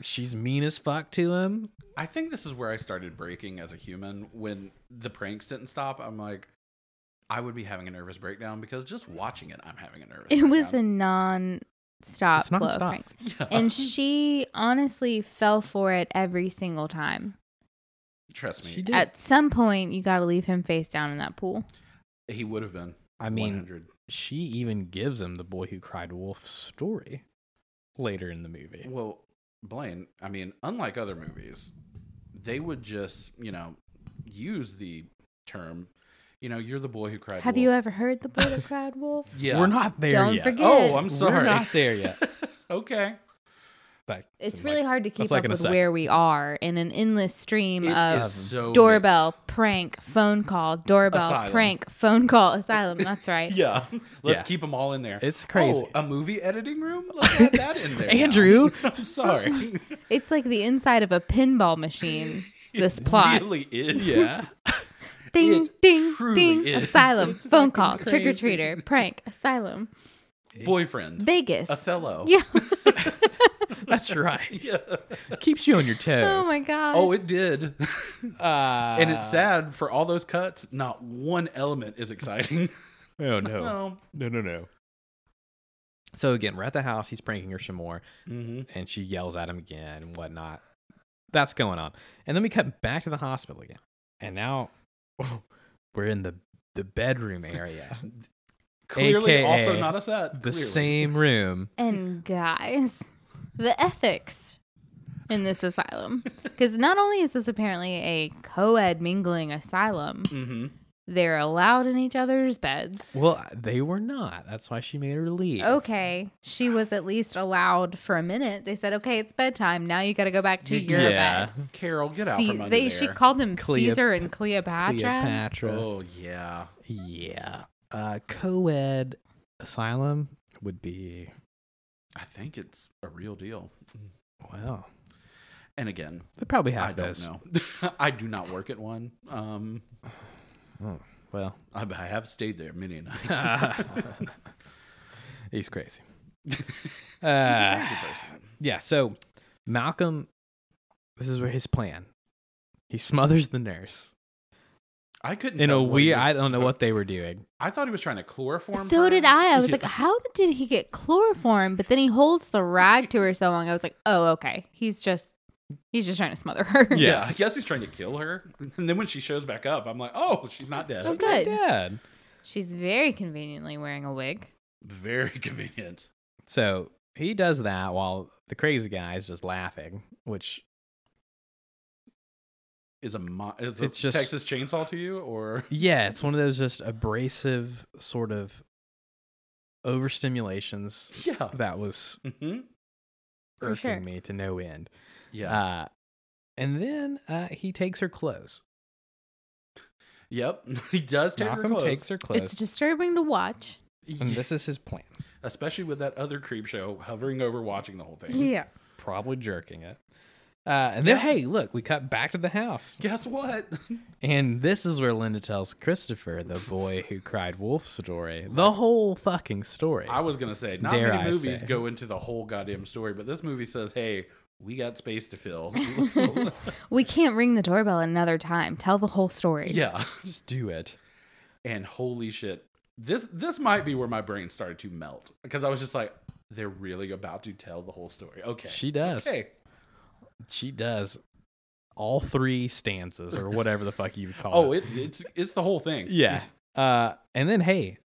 Speaker 1: she's mean as fuck to him.
Speaker 2: I think this is where I started breaking as a human when the pranks didn't stop. I'm like, I would be having a nervous breakdown because just watching it, I'm having a nervous.
Speaker 3: [LAUGHS] It was
Speaker 2: [LAUGHS]
Speaker 3: a
Speaker 2: breakdown.
Speaker 3: non stop
Speaker 1: It's
Speaker 3: flow of
Speaker 1: nonstop.
Speaker 3: pranks.
Speaker 2: yeah.
Speaker 1: [LAUGHS]
Speaker 3: And she honestly fell for it every single time.
Speaker 2: trust me,
Speaker 1: She did.
Speaker 3: At some point, you gotta leave him face down in that pool.
Speaker 2: he would have been.
Speaker 1: I mean,
Speaker 2: 100.
Speaker 1: she even gives him the boy who cried wolf story later in the movie.
Speaker 2: Well, Blaine, I mean, unlike other movies, they would just, you know, use the term, you know, you're the boy who cried.
Speaker 3: Have
Speaker 2: wolf.
Speaker 3: you ever heard the boy that cried wolf?
Speaker 2: Yeah.
Speaker 1: We're not there
Speaker 3: Don't
Speaker 1: yet.
Speaker 3: forget.
Speaker 2: Oh, I'm
Speaker 1: We're
Speaker 2: sorry. [LAUGHS]
Speaker 3: [LAUGHS]
Speaker 1: not there yet.
Speaker 2: okay.
Speaker 1: That
Speaker 3: It's
Speaker 1: seemed
Speaker 2: [LAUGHS]
Speaker 3: really
Speaker 1: like-
Speaker 3: hard to keep
Speaker 1: like
Speaker 3: up
Speaker 1: in a
Speaker 3: with
Speaker 1: second.
Speaker 3: where we are in an endless stream
Speaker 2: It
Speaker 3: of
Speaker 2: is so
Speaker 3: doorbell, prank, phone call, doorbell,
Speaker 2: Asylum.
Speaker 3: prank, phone call, asylum. That's right.
Speaker 2: mixed. [LAUGHS] Yeah. Let's
Speaker 1: Yeah.
Speaker 2: keep them all in there.
Speaker 1: It's crazy.
Speaker 2: Oh, a movie editing room? Let's add that
Speaker 1: [LAUGHS]
Speaker 2: in there. now.
Speaker 1: Andrew!
Speaker 2: [LAUGHS] I'm sorry.
Speaker 3: It's like the inside of a
Speaker 2: [LAUGHS]
Speaker 3: pinball machine. This [LAUGHS] plot.
Speaker 2: It really is.
Speaker 1: yeah.
Speaker 3: ding,
Speaker 2: it
Speaker 3: ding,
Speaker 2: truly
Speaker 3: ding.
Speaker 2: is.
Speaker 3: Asylum,
Speaker 2: It's fucking
Speaker 3: phone call, trick or
Speaker 2: crazy.
Speaker 3: treater, prank, asylum,
Speaker 2: [LAUGHS] Boyfriend.
Speaker 3: Vegas.
Speaker 2: Othello.
Speaker 3: [LAUGHS] Yeah.
Speaker 1: [LAUGHS]
Speaker 3: Uh,
Speaker 1: That's right.
Speaker 2: [LAUGHS] Yeah.
Speaker 1: [LAUGHS] Keeps you on your toes.
Speaker 3: oh my god.
Speaker 2: Oh, it did.
Speaker 1: Uh,
Speaker 2: and it's sad for all those cuts, not one element is exciting.
Speaker 1: [LAUGHS] Oh no.
Speaker 2: No.
Speaker 1: No no no. So again, we're at the house, he's pranking her some more,
Speaker 2: Mm-hmm.
Speaker 1: and she yells at him again and whatnot. That's going on. And then we cut back to the hospital again. And now [LAUGHS] we're in the the bedroom
Speaker 2: [LAUGHS]
Speaker 1: area.
Speaker 2: Clearly,
Speaker 1: AKA,
Speaker 2: also not a set.
Speaker 1: the
Speaker 2: clearly.
Speaker 1: same room.
Speaker 3: and guys, the ethics in this asylum. Because not only is this apparently a co ed mingling asylum,
Speaker 2: Mhm.
Speaker 3: they're allowed in each other's beds.
Speaker 1: Well, uh, they were not. That's why she made her leave.
Speaker 3: Okay, she was at least allowed for a minute. They said, "Okay, it's bedtime. Now you got to go back to your
Speaker 1: yeah.
Speaker 3: bed."
Speaker 2: Carol, get out
Speaker 3: See,
Speaker 2: from under
Speaker 3: they
Speaker 2: there.
Speaker 3: she called them
Speaker 1: Cleop-
Speaker 3: Caesar and Cleopatra.
Speaker 1: Cleopatra.
Speaker 2: Oh yeah.
Speaker 1: Yeah. Uh, co ed asylum would be,
Speaker 2: I think it's a real deal.
Speaker 1: well,
Speaker 2: And again,
Speaker 1: they probably have
Speaker 2: I don't
Speaker 1: those.
Speaker 2: know. [LAUGHS] I do not work at one. Um,
Speaker 1: Well,
Speaker 2: I, I have stayed there many
Speaker 1: [LAUGHS]
Speaker 2: nights. [LAUGHS]
Speaker 1: he's crazy.
Speaker 2: He's a
Speaker 1: Uh, [LAUGHS]
Speaker 2: crazy person.
Speaker 1: yeah. So Malcolm, this is where his plan. He smothers the nurse
Speaker 2: I couldn't.
Speaker 1: in a
Speaker 2: tell what he
Speaker 1: we.
Speaker 2: was
Speaker 1: I don't know
Speaker 2: spo-
Speaker 1: what they were doing.
Speaker 2: I thought he was trying to chloroform.
Speaker 3: So
Speaker 2: her.
Speaker 3: did I. I was
Speaker 2: Yeah.
Speaker 3: like, [LAUGHS] "How did he get chloroform?" But then he holds the rag to her so long. I was like, "Oh, okay. He's just he's just trying to smother
Speaker 2: [LAUGHS]
Speaker 3: her."
Speaker 2: Yeah. I guess he's trying to kill her. And then when she shows back up, I'm like, oh, she's not dead.
Speaker 3: Oh,
Speaker 1: She's not
Speaker 3: good.
Speaker 1: dead.
Speaker 3: She's very conveniently wearing a wig.
Speaker 2: Very [LAUGHS] convenient.
Speaker 1: So he does that while the crazy guy is just laughing, which
Speaker 2: Is a mo- is a
Speaker 1: It's just-
Speaker 2: Texas chainsaw to
Speaker 1: [LAUGHS]
Speaker 2: you or
Speaker 1: Yeah, it's one of those just abrasive sort of overstimulations
Speaker 2: yeah.
Speaker 1: that was
Speaker 2: hmm
Speaker 3: For
Speaker 1: irking
Speaker 3: sure.
Speaker 1: me to no end.
Speaker 2: Yeah.
Speaker 1: Uh, and then uh, he takes her clothes.
Speaker 2: yep. [LAUGHS] He does take her
Speaker 1: Malcolm
Speaker 2: clothes.
Speaker 1: takes her clothes,
Speaker 3: It's disturbing to watch. [LAUGHS]
Speaker 1: and this is his plan.
Speaker 2: Especially with that other creep show hovering over watching the whole thing.
Speaker 1: Probably jerking it. Uh, and then,
Speaker 2: Yeah.
Speaker 1: hey, look, we cut back to the house. [LAUGHS]
Speaker 2: Guess what?
Speaker 1: And this is where Linda tells Christopher, the boy who cried wolf story, the whole fucking story.
Speaker 2: I was gonna say not
Speaker 1: Dare I
Speaker 2: many movies
Speaker 1: say.
Speaker 2: go into the whole goddamn story, but this movie says, "Hey, we got space to fill." [LAUGHS]
Speaker 3: We can't ring the doorbell another time. Tell the whole story.
Speaker 2: yeah,
Speaker 1: Just do it.
Speaker 2: and holy shit, this this might be where my brain started to melt because I was just like, they're really about to tell the whole story. Okay,
Speaker 1: She does.
Speaker 2: okay,
Speaker 1: She does. All three stanzas or whatever the fuck you would call
Speaker 2: oh,
Speaker 1: it.
Speaker 2: it, it's it's the whole thing.
Speaker 1: Yeah. Uh, and then, hey,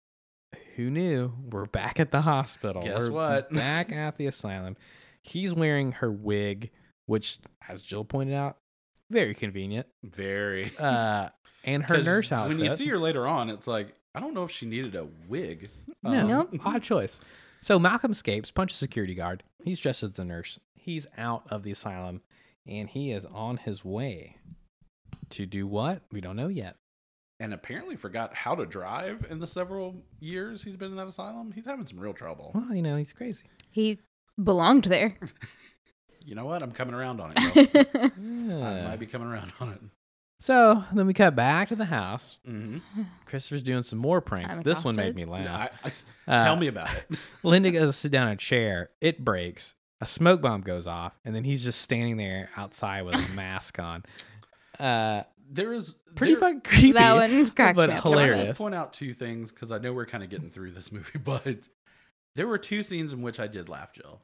Speaker 1: who knew? We're back at the hospital.
Speaker 2: Guess
Speaker 1: We're
Speaker 2: what? [LAUGHS]
Speaker 1: Back at the asylum. He's wearing her wig, which, as Jill pointed out, very convenient.
Speaker 2: very.
Speaker 1: Uh, and her
Speaker 2: [LAUGHS] 'Cause
Speaker 1: nurse outfit.
Speaker 2: When you see her later on, it's like I don't know if she needed a wig. um,
Speaker 1: no,
Speaker 3: Nope.
Speaker 1: Oh, odd choice. So Malcolm escapes, punches a security guard. He's dressed as the nurse. He's out of the asylum, and he is on his way to do what? We don't know yet.
Speaker 2: and apparently forgot how to drive in the several years he's been in that asylum. He's having some real trouble.
Speaker 1: Well, you know, he's crazy.
Speaker 3: He belonged there.
Speaker 1: [LAUGHS]
Speaker 2: You know what? I'm coming around on it. y'all. I
Speaker 1: Yeah.
Speaker 2: might be coming around on it.
Speaker 1: So then we cut back to the house.
Speaker 2: Mm-hmm.
Speaker 1: Christopher's doing some more pranks.
Speaker 3: I'm
Speaker 1: this one made
Speaker 3: exhausted.
Speaker 1: me laugh. Uh,
Speaker 2: tell me about it. [LAUGHS]
Speaker 1: Linda goes to sit down in a chair. It breaks. A smoke bomb goes off, and then he's just standing there outside with
Speaker 3: [LAUGHS]
Speaker 1: a mask on. Uh,
Speaker 2: There is
Speaker 1: pretty
Speaker 2: there,
Speaker 1: fucking creepy.
Speaker 3: [LAUGHS] that one cracked
Speaker 1: but
Speaker 3: me up.
Speaker 2: Can I
Speaker 1: hilarious.
Speaker 2: just point out two things because I know we're kind of getting through this [LAUGHS] movie, but there were two scenes in which I did laugh, Jill.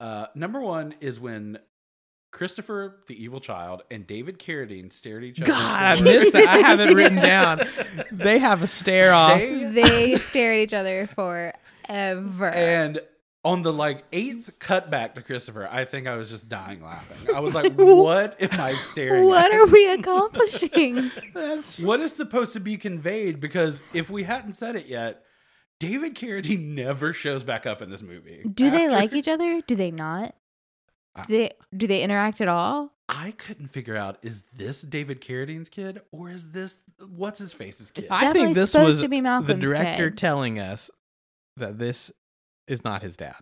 Speaker 2: Uh, number one is when Christopher, the evil child, and David Carradine stared at each other.
Speaker 1: God, I
Speaker 2: for-
Speaker 1: missed that. I have it
Speaker 3: [LAUGHS]
Speaker 1: written down. They have a stare off.
Speaker 2: [LAUGHS] They-
Speaker 3: They stare at each other forever.
Speaker 2: And on the like eighth cutback to Christopher, I think I was just dying laughing. I was like, "What am I staring
Speaker 3: [LAUGHS] what
Speaker 2: at? [LAUGHS]
Speaker 3: are we
Speaker 1: [LAUGHS]
Speaker 3: accomplishing?
Speaker 1: That's
Speaker 2: what is supposed to be conveyed?" Because if we hadn't said it yet, David Carradine [LAUGHS] never shows back up in this movie.
Speaker 3: Do they
Speaker 2: After-
Speaker 3: like each other? Do they not?
Speaker 2: I-
Speaker 3: Do they do they interact at all?
Speaker 2: I couldn't figure out: is this David Carradine's kid or is this what's his face's kid?
Speaker 1: I
Speaker 3: Definitely
Speaker 1: think this
Speaker 3: supposed
Speaker 1: was
Speaker 3: to be
Speaker 1: the
Speaker 3: Malcolm's
Speaker 1: director
Speaker 3: kid.
Speaker 1: telling us that this is not his dad.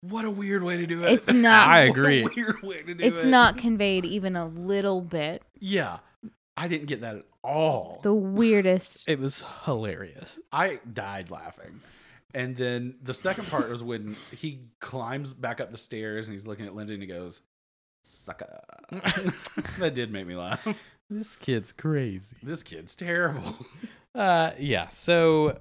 Speaker 2: what a weird way to do it.
Speaker 3: It's not-
Speaker 1: I
Speaker 2: [LAUGHS] What a
Speaker 1: agree.
Speaker 2: weird way to do it.
Speaker 3: It's not conveyed even a little bit.
Speaker 2: Yeah, I didn't get that at all.
Speaker 3: The weirdest.
Speaker 1: It was hilarious. [LAUGHS]
Speaker 2: I died laughing. And then the second part was when he climbs back up the stairs and he's looking at Linda and he goes, Sucker. [LAUGHS] that did make me laugh.
Speaker 1: This kid's crazy.
Speaker 2: This kid's terrible.
Speaker 1: Uh, yeah. So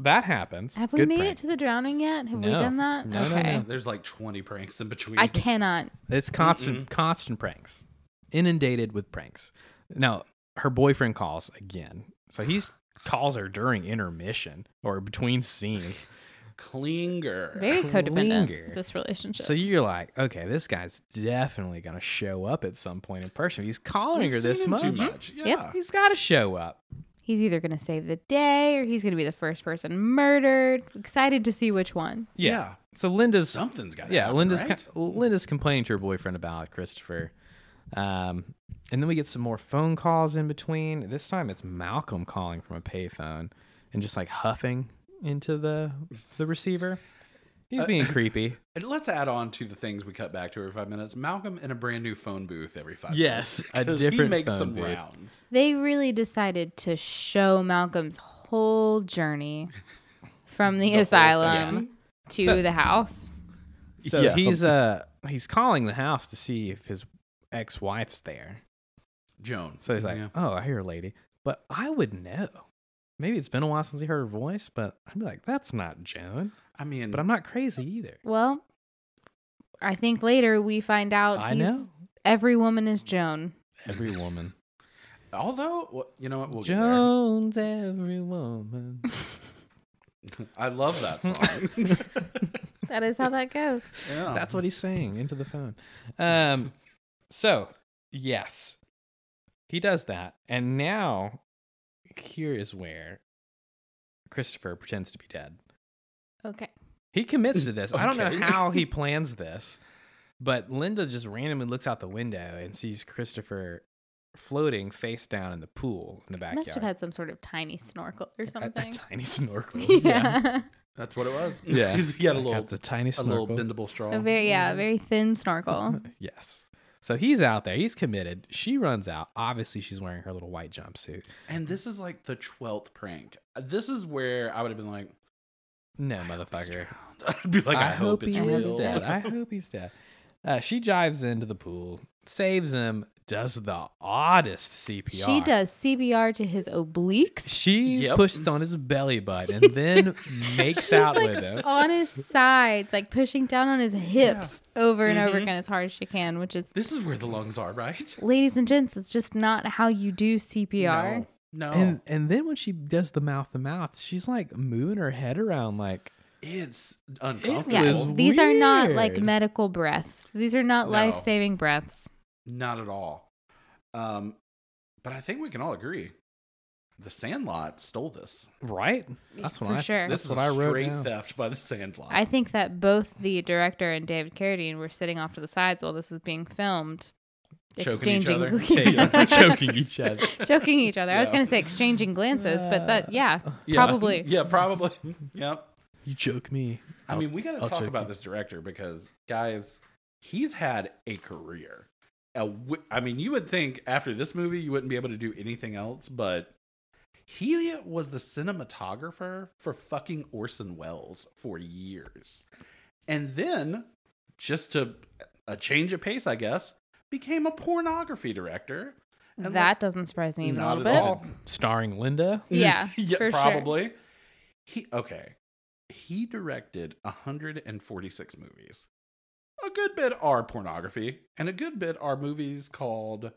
Speaker 1: that happens.
Speaker 3: Have we
Speaker 1: Good
Speaker 3: made
Speaker 1: prank.
Speaker 3: it to the drowning yet? Have we
Speaker 1: No.
Speaker 3: done that?
Speaker 1: No, no,
Speaker 3: okay.
Speaker 1: no.
Speaker 2: There's like 20 pranks in between.
Speaker 3: I cannot.
Speaker 1: It's constant, constant pranks, inundated with pranks. Now her boyfriend calls again, so he's calls her during intermission or between
Speaker 3: [LAUGHS]
Speaker 1: scenes.
Speaker 2: Clinger.
Speaker 3: Very
Speaker 1: Clinger.
Speaker 3: codependent. This relationship.
Speaker 1: So you're like, okay, this guy's definitely gonna show up at some point in person. He's calling
Speaker 2: We've
Speaker 1: her
Speaker 2: seen
Speaker 1: this
Speaker 2: him
Speaker 1: much.
Speaker 2: Too much. Yeah.
Speaker 1: He's got to show up.
Speaker 3: he's either going to save the day or he's going to be the first person murdered. Excited to see which one.
Speaker 1: Yeah. So Linda's
Speaker 2: Something's got to
Speaker 1: yeah, Linda's
Speaker 2: Right?
Speaker 1: ki- Linda's complaining to her boyfriend about Christopher, um, and then we get some more phone calls in between. This time it's Malcolm calling from a payphone and just like huffing into the the receiver.
Speaker 2: Uh,
Speaker 1: He's being
Speaker 2: [LAUGHS]
Speaker 1: creepy.
Speaker 2: And let's add on to the things we cut back to every five minutes. Malcolm in a brand new phone booth every five
Speaker 1: Yes,
Speaker 2: minutes.
Speaker 1: a
Speaker 2: [LAUGHS] 'Cause
Speaker 1: different
Speaker 2: He makes
Speaker 1: phone
Speaker 2: some
Speaker 1: booth.
Speaker 2: rounds.
Speaker 3: They really decided to show Malcolm's whole journey from the,
Speaker 2: whole
Speaker 3: asylum
Speaker 2: thing.
Speaker 3: to
Speaker 1: So-
Speaker 3: the house.
Speaker 1: So
Speaker 2: Yeah.
Speaker 1: he's uh he's calling the house to see if his ex wife's there.
Speaker 2: Joan.
Speaker 1: So he's like,
Speaker 2: Yeah.
Speaker 1: "Oh, I hear a lady," but I would know. Maybe it's been a while since he heard her voice, but I'd be like, "That's not Joan."
Speaker 2: I mean,
Speaker 1: But I'm not crazy either.
Speaker 3: Well, I think later we find out
Speaker 1: I
Speaker 3: Oh, he's-
Speaker 1: know
Speaker 3: every woman is Joan.
Speaker 1: every woman.
Speaker 2: although, well, you know what? We'll get there.
Speaker 1: Jones, every
Speaker 2: [LAUGHS]
Speaker 1: woman.
Speaker 2: I love
Speaker 1: [LAUGHS]
Speaker 2: that song. Oh.
Speaker 3: That is how that goes.
Speaker 2: yeah.
Speaker 1: That's what he's saying into the phone. Um, so yes, he does that, and now here is where Christopher pretends to be dead.
Speaker 3: Okay.
Speaker 1: He commits to this. I don't know
Speaker 2: Okay.
Speaker 1: how
Speaker 2: [LAUGHS]
Speaker 1: he plans this, but Linda just randomly looks out the window and sees Christopher floating face down in the pool in the backyard.
Speaker 3: Must have had some sort of tiny snorkel or
Speaker 1: A- a
Speaker 3: something.
Speaker 1: tiny
Speaker 3: [LAUGHS]
Speaker 1: snorkel.
Speaker 3: yeah.
Speaker 2: That's what it was.
Speaker 1: [LAUGHS] Yeah.
Speaker 2: [LAUGHS] he had a
Speaker 1: I
Speaker 2: little,
Speaker 1: got the tiny
Speaker 2: a
Speaker 1: snorkel.
Speaker 2: little bendable straw.
Speaker 3: A very yeah, a very thin snorkel.
Speaker 1: [LAUGHS] Yes. So he's out there. He's committed. She runs out. Obviously, she's wearing her little white jumpsuit.
Speaker 2: and this is like the twelfth prank. This is where I would have been like, [LAUGHS]
Speaker 1: No, motherfucker.
Speaker 2: I'd be like, I, hope,
Speaker 1: he
Speaker 2: it's
Speaker 1: is
Speaker 2: real.
Speaker 1: dead. I hope he's dead. Uh, she dives into the pool, saves him, does the oddest CPR.
Speaker 3: She does CBR to his obliques
Speaker 1: She
Speaker 2: Yep.
Speaker 1: pushes on his belly button and
Speaker 3: [LAUGHS]
Speaker 1: then makes
Speaker 3: She's
Speaker 1: out
Speaker 3: like
Speaker 1: with him.
Speaker 3: on his sides, like pushing down on his hips over and over
Speaker 2: Mhm.
Speaker 3: again as hard as she can, which is,
Speaker 2: [LAUGHS] This is where the lungs are, right?
Speaker 3: ladies and gents, it's just not how you do CPR.
Speaker 2: No, no.
Speaker 1: And and then when she does the mouth to mouth, she's like moving her head around like
Speaker 2: it's
Speaker 3: Yeah,
Speaker 2: uncomfortable.
Speaker 1: It was
Speaker 3: these are not like
Speaker 1: weird.
Speaker 3: medical breaths. These are not
Speaker 2: No.
Speaker 3: life saving breaths.
Speaker 2: Not at all. Um, but I think we can all agree, the Sandlot stole this.
Speaker 1: right? That's what
Speaker 3: for
Speaker 1: I-
Speaker 3: sure.
Speaker 1: That's
Speaker 2: this is
Speaker 1: what
Speaker 2: a
Speaker 1: I wrote
Speaker 2: straight
Speaker 1: down.
Speaker 2: theft by the Sandlot.
Speaker 3: I think that both the director and David Carradine were sitting off to the sides while this was being filmed,
Speaker 2: Choking each
Speaker 3: exchanging
Speaker 2: other?
Speaker 1: [LAUGHS]
Speaker 3: [LAUGHS]
Speaker 1: Yeah, choking each other.
Speaker 3: joking each other. I was
Speaker 2: Yeah.
Speaker 3: going to say exchanging glances, but that, yeah,
Speaker 2: [LAUGHS] Yeah.
Speaker 3: probably.
Speaker 2: Yeah, probably. [LAUGHS] yep.
Speaker 1: You choke me.
Speaker 2: I mean, we got to
Speaker 1: I'll
Speaker 2: talk
Speaker 1: check
Speaker 2: about
Speaker 1: it.
Speaker 2: this director because, guys, he's had a career. A wi- I mean, you would think after this movie you wouldn't be able to do anything else, but he was the cinematographer for fucking Orson Welles for years, and then just to a change of pace, I guess, became a pornography director. And like-
Speaker 3: that doesn't surprise me even a
Speaker 2: Not
Speaker 3: little
Speaker 2: at
Speaker 3: bit.
Speaker 2: all.
Speaker 1: starring Linda.
Speaker 3: Yeah, for sure.
Speaker 2: probably. He okay. He directed 146 movies. A good bit are pornography, and a good bit are movies called.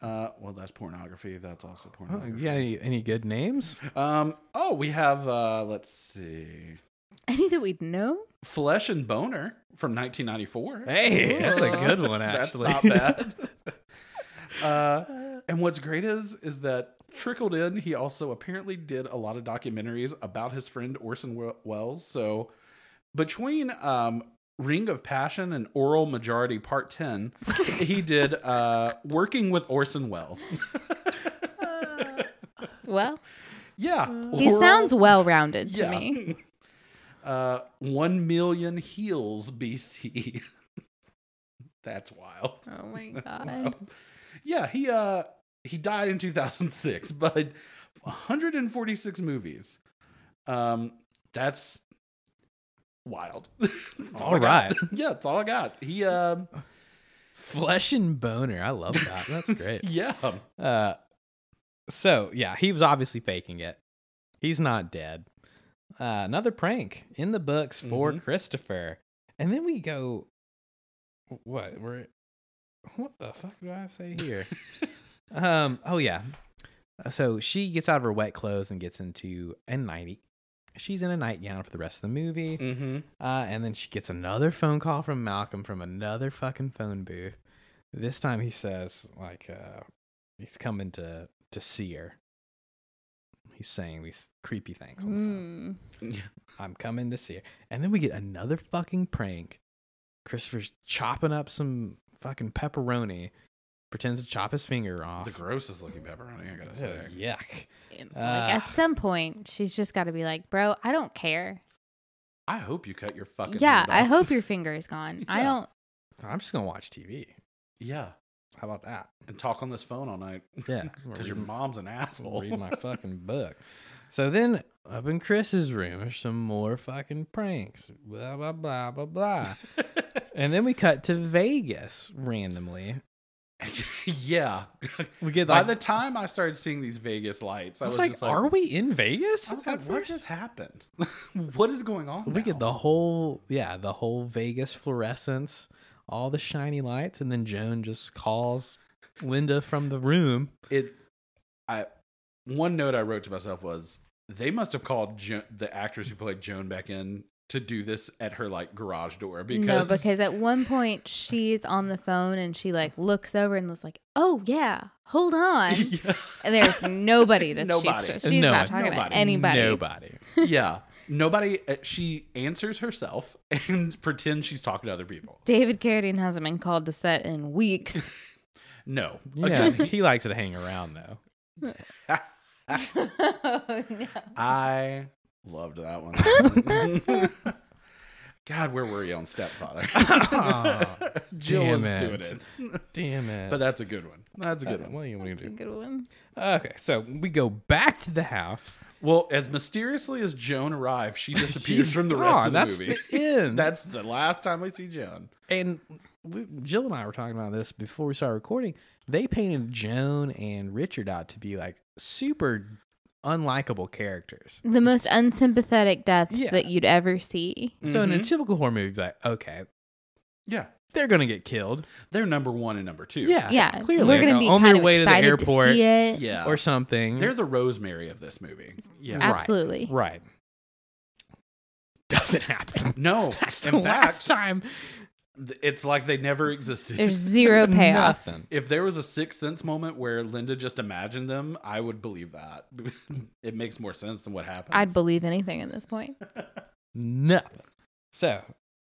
Speaker 2: Uh, well, that's pornography. That's also
Speaker 1: Oh,
Speaker 2: pornography.
Speaker 1: you got any, any good names?
Speaker 2: Um. Oh, we have. Uh, let's see.
Speaker 3: [LAUGHS] Any that we'd know?
Speaker 2: Flesh and Boner from 1994.
Speaker 1: Hey, that's a
Speaker 3: Ooh.
Speaker 1: good one
Speaker 2: That's
Speaker 1: actually.
Speaker 3: [LAUGHS]
Speaker 2: not bad. [LAUGHS] uh, and what's great is is that trickled in. He also apparently did a lot of documentaries about his friend Orson Wel- Welles. So between um, Ring of Passion and Oral Majority Part
Speaker 3: [LAUGHS]
Speaker 2: Ten, he did uh, Working with Orson Welles.
Speaker 3: Well,
Speaker 2: yeah,
Speaker 3: he
Speaker 2: Oral-
Speaker 3: sounds well rounded to
Speaker 2: Yeah.
Speaker 3: me.
Speaker 2: [LAUGHS] Uh, One million heels BC. [LAUGHS] That's wild.
Speaker 3: Oh my
Speaker 2: That's
Speaker 3: god.
Speaker 2: wild. Yeah, he uh he died in 2006, [LAUGHS] but 146 movies. Um that's wild. [LAUGHS] That's
Speaker 1: All
Speaker 2: I got.
Speaker 1: right.
Speaker 2: yeah, it's all I got.
Speaker 1: [LAUGHS]
Speaker 2: He um
Speaker 1: Flesh and boner. I love that. That's great.
Speaker 2: yeah.
Speaker 1: Uh, so yeah, he was obviously faking it. He's not dead. Uh, another prank in the books for
Speaker 2: Mhm.
Speaker 1: Christopher, and then we go. What we're, what the fuck do I say here? um. Oh yeah. Uh, So she gets out of her wet clothes and gets into a nightie. She's in a nightgown for the rest of the movie.
Speaker 2: Mhm.
Speaker 1: [LAUGHS] Uh, and then she gets another phone call from Malcolm from another fucking phone booth. This time he says, like, uh, he's coming to, to see her. He's saying these creepy things. On the phone.
Speaker 3: Mm.
Speaker 1: I'm coming to see her. And then we get another fucking prank. Christopher's chopping up some fucking pepperoni, pretends to chop his finger off.
Speaker 2: The grossest looking pepperoni, I got to
Speaker 1: Ugh,
Speaker 2: say.
Speaker 1: yuck.
Speaker 3: And,
Speaker 1: Ah.
Speaker 3: like at some point, she's just got to be like, "Bro, I don't care.
Speaker 2: I hope you cut your fucking
Speaker 3: yeah,
Speaker 2: hand
Speaker 3: I
Speaker 2: off.
Speaker 3: hope your finger is gone. I
Speaker 2: Yeah.
Speaker 3: don't.
Speaker 1: I'm just going to watch TV.
Speaker 2: Yeah,
Speaker 1: How about that?
Speaker 2: and talk on this phone all night
Speaker 1: [LAUGHS] Yeah.
Speaker 2: cuz your mom's an asshole.
Speaker 1: Read
Speaker 2: [LAUGHS]
Speaker 1: my fucking book. So then up in Chris's room are some more fucking pranks. Blah blah blah blah blah. and then we cut to Vegas randomly. [LAUGHS]
Speaker 2: yeah.
Speaker 1: We get
Speaker 2: By
Speaker 1: like,
Speaker 2: the time I started seeing these Vegas lights,
Speaker 1: I
Speaker 2: I
Speaker 1: was
Speaker 2: was,
Speaker 1: like,
Speaker 2: just
Speaker 1: are we in Vegas?
Speaker 2: I was
Speaker 1: at
Speaker 2: like, what
Speaker 1: first?
Speaker 2: just happened? [LAUGHS] what is going on?
Speaker 1: we get
Speaker 2: now?
Speaker 1: the whole yeah, the whole Vegas fluorescence, all the shiny lights, and then Joan just calls Linda from the room.
Speaker 2: it. I one note I wrote to myself was they must have called jo- the actress who played Joan back in to do this at her like garage door because
Speaker 3: no, because at one point she's on the phone and she like looks over and was like, "Oh yeah, hold on."
Speaker 2: [LAUGHS] yeah,
Speaker 3: And there's nobody that
Speaker 2: Nobody.
Speaker 3: she's she's
Speaker 1: No
Speaker 3: not
Speaker 1: one.
Speaker 3: talking
Speaker 2: Nobody.
Speaker 3: to anybody.
Speaker 1: Nobody.
Speaker 2: yeah. nobody. uh, She answers herself and [LAUGHS] pretends she's talking to other people.
Speaker 3: David Carradine hasn't been called to set
Speaker 2: [LAUGHS]
Speaker 3: in weeks. [LAUGHS]
Speaker 2: No,
Speaker 1: Yeah, he likes to hang around
Speaker 2: [LAUGHS]
Speaker 1: though.
Speaker 2: again,
Speaker 3: oh, no.
Speaker 2: I loved that one. [LAUGHS] God, where were you
Speaker 1: [LAUGHS]
Speaker 2: on Stepfather?
Speaker 1: Aw,
Speaker 2: Jill
Speaker 1: damn
Speaker 2: was
Speaker 1: it.
Speaker 2: doing it.
Speaker 1: Damn it.
Speaker 2: But that's a good one. That's a good
Speaker 1: Uh,
Speaker 2: one.
Speaker 1: What do you want to
Speaker 3: That's a
Speaker 1: do?
Speaker 3: good one.
Speaker 1: Okay, so we go back to the house.
Speaker 2: Well, as mysteriously as
Speaker 1: [LAUGHS]
Speaker 2: Joan arrived, she disappears
Speaker 1: She's
Speaker 2: from the
Speaker 1: gone.
Speaker 2: rest of the
Speaker 1: That's
Speaker 2: movie.
Speaker 1: the end.
Speaker 2: That's the last time we see Joan.
Speaker 1: and we- Jill and I were talking about this before we started recording. They painted Joan and Richard out to be like super unlikable characters.
Speaker 3: The most unsympathetic deaths
Speaker 1: Yeah.
Speaker 3: that you'd ever see.
Speaker 1: So in a
Speaker 2: Mhm.
Speaker 1: typical horror movie, you'd be like, okay,
Speaker 2: yeah,
Speaker 1: they're gonna get killed.
Speaker 2: they're number one and number two.
Speaker 1: Yeah,
Speaker 3: Yeah,
Speaker 1: clearly
Speaker 3: we're gonna
Speaker 1: They're
Speaker 3: be
Speaker 1: on
Speaker 3: kind
Speaker 1: their
Speaker 3: of
Speaker 1: way to the
Speaker 3: excited
Speaker 1: airport
Speaker 3: to see it.
Speaker 2: yeah.
Speaker 1: or something.
Speaker 2: they're the Rosemary of this movie. Yeah,
Speaker 1: right.
Speaker 3: Absolutely.
Speaker 1: right. Doesn't happen.
Speaker 2: no.
Speaker 1: [LAUGHS] That's the
Speaker 2: in
Speaker 1: last
Speaker 2: fact,
Speaker 1: time.
Speaker 2: th- it's like they never existed.
Speaker 1: [LAUGHS]
Speaker 3: There's zero payoff.
Speaker 1: Nothing.
Speaker 2: [LAUGHS] if there was a sixth sense moment where Linda just imagined them, I would believe that. [LAUGHS] it makes more sense than what happened.
Speaker 3: I'd believe anything at this point.
Speaker 1: Nothing. So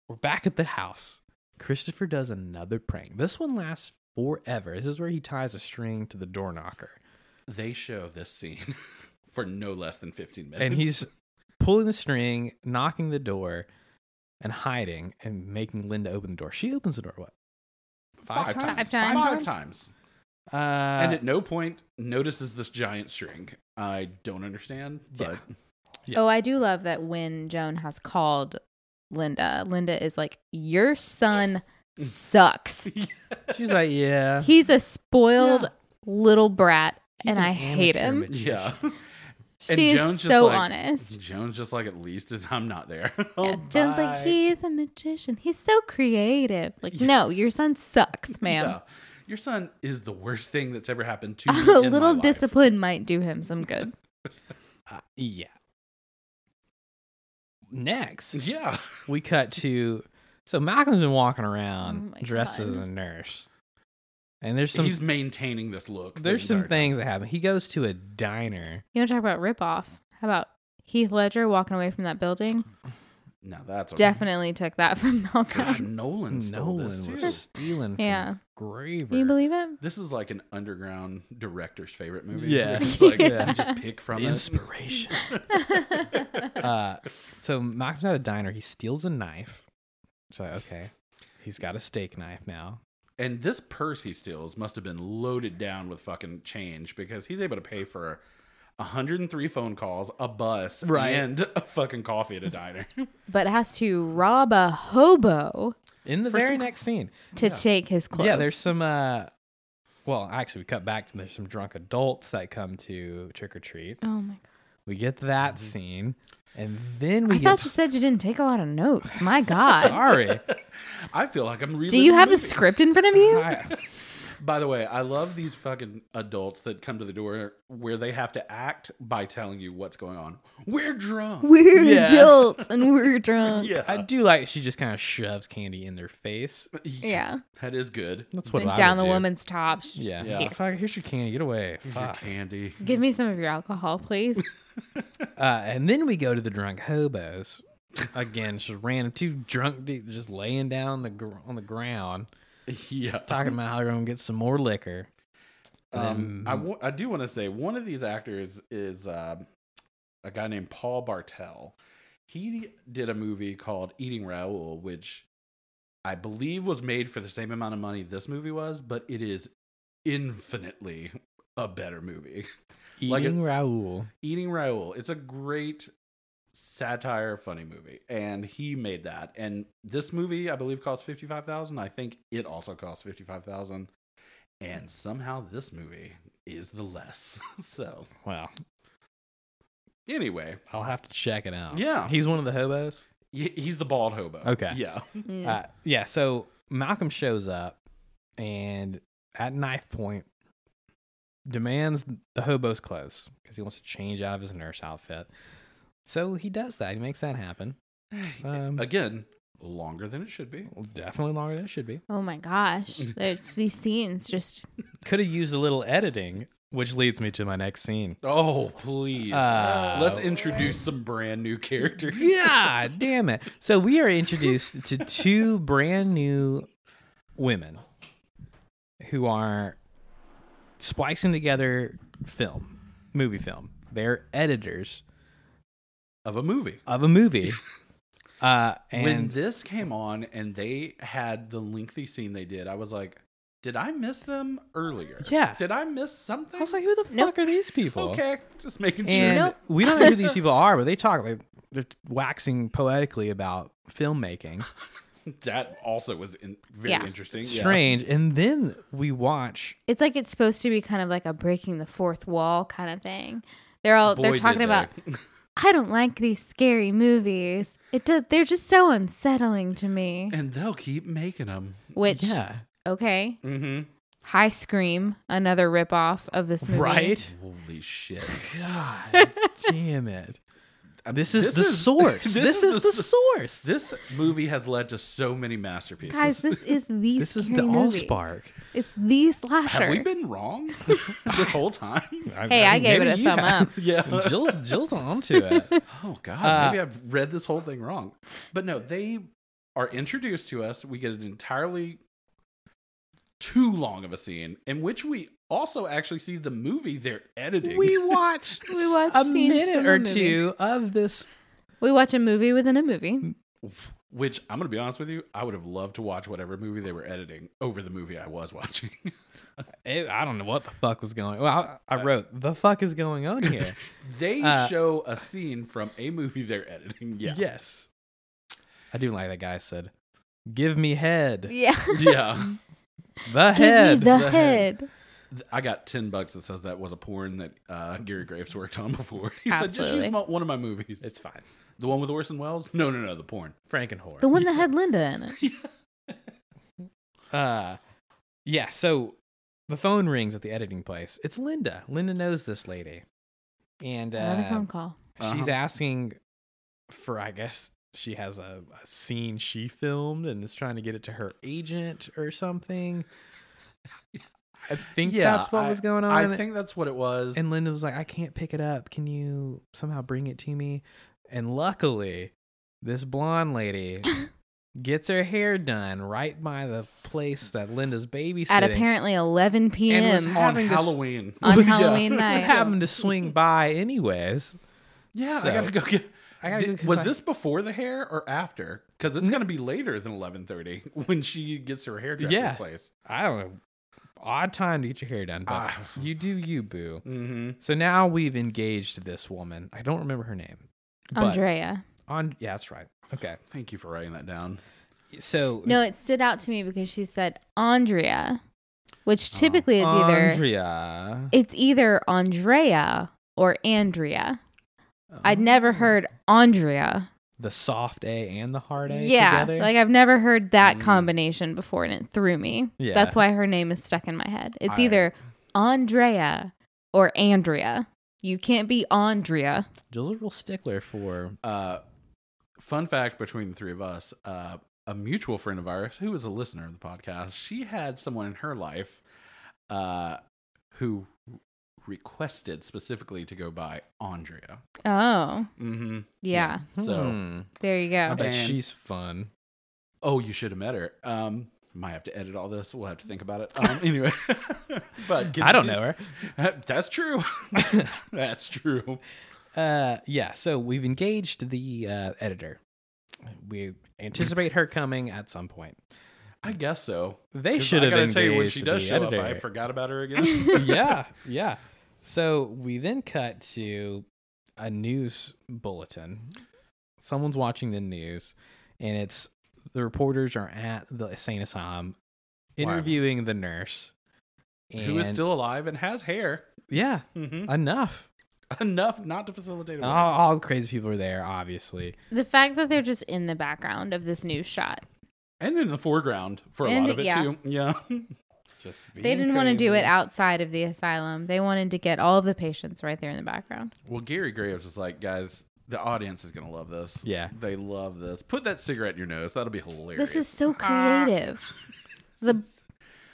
Speaker 1: we're back at the house. Christopher does another prank. This one lasts forever. This is where he ties a string to the door knocker.
Speaker 2: they show this scene [LAUGHS] for no less than 15 minutes.
Speaker 1: And he's pulling the string, knocking the door, and hiding and making Linda open the door. She opens the door, what?
Speaker 2: five, times.
Speaker 3: Five times.
Speaker 2: Five times.
Speaker 1: Uh,
Speaker 2: and at no point notices this giant string. I don't understand, but
Speaker 1: Yeah. [LAUGHS] Yeah.
Speaker 3: Oh, I do love that when Joan has called Linda, Linda is like, Your son sucks.
Speaker 1: [LAUGHS] she's like, Mm. yeah.
Speaker 3: He's a spoiled
Speaker 1: Yeah.
Speaker 3: little brat
Speaker 1: He's
Speaker 3: and
Speaker 1: an
Speaker 3: I hate
Speaker 1: amateur
Speaker 3: him.
Speaker 1: magician.
Speaker 2: yeah. [LAUGHS] And
Speaker 3: She
Speaker 2: Joan's
Speaker 3: is
Speaker 2: just
Speaker 3: so
Speaker 2: like-
Speaker 3: honest.
Speaker 2: Joan's just like, at least is- I'm not there. [LAUGHS]
Speaker 3: Yeah, Joan's
Speaker 1: "Oh, bye.
Speaker 3: like, he's a magician. He's so creative. Like, no, your son sucks, ma'am.
Speaker 2: Yeah. Your son is the worst thing that's ever happened
Speaker 3: [LAUGHS]
Speaker 2: to me.
Speaker 3: A
Speaker 2: in my
Speaker 3: little
Speaker 2: life.
Speaker 3: discipline might do him some good.
Speaker 1: Uh, yeah. Next.
Speaker 2: Yeah.
Speaker 1: we cut to so Malcolm's been walking
Speaker 3: Oh
Speaker 1: around
Speaker 3: my
Speaker 1: dressed
Speaker 3: God.
Speaker 1: as a nurse, and there's [LAUGHS] some
Speaker 2: he's maintaining this look. the
Speaker 1: there's some
Speaker 2: entire time.
Speaker 1: things that happen. He goes to a diner.
Speaker 3: You want to talk about ripoff? How about Heath Ledger walking away from that building?
Speaker 2: No, that's a-
Speaker 3: Definitely took that [LAUGHS] from
Speaker 2: [LAUGHS] Gosh,
Speaker 3: Malcolm.
Speaker 2: Nolan stole
Speaker 1: Nolan
Speaker 2: this too.
Speaker 1: was stealing from
Speaker 3: Yeah.
Speaker 1: Graver.
Speaker 3: Can you believe it?
Speaker 1: [LAUGHS]
Speaker 3: [LAUGHS]
Speaker 2: This is like an underground director's favorite movie.
Speaker 1: Yeah.
Speaker 2: [LAUGHS] It's
Speaker 3: [LAUGHS]
Speaker 2: like
Speaker 1: Yeah.
Speaker 2: you just pick from it.
Speaker 1: Inspiration. uh, so Malcolm's at a diner. He steals a knife. So okay, he's got a steak knife now.
Speaker 2: And this purse he steals must have been loaded down with fucking change because he's able to pay for 103 phone calls, a bus,
Speaker 1: Right.
Speaker 2: and a fucking coffee at a diner. [LAUGHS]
Speaker 3: but has to rob a hobo
Speaker 1: In the
Speaker 2: For
Speaker 1: very
Speaker 2: some-
Speaker 1: next scene,
Speaker 3: to take his clothes.
Speaker 1: yeah, there's some. uh Well, actually, we cut back to there's some drunk adults that come to trick or treat.
Speaker 3: Oh my god!
Speaker 1: We get that
Speaker 2: Mm-hmm.
Speaker 1: scene, and then we
Speaker 3: I
Speaker 1: get.
Speaker 3: thought you said you didn't take a lot of notes. My
Speaker 1: [LAUGHS]
Speaker 3: god! [LAUGHS]
Speaker 1: Sorry.
Speaker 2: I feel like I'm reading.
Speaker 3: Do you have
Speaker 2: movie.
Speaker 3: the script in
Speaker 1: [LAUGHS]
Speaker 3: front of you?
Speaker 1: I-
Speaker 2: By the way, I love these fucking adults that come to the door where they have to act by telling you what's going on. We're drunk.
Speaker 3: We're
Speaker 1: [LAUGHS] Yeah.
Speaker 3: adults and
Speaker 1: [LAUGHS]
Speaker 3: we're drunk.
Speaker 2: yeah.
Speaker 1: I do like she just kind of shoves candy in their face.
Speaker 3: Yeah.
Speaker 2: That is good.
Speaker 1: That's what
Speaker 3: Like,
Speaker 1: I
Speaker 3: down
Speaker 1: would
Speaker 3: the
Speaker 1: do.
Speaker 3: woman's top. She's just
Speaker 1: Yeah.
Speaker 2: Yeah.
Speaker 3: here.
Speaker 1: Fuck, here's your candy. Get away.
Speaker 2: Here's your
Speaker 1: Fuck.
Speaker 2: candy.
Speaker 3: Give me some of your alcohol,
Speaker 1: [LAUGHS]
Speaker 3: please.
Speaker 1: Uh, and then we go to the drunk hobos. Again, just random two drunk dudes just laying down on the gr- on the ground,
Speaker 2: [LAUGHS] Yeah.
Speaker 1: talking about how they're gonna get some more liquor.
Speaker 2: Um,
Speaker 1: And
Speaker 2: I,
Speaker 1: then- mm-hmm.
Speaker 2: wa- I do want to say one of these actors is uh, a guy named Paul Bartel. He did a movie called Eating Raoul, which I believe was made for the same amount of money this movie was, but it is infinitely a better movie. Like
Speaker 1: eating Raoul.
Speaker 2: Eating Raoul, it's a great satire, funny movie, and he made that. And this movie, I believe, cost fifty five thousand. I think it also cost fifty five thousand. And somehow this movie is the less. [LAUGHS] so
Speaker 1: Well,
Speaker 2: anyway,
Speaker 1: I'll have to check it out.
Speaker 2: Yeah.
Speaker 1: he's one of the hobos.
Speaker 2: he- he's the bald hobo.
Speaker 1: Okay.
Speaker 2: yeah,
Speaker 3: Mm.
Speaker 1: Uh, yeah, so Malcolm shows up and at knife point demands the hobo's clothes because he wants to change out of his nurse outfit. So he does that. He makes that happen. Um,
Speaker 2: again, longer than it should be.
Speaker 1: definitely longer than it should be.
Speaker 3: oh
Speaker 1: [LAUGHS]
Speaker 3: my gosh! There's these scenes just
Speaker 1: Could have used a little editing, which leads me to my next scene.
Speaker 2: Oh please,
Speaker 1: Uh,
Speaker 2: let's introduce some brand new characters.
Speaker 1: Yeah, damn it. So we are introduced to two brand new women who are splicing together film, movie film. They're editors
Speaker 2: of a movie.
Speaker 1: of a movie. Uh,
Speaker 2: when
Speaker 1: and
Speaker 2: this came on and they had the lengthy scene they did, I was like, did I miss them earlier?
Speaker 1: Yeah.
Speaker 2: Did I miss something?
Speaker 1: I was like, who the
Speaker 3: Nope.
Speaker 1: fuck are these people?
Speaker 2: okay, just making
Speaker 1: And
Speaker 2: sure.
Speaker 3: Nope.
Speaker 1: we don't
Speaker 2: [LAUGHS]
Speaker 1: know who these people are, but they talk like they're waxing poetically about filmmaking.
Speaker 2: that also was in, very
Speaker 3: Yeah.
Speaker 2: interesting. Yeah.
Speaker 1: Strange. And then we watch.
Speaker 3: It's like it's supposed to be kind of like a breaking the fourth wall kind of thing. They're all
Speaker 2: Boy,
Speaker 3: they're
Speaker 2: did
Speaker 3: talking
Speaker 2: they. [LAUGHS]
Speaker 3: about I don't like these scary movies. It does, they're just so unsettling to me.
Speaker 2: and they'll keep making them.
Speaker 3: Which
Speaker 1: yeah.
Speaker 3: okay,
Speaker 2: Mm-hmm.
Speaker 3: High Scream, another ripoff of this movie.
Speaker 1: Right?
Speaker 2: Holy shit!
Speaker 1: God damn it. This is [LAUGHS] the source. This, is, the
Speaker 2: s-
Speaker 1: source.
Speaker 2: This movie has led to so many masterpieces.
Speaker 3: Guys,
Speaker 1: [LAUGHS]
Speaker 3: this is the
Speaker 1: This is the
Speaker 3: scary movie.
Speaker 1: Allspark.
Speaker 3: It's the slasher.
Speaker 2: have we been
Speaker 3: [LAUGHS]
Speaker 2: wrong this whole time?
Speaker 3: Hey, I gave it
Speaker 1: maybe
Speaker 3: a
Speaker 1: you
Speaker 3: thumb
Speaker 1: have. [LAUGHS]
Speaker 3: up.
Speaker 2: yeah.
Speaker 1: Jill's Jill's onto [LAUGHS] it.
Speaker 2: Oh God,
Speaker 1: Uh,
Speaker 2: maybe I've read this whole thing wrong. But no, they are introduced to us. We get an entirely too long of a scene in which we also actually see the movie they're editing.
Speaker 1: We watched,
Speaker 3: [LAUGHS] We watched
Speaker 1: a
Speaker 3: scenes
Speaker 1: minute
Speaker 3: from
Speaker 1: or
Speaker 3: the movie.
Speaker 1: two of this.
Speaker 3: We watch a movie within a movie.
Speaker 2: which I'm gonna be honest with you, I would have loved to watch whatever movie they were editing over the movie I was watching. [LAUGHS]
Speaker 1: eh, I don't know what the fuck was going. Well, I, I wrote the fuck is going on here. [LAUGHS]
Speaker 2: they
Speaker 1: Uh,
Speaker 2: show a scene from a movie they're editing. Yeah,
Speaker 1: Yes. I do like that guy said, "Give me head,
Speaker 3: [LAUGHS] Yeah.
Speaker 2: [LAUGHS] yeah.
Speaker 1: the
Speaker 3: Give
Speaker 1: head,
Speaker 3: me
Speaker 2: the
Speaker 3: the,
Speaker 2: head.
Speaker 3: head.
Speaker 2: I got ten bucks that says that was a porn that uh, Gary Graves worked on before. [LAUGHS] He said, "Just
Speaker 3: Absolutely.
Speaker 2: use my, one of my movies."
Speaker 1: It's fine.
Speaker 2: The one with Orson Welles? No, no, no, the porn.
Speaker 1: Frank and horror.
Speaker 3: The one that had Linda in it.
Speaker 1: uh, yeah. So the phone rings at the editing place. It's Linda. Linda knows this lady, and
Speaker 3: Another
Speaker 1: uh,
Speaker 3: phone call.
Speaker 1: she's
Speaker 2: Uh-huh.
Speaker 1: asking for i guess she has a, a scene she filmed and is trying to get it to her agent or
Speaker 2: [LAUGHS]
Speaker 1: something i think
Speaker 2: Yeah,
Speaker 1: that's what was going on
Speaker 2: I think that's what it was.
Speaker 1: Oh, and linda was like i can't pick it up can you somehow bring it to me and luckily this blonde
Speaker 3: [LAUGHS]
Speaker 1: lady gets her hair done right by the place that linda's babysitting [LAUGHS]
Speaker 3: At apparently 11
Speaker 1: was
Speaker 3: p.m.
Speaker 1: hot.
Speaker 2: on
Speaker 1: having this-
Speaker 2: [LAUGHS] Halloween.
Speaker 3: on
Speaker 1: was-
Speaker 3: Halloween
Speaker 1: was
Speaker 3: night.
Speaker 1: happened to
Speaker 3: [LAUGHS]
Speaker 1: swing by anyways
Speaker 2: Yeah,
Speaker 1: So-
Speaker 2: I gotta go get.
Speaker 1: I gotta
Speaker 2: Did-
Speaker 1: go Mm-hmm.
Speaker 2: was
Speaker 1: collect-
Speaker 2: this before the hair or after? Because it's gonna be later than eleven thirty [LAUGHS] when she gets her hair
Speaker 1: Yeah.
Speaker 2: yeah. place.
Speaker 1: I don't know. Odd time to get your hair done, but
Speaker 2: Ah.
Speaker 1: you do you, boo.
Speaker 2: Mm-hmm.
Speaker 1: So now we've engaged this woman. I don't remember her name. But
Speaker 3: Andrea.
Speaker 1: On yeah, that's right. Okay.
Speaker 2: Thank you for writing that down.
Speaker 1: So
Speaker 3: No, it stood out to me because she said Andrea, which
Speaker 1: Oh.
Speaker 3: typically is either
Speaker 1: Andrea.
Speaker 3: it's either Andrea or Andrea. I'd
Speaker 1: Oh.
Speaker 3: never heard Andrea.
Speaker 1: the soft A and the hard A.
Speaker 3: Yeah,
Speaker 1: together.
Speaker 3: like I've never heard that
Speaker 2: Mm.
Speaker 3: combination before, and it threw me.
Speaker 1: Yeah.
Speaker 3: That's why her name is stuck in my head. It's
Speaker 1: I-
Speaker 3: either Andrea or Andrea. You can't be Andrea.
Speaker 1: Jill's a real stickler for
Speaker 2: Uh, fun fact between the three of us: uh, a mutual friend of ours who is a listener of the podcast, she had someone in her life uh, who requested specifically to go by Andrea.
Speaker 3: Oh,
Speaker 2: Mm-hmm.
Speaker 3: yeah.
Speaker 2: So.
Speaker 1: Hmm.
Speaker 3: There you
Speaker 1: I
Speaker 3: go.
Speaker 1: bet
Speaker 2: And-
Speaker 1: she's fun.
Speaker 2: Oh, you should have met her. Um, might have to edit all this. We'll have to think about it. Um, [LAUGHS] anyway, but
Speaker 1: I don't know her.
Speaker 2: her. [LAUGHS] That's true. That's true.
Speaker 1: Uh, yeah, so we've engaged the uh, editor. We anticipate her coming at some point.
Speaker 2: I guess so.
Speaker 1: They
Speaker 2: 'Cause
Speaker 1: should
Speaker 2: I
Speaker 1: have
Speaker 2: gotta
Speaker 1: engaged
Speaker 2: tell you when she does
Speaker 1: the
Speaker 2: show
Speaker 1: editor.
Speaker 2: up. I forgot about her
Speaker 1: [LAUGHS]
Speaker 2: again.
Speaker 1: yeah, yeah. So we then cut to a news bulletin. Someone's watching the news, and it's the reporters are at the insane asylum interviewing the nurse.
Speaker 2: Who is
Speaker 1: and-
Speaker 2: still alive and has hair?
Speaker 1: yeah
Speaker 2: Mhm.
Speaker 1: enough?
Speaker 2: Enough not to facilitate.
Speaker 1: And
Speaker 2: A wedding.
Speaker 1: all, all the crazy people are there, obviously.
Speaker 3: The fact that they're just in the background of this news shot.
Speaker 2: and in the foreground for a
Speaker 3: And-
Speaker 2: lot of it
Speaker 3: yeah.
Speaker 2: too. Yeah. [LAUGHS]
Speaker 1: Just
Speaker 3: They
Speaker 1: being
Speaker 3: didn't want to do
Speaker 1: crazy.
Speaker 3: it outside of the asylum. They wanted to get all of the patients right there in the background.
Speaker 2: Well, Gary Graves was like, guys, the audience is gonna love this.
Speaker 1: Yeah.
Speaker 2: They love this. Put that cigarette in your nose. That'll be hilarious.
Speaker 3: This is so creative. the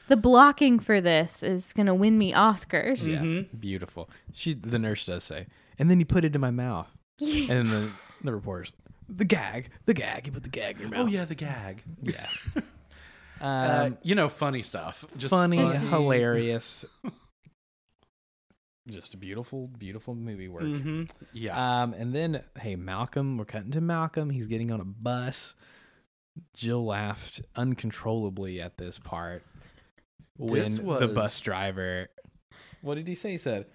Speaker 3: the blocking for this is gonna win me Oscars.
Speaker 1: Yes, beautiful. She, the nurse, does say, and then he put it in my [LAUGHS] mouth, and the the reporters, the gag, the gag. He put the gag in your mouth.
Speaker 2: Oh yeah, the gag.
Speaker 1: Yeah. [LAUGHS]
Speaker 2: Uh,
Speaker 1: Um,
Speaker 2: you know, funny stuff. Just
Speaker 1: funny,
Speaker 3: Just-
Speaker 1: hilarious. [LAUGHS] Just a beautiful, beautiful movie work.
Speaker 2: Mhm. Yeah.
Speaker 1: Mm-hmm. Um, and then, hey, Malcolm, we're cutting to Malcolm. He's getting on a bus. Jill laughed uncontrollably at this part when
Speaker 2: This
Speaker 1: the
Speaker 2: was-
Speaker 1: bus driver. What did he say? He said,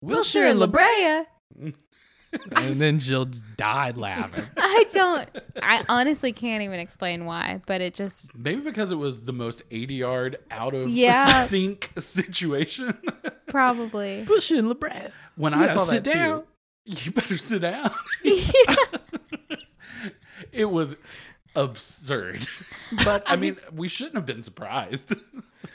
Speaker 3: Wilshire and La Brea.
Speaker 1: and then Jill just died
Speaker 2: [LAUGHS]
Speaker 1: laughing.
Speaker 3: I don't. I honestly can't even explain why, but it just.
Speaker 2: Maybe because it was the most 80 yard out of [LAUGHS]
Speaker 3: Yeah.
Speaker 2: sync situation.
Speaker 3: Probably. [LAUGHS]
Speaker 1: Pushing LeBron.
Speaker 2: [LAUGHS] when I
Speaker 1: Yeah,
Speaker 2: saw
Speaker 1: sit
Speaker 2: that, too,
Speaker 1: down.
Speaker 2: you better sit down. [LAUGHS]
Speaker 3: yeah.
Speaker 2: It was absurd. [LAUGHS] But I mean, we shouldn't have been surprised.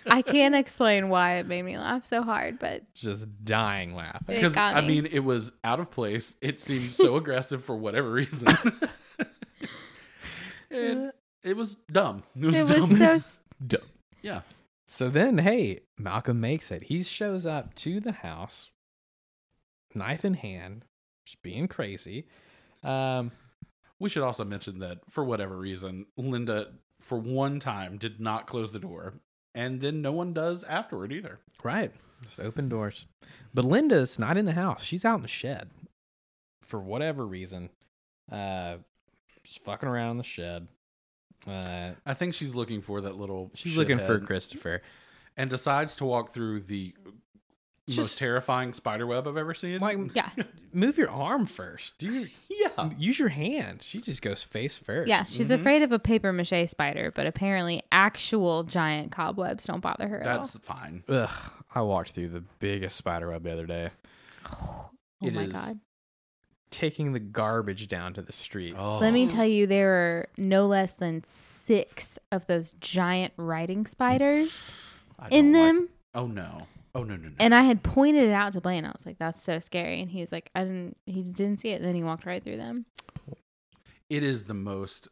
Speaker 3: I can't explain why it made me laugh so hard, but
Speaker 1: Just dying laughing.
Speaker 3: It
Speaker 2: Because
Speaker 3: got
Speaker 2: I
Speaker 3: me.
Speaker 2: mean, it was out of place. It [LAUGHS] seemed so aggressive for whatever reason. [LAUGHS] and it was dumb. It was,
Speaker 3: it
Speaker 2: dumb.
Speaker 3: was
Speaker 2: [LAUGHS]
Speaker 3: so. s-
Speaker 1: Dumb.
Speaker 2: yeah.
Speaker 1: So then, hey, Malcolm makes it. He shows up to the house, knife in hand, just being crazy. Um,
Speaker 2: We should also mention that for whatever reason, Linda, for one time, did not close the door. And then no one does afterward either.
Speaker 1: right. Just open doors. But Linda's not in the house. She's out in the shed for whatever reason. Uh, just fucking around in the shed. Uh,
Speaker 2: I think she's looking for that little.
Speaker 1: she's looking for
Speaker 2: shithead
Speaker 1: Christopher.
Speaker 2: And decides to walk through the most
Speaker 1: Just-
Speaker 2: terrifying spider web I've ever seen.
Speaker 1: Like,
Speaker 3: Yeah.
Speaker 1: move your arm first. Do your,
Speaker 2: [LAUGHS] yeah.
Speaker 1: use your hand. She just goes face first.
Speaker 3: Yeah, she's
Speaker 2: Mhm.
Speaker 3: afraid of a paper mache spider, but apparently actual giant cobwebs don't bother her at all.
Speaker 2: That's fine.
Speaker 1: Ugh, I walked through the biggest spider web the other day.
Speaker 3: Oh
Speaker 2: It
Speaker 3: my
Speaker 2: is-
Speaker 3: god.
Speaker 1: taking the garbage down to the street.
Speaker 2: Oh.
Speaker 3: Let me tell you there were no less than 6 of those giant riding spiders
Speaker 2: I
Speaker 3: in
Speaker 2: don't like-
Speaker 3: them,
Speaker 2: oh, no. Oh, no, no, no.
Speaker 3: and I had pointed it out to Blaine. I was like, "That's so scary." And he was like, "I didn't he didn't see it." Then he walked right through them.
Speaker 2: it is the most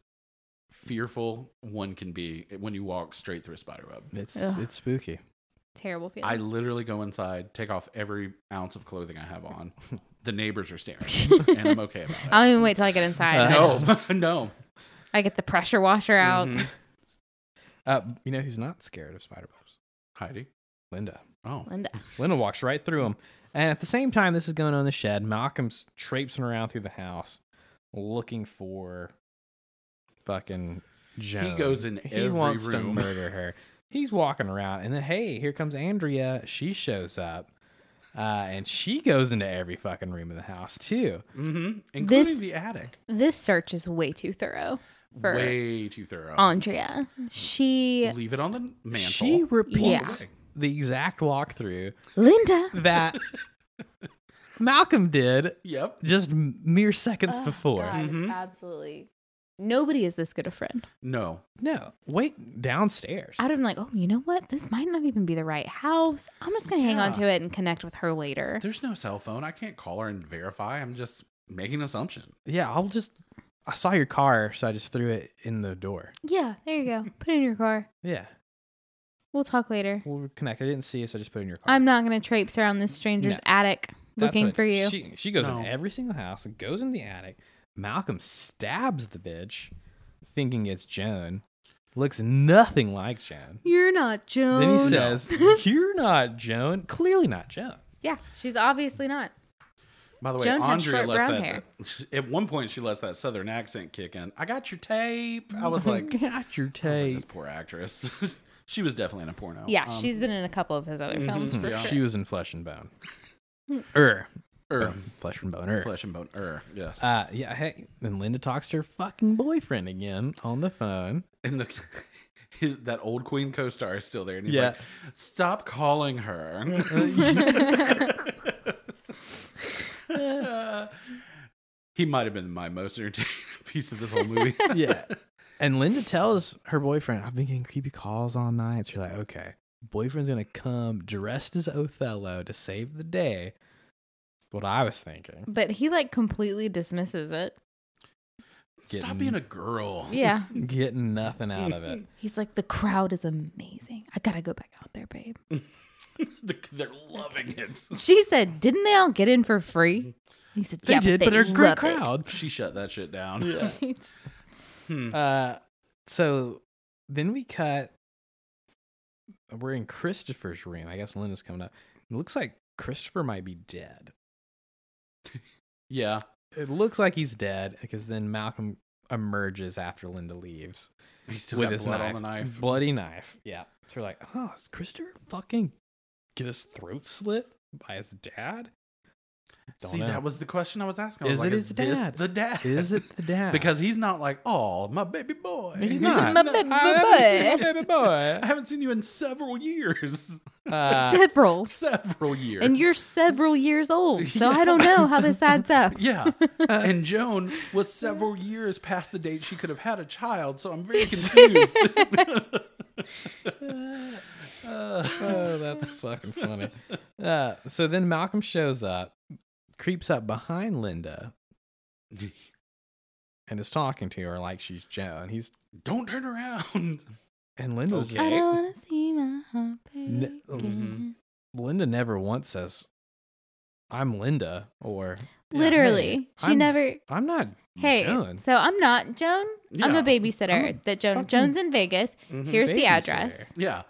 Speaker 2: fearful one can be when you walk straight through a spider web.
Speaker 1: It's
Speaker 3: Ugh.
Speaker 1: it's spooky.
Speaker 3: Terrible feeling. [LAUGHS]
Speaker 2: I literally go inside, take off every ounce of clothing I have
Speaker 3: [LAUGHS]
Speaker 2: on. The neighbors are staring, and I'm okay about it.
Speaker 3: I don't even wait till I get inside. I,
Speaker 1: Uh,
Speaker 3: just-
Speaker 2: no, [LAUGHS] no.
Speaker 3: I get the pressure washer out.
Speaker 2: Mhm.
Speaker 1: Uh, you know who's not scared of spider webs?
Speaker 2: Heidi.
Speaker 1: Linda.
Speaker 2: Oh,
Speaker 3: Linda.
Speaker 1: Linda walks right through them. And at the same time, this is going on in the shed. Malcolm's traipsing around through the house looking for fucking Joan.
Speaker 2: goes in
Speaker 1: He
Speaker 2: every
Speaker 1: wants to
Speaker 2: room.
Speaker 1: murder her. He's walking around, and then hey, here comes Andrea. She shows up, uh, and she goes into every fucking room of the house too.
Speaker 2: mm-hmm. including
Speaker 3: This-
Speaker 2: the attic.
Speaker 3: This search is way too thorough. for-
Speaker 2: Way too thorough.
Speaker 3: Andrea. She
Speaker 2: Leave it on the mantle.
Speaker 1: She repeats
Speaker 2: Yeah.
Speaker 1: the exact walkthrough
Speaker 3: Linda.
Speaker 1: that Malcolm did
Speaker 2: Yep.
Speaker 1: just m- mere seconds
Speaker 3: Oh,
Speaker 1: before.
Speaker 3: God, it's
Speaker 2: Mhm.
Speaker 3: absolutely. Nobody is this good a friend.
Speaker 2: No.
Speaker 1: No, wait downstairs.
Speaker 3: Adam, like, oh, you know what? This might not even be the right house. I'm just gonna hang on
Speaker 2: Yeah.
Speaker 3: to it and connect with her later.
Speaker 2: There's no cell phone. I can't call her and verify. I'm just making an assumption.
Speaker 1: yeah, I'll just. I saw your car, so I just threw it in the door.
Speaker 3: yeah, there you go. [LAUGHS] Put it in your car.
Speaker 1: Yeah,
Speaker 3: We'll talk later.
Speaker 1: we'll connect. I didn't see you, so I just put it in your car.
Speaker 3: I'm not gonna traipse around this stranger's attic
Speaker 1: That's
Speaker 3: looking
Speaker 1: what-
Speaker 3: for you.
Speaker 1: She, she goes
Speaker 2: No.
Speaker 1: in every single house, goes in the attic. Malcolm stabs the bitch, thinking it's Joan. Looks nothing like Joan.
Speaker 3: You're not Joan.
Speaker 1: Then he says, "You're not Joan. Clearly not
Speaker 3: [LAUGHS]
Speaker 1: Joan."
Speaker 3: Yeah, she's obviously not.
Speaker 2: By the way,
Speaker 3: Joan had
Speaker 2: Andrea
Speaker 3: short
Speaker 2: lets
Speaker 3: brown
Speaker 2: that. [LAUGHS] At one point, she lets that southern accent kick in. I got your tape. I was
Speaker 3: [LAUGHS]
Speaker 2: like,
Speaker 1: "Got your
Speaker 2: Like
Speaker 1: tape."
Speaker 2: this poor actress. [LAUGHS] she was definitely in a porno.
Speaker 3: Yeah,
Speaker 2: Um,
Speaker 3: she's been in a couple of his other
Speaker 2: mhm,
Speaker 3: films for
Speaker 2: yeah.
Speaker 3: sure. Hmm.
Speaker 1: She was in Flesh and Bone. er,
Speaker 2: er,
Speaker 1: Bone. Flesh and Bone. Er.
Speaker 2: flesh and bone. Er, yes.
Speaker 1: Uh, yeah. Hey, then Linda talks to her fucking boyfriend again on the phone.
Speaker 2: and the [LAUGHS] his, that old Queen co-star is still there, and he's
Speaker 1: Yeah.
Speaker 2: like, "Stop
Speaker 1: [LAUGHS]
Speaker 2: calling her." [LAUGHS] he might have been my most entertaining [LAUGHS] piece of this whole movie.
Speaker 1: [LAUGHS]
Speaker 2: [LAUGHS]
Speaker 1: yeah. And Linda tells her boyfriend, "I've been getting creepy calls all night." So you're like, "Okay, boyfriend's gonna come dressed as Othello to save the day." That's what I was
Speaker 3: [LAUGHS]
Speaker 1: thinking.
Speaker 3: but he like completely dismisses it.
Speaker 2: Stop
Speaker 1: Getting-
Speaker 2: being a girl.
Speaker 3: Yeah.
Speaker 1: Getting nothing out of it.
Speaker 3: He's like, the crowd is amazing. I gotta go back out there, babe.
Speaker 2: [LAUGHS]
Speaker 3: [LAUGHS]
Speaker 2: The- they're loving it. [LAUGHS]
Speaker 3: She said, didn't they all get in for free? He said,
Speaker 1: They
Speaker 3: yeah,
Speaker 1: did,
Speaker 3: they
Speaker 1: but they're a great
Speaker 3: love it." [LAUGHS]
Speaker 1: crowd.
Speaker 2: She shut that shit down.
Speaker 1: Yeah.
Speaker 2: [LAUGHS] Hmm.
Speaker 1: [LAUGHS] Uh, so then we cut. We're in Christopher's room. I guess Linda's coming up. It looks like Christopher might be dead.
Speaker 2: yeah.
Speaker 1: It looks like he's dead because then Malcolm emerges after Linda leaves
Speaker 2: He's still
Speaker 1: with
Speaker 2: got
Speaker 1: his
Speaker 2: blood
Speaker 1: knife,
Speaker 2: on the knife.
Speaker 1: bloody knife. Yeah. So we're like, oh, is Christopher fucking get his throat slit by his dad? Don't
Speaker 2: See,
Speaker 1: know.
Speaker 2: that was the question I was asking. I was
Speaker 1: Is
Speaker 2: like,
Speaker 1: it his
Speaker 2: this
Speaker 1: dad?
Speaker 2: The dad.
Speaker 1: Is it the dad?
Speaker 2: [LAUGHS] Because he's not like, oh, my baby boy.
Speaker 1: He's not.
Speaker 3: My baby
Speaker 1: I
Speaker 3: boy.
Speaker 1: haven't seen my
Speaker 2: I
Speaker 1: baby
Speaker 2: haven't seen you in several years. [LAUGHS]
Speaker 1: boy. [LAUGHS] Uh,
Speaker 3: several.
Speaker 2: several years.
Speaker 3: And you're several years old, so
Speaker 2: Yeah.
Speaker 3: I don't know how this
Speaker 1: [LAUGHS]
Speaker 3: adds up.
Speaker 2: yeah.
Speaker 3: [LAUGHS]
Speaker 2: and Joan was several years past the date she could have had a child, so I'm
Speaker 3: [LAUGHS]
Speaker 2: very confused. [LAUGHS]
Speaker 1: oh, that's fucking funny. Uh, so then Malcolm shows up, creeps up behind Linda, and is talking to her like she's Joan. He's
Speaker 2: Don't turn around.
Speaker 1: and Linda's
Speaker 3: I
Speaker 2: Okay.
Speaker 3: don't want to see my heart
Speaker 1: N- mm-hmm.
Speaker 3: break again.
Speaker 1: Linda never once says, "I'm Linda" or
Speaker 2: Yeah,
Speaker 3: Literally,
Speaker 1: hey,
Speaker 3: she
Speaker 1: I'm
Speaker 3: never.
Speaker 1: "I'm not
Speaker 3: Hey,
Speaker 1: Joan."
Speaker 3: so I'm not Joan. I'm
Speaker 2: Yeah.
Speaker 3: a babysitter.
Speaker 1: I'm a
Speaker 3: that Joan
Speaker 1: fucking
Speaker 3: Joan's in Vegas.
Speaker 2: Mhm.
Speaker 3: Here's the
Speaker 1: Babysitter.
Speaker 3: address.
Speaker 2: Yeah.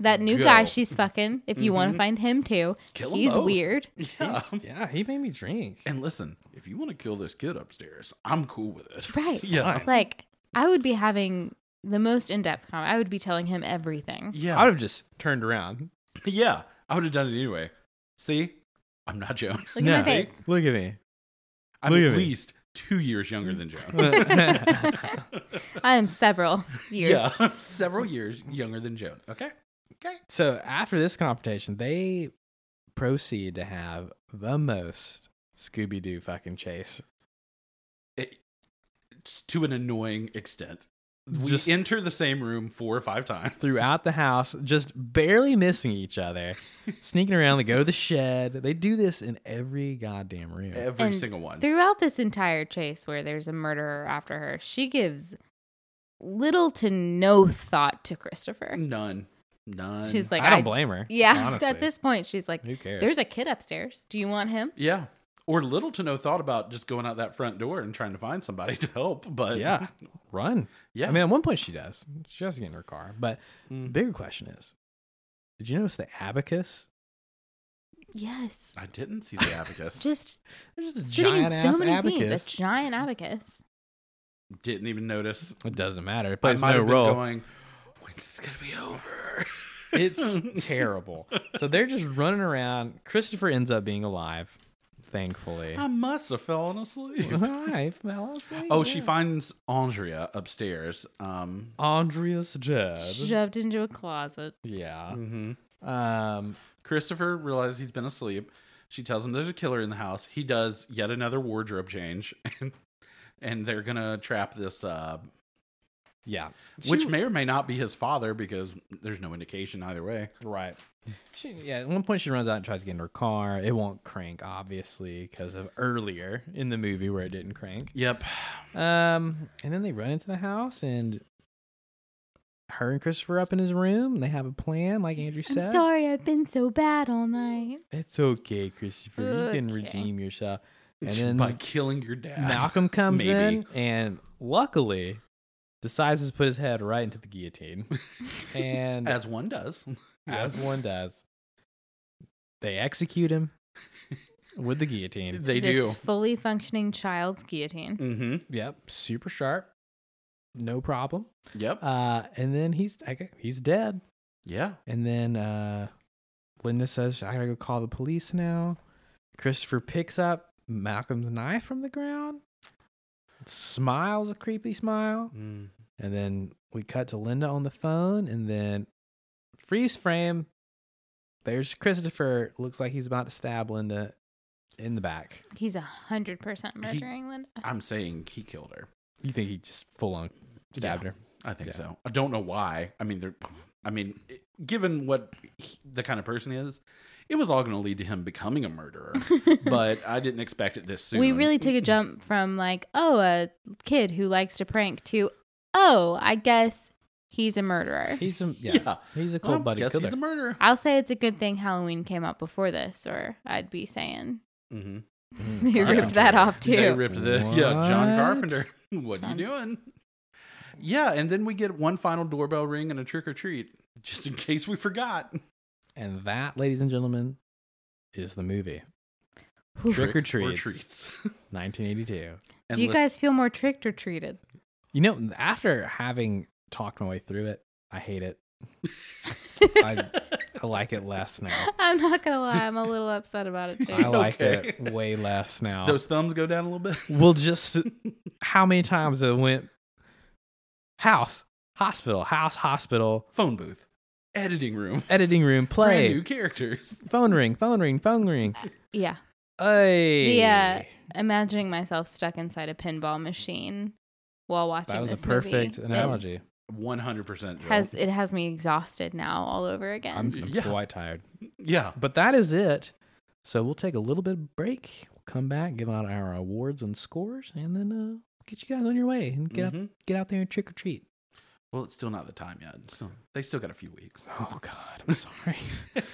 Speaker 3: That new
Speaker 2: Go.
Speaker 3: guy she's fucking. If you want
Speaker 1: Mm-hmm.
Speaker 2: Mhm.
Speaker 3: to find him too,
Speaker 2: Kill 'em
Speaker 3: he's
Speaker 2: both.
Speaker 3: weird.
Speaker 2: Yeah.
Speaker 1: Yeah, he made me drink.
Speaker 2: And listen, if you want to kill this kid upstairs, I'm cool with it. [LAUGHS]
Speaker 3: Right.
Speaker 2: Yeah.
Speaker 1: Fine.
Speaker 3: Like I would be having the most in-depth comment. I would be telling him everything.
Speaker 1: I would
Speaker 2: Yeah.
Speaker 1: have just turned around.
Speaker 2: Yeah. I would have done it anyway. See? I'm not Joan.
Speaker 3: Look
Speaker 1: No.
Speaker 3: at my face.
Speaker 1: Look at me.
Speaker 2: I'm
Speaker 1: Look
Speaker 2: at
Speaker 1: at me.
Speaker 2: least two years younger than Joan.
Speaker 1: [LAUGHS]
Speaker 2: [LAUGHS]
Speaker 1: so
Speaker 3: [LAUGHS] I am several
Speaker 1: [LAUGHS]
Speaker 3: years.
Speaker 2: Yeah. I'm several years younger than Joan. Okay. Okay.
Speaker 1: after this confrontation, they proceed to have the most Scooby Doo fucking chase.
Speaker 2: It, it's to an annoying extent. We
Speaker 1: Just-
Speaker 2: enter the same room four or five times.
Speaker 1: throughout the house, just barely missing each other, sneaking around. They go to the shed. They do this in every goddamn room.
Speaker 2: Every
Speaker 3: And
Speaker 2: single one.
Speaker 3: Throughout this entire chase where there's a murderer after her, she gives little to no thought to Christopher.
Speaker 2: None. None.
Speaker 3: She's like,
Speaker 1: I don't
Speaker 3: I-
Speaker 1: blame her.
Speaker 3: Yeah. [LAUGHS]
Speaker 1: honestly.
Speaker 3: At this point, she's like,
Speaker 1: who cares?
Speaker 3: there's a kid upstairs. Do you want him?
Speaker 2: Yeah. Or little to no thought about just going out that front door and trying to find somebody to help. But
Speaker 1: yeah, run.
Speaker 2: Yeah.
Speaker 1: I mean, at one point she does. She does get in her car. But the
Speaker 2: Mm.
Speaker 1: bigger question is, did you notice the abacus?
Speaker 3: Yes.
Speaker 2: I didn't see the abacus.
Speaker 3: [LAUGHS] Just
Speaker 1: There's just a
Speaker 3: sitting in
Speaker 1: giant
Speaker 3: so
Speaker 1: ass
Speaker 3: many
Speaker 1: abacus.
Speaker 3: scenes. A giant abacus.
Speaker 2: didn't even notice.
Speaker 1: it doesn't matter. It
Speaker 2: I
Speaker 1: plays
Speaker 2: might
Speaker 1: no
Speaker 2: have been
Speaker 1: role.
Speaker 2: going, when's this going to be over?
Speaker 1: it's terrible. So they're just running around. Christopher ends up being alive, thankfully.
Speaker 2: I must have
Speaker 1: [LAUGHS]
Speaker 2: fallen asleep.
Speaker 1: Hi, Felicity.
Speaker 2: oh, she
Speaker 1: Yeah.
Speaker 2: finds Andrea upstairs. Um,
Speaker 1: Andrea's dead.
Speaker 3: Shoved into a closet.
Speaker 1: yeah.
Speaker 2: mhm.
Speaker 1: Um.
Speaker 2: Christopher realizes he's been asleep. She tells him there's a killer in the house. He does yet another wardrobe change, [LAUGHS] and and they're gonna trap this, uh,
Speaker 1: Yeah.
Speaker 2: which
Speaker 1: She-
Speaker 2: may or may not be his father because there's no indication either way.
Speaker 1: right. She, yeah. At one point, she runs out and tries to get in her car. It won't crank, obviously, because of earlier in the movie where it didn't crank.
Speaker 2: Yep.
Speaker 1: Um. And then they run into the house and. Her and Christopher up in his room. and They have a plan, like Andrew said.
Speaker 3: I'm sorry. I've been so bad all night.
Speaker 1: It's okay, Christopher. You can
Speaker 3: Okay.
Speaker 1: redeem yourself.
Speaker 2: [LAUGHS]
Speaker 1: And then
Speaker 2: by killing your dad,
Speaker 1: [LAUGHS] Malcolm comes
Speaker 2: Maybe.
Speaker 1: in and luckily decides to put his head right into the guillotine. [LAUGHS] And
Speaker 2: [LAUGHS] as one does,
Speaker 1: [LAUGHS] as one does, they execute him with the
Speaker 2: [LAUGHS]
Speaker 1: guillotine.
Speaker 2: they
Speaker 3: this
Speaker 2: do.
Speaker 3: fully functioning child's guillotine.
Speaker 2: Mm-hmm.
Speaker 1: Yep, super sharp. No problem.
Speaker 2: Yep.
Speaker 1: Uh, and then he's I gu- he's dead.
Speaker 2: yeah.
Speaker 1: And then uh, Linda says, I gotta go call the police now. Christopher picks up Malcolm's knife from the ground, smiles a creepy smile,
Speaker 2: Mm.
Speaker 1: and then we cut to Linda on the phone, and then freeze frame. There's Christopher. Looks like he's about to stab Linda in the back.
Speaker 3: He's a hundred percent murdering Linda.
Speaker 2: I'm saying he killed her.
Speaker 1: You think he just full on stabbed
Speaker 2: Yeah.
Speaker 1: her?
Speaker 2: I think
Speaker 1: Yeah.
Speaker 2: so. I don't know why. I mean, they're, I mean, it- given what he- the kind of person he is, it was all going to lead to him becoming
Speaker 1: [LAUGHS]
Speaker 2: a murderer. but I didn't expect it this soon.
Speaker 3: We really took a jump from like, oh, a kid who likes to prank to, oh, I guess he's a murderer.
Speaker 1: He's a yeah.
Speaker 2: Yeah.
Speaker 1: He's a
Speaker 2: Well,
Speaker 1: cold blooded
Speaker 2: guess
Speaker 1: killer.
Speaker 2: he's a murderer.
Speaker 3: I'll say it's a good thing Halloween came out before this, or I'd be saying [LAUGHS]
Speaker 2: Mm-hmm.
Speaker 1: Mm,
Speaker 3: they
Speaker 2: Yeah.
Speaker 3: ripped that off
Speaker 2: [LAUGHS]
Speaker 3: too.
Speaker 2: They ripped the yeah John
Speaker 1: What?
Speaker 2: Carpenter. [LAUGHS] What
Speaker 3: John-
Speaker 2: you doing? Yeah, and then we get one final doorbell ring and a trick or treat, just in case we forgot.
Speaker 1: And that, ladies and gentlemen, is the movie
Speaker 3: Oof.
Speaker 1: Trick or treats.
Speaker 2: treats. [LAUGHS]
Speaker 1: 1982.
Speaker 2: And
Speaker 3: Do you
Speaker 2: listen-
Speaker 3: guys feel more tricked or treated?
Speaker 1: You know, after having talked my way through it, I hate it. I, I like it less now.
Speaker 3: [LAUGHS] I'm not gonna lie, I'm a little upset about [LAUGHS]
Speaker 1: [LAUGHS]
Speaker 3: it
Speaker 1: I
Speaker 3: too.
Speaker 1: like
Speaker 2: Okay.
Speaker 1: it way less now.
Speaker 2: Those thumbs go down a little bit. [LAUGHS]
Speaker 1: Well, just how many times it went house, hospital, house, hospital,
Speaker 2: Phone booth, editing room,
Speaker 1: editing room,
Speaker 2: brand
Speaker 1: play,
Speaker 2: new characters.
Speaker 1: phone ring, phone ring, phone ring.
Speaker 3: Yeah,
Speaker 1: Hey,
Speaker 3: uh, imagining myself stuck inside a pinball machine while watching
Speaker 1: that was a
Speaker 3: this
Speaker 1: perfect
Speaker 3: movie is-
Speaker 1: analogy.
Speaker 2: One hundred percent.
Speaker 3: Has it has me exhausted now all over
Speaker 1: I'm,
Speaker 3: again?
Speaker 1: I'm
Speaker 2: Yeah.
Speaker 1: quite tired,
Speaker 2: yeah.
Speaker 1: but that is it. So we'll take a little bit of break. We'll come back, give out our awards and scores, and then uh, get you guys on your way and
Speaker 3: Mm-hmm.
Speaker 1: get up,
Speaker 2: Mhm.
Speaker 1: get out there and trick or treat.
Speaker 2: Well, it's still not the time yet. So they still got a few weeks.
Speaker 1: Oh God, [LAUGHS] I'm
Speaker 3: [LAUGHS]
Speaker 1: sorry.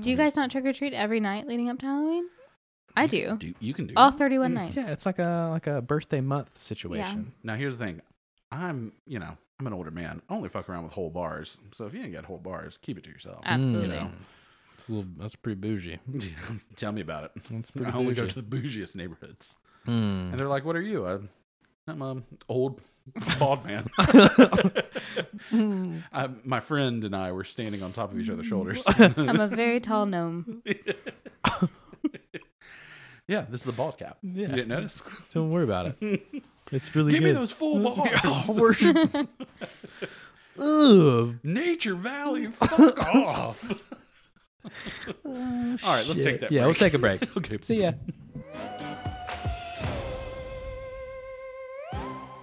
Speaker 3: Do you guys not trick or treat every night leading up to Halloween? I do.
Speaker 2: Do you can do
Speaker 3: All
Speaker 2: it.
Speaker 3: 31
Speaker 2: Mm,
Speaker 3: nights.
Speaker 1: yeah, it's like a like a birthday month situation.
Speaker 2: Now here's the thing. I'm you know I'm an older man. I only fuck around with whole bars. So if you ain't got whole bars, keep it to yourself.
Speaker 1: Mm.
Speaker 3: Absolutely.
Speaker 2: know.
Speaker 1: It's a little. That's pretty bougie.
Speaker 2: [LAUGHS] Tell me about [LAUGHS] it.
Speaker 1: That's
Speaker 2: I only go to the bougiest neighborhoods. And they're like, "What are you?" I'm, I'm a old bald
Speaker 3: [LAUGHS]
Speaker 2: man. [LAUGHS] I, my friend and I were standing on top of each other's
Speaker 3: [LAUGHS]
Speaker 2: shoulders. [LAUGHS]
Speaker 3: I'm a very tall gnome.
Speaker 2: yeah, this is the bald cap.
Speaker 1: Yeah.
Speaker 2: You didn't notice?
Speaker 1: [LAUGHS] Don't worry about it. It's really
Speaker 2: Give
Speaker 1: good.
Speaker 2: me those
Speaker 3: [LAUGHS]
Speaker 2: full [LAUGHS] bars.
Speaker 1: worship. [LAUGHS] Ugh.
Speaker 2: Nature Valley, fuck off. All right, let's take that.
Speaker 1: Yeah, we'll
Speaker 2: break.
Speaker 1: take a break.
Speaker 2: [LAUGHS] Okay.
Speaker 1: See ya.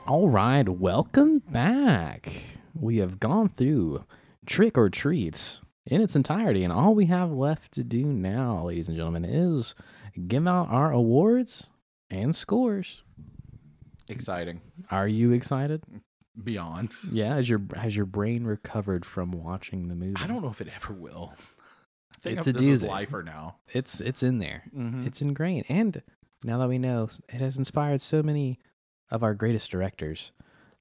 Speaker 1: All right, welcome back. We have gone through trick or treats in its entirety, and all we have left to do now, ladies and gentlemen, is give out our awards and scores.
Speaker 2: Exciting.
Speaker 1: Are you excited?
Speaker 2: Beyond.
Speaker 1: [LAUGHS] Yeah, has your has your brain recovered from watching the movie?
Speaker 2: I don't know if it ever will. I think
Speaker 1: It's
Speaker 2: of
Speaker 1: a
Speaker 2: this as
Speaker 1: doozy.
Speaker 2: lifer now.
Speaker 1: It's it's in there.
Speaker 2: Mm-hmm.
Speaker 1: It's ingrained. And now that we know, it has inspired so many of our greatest directors.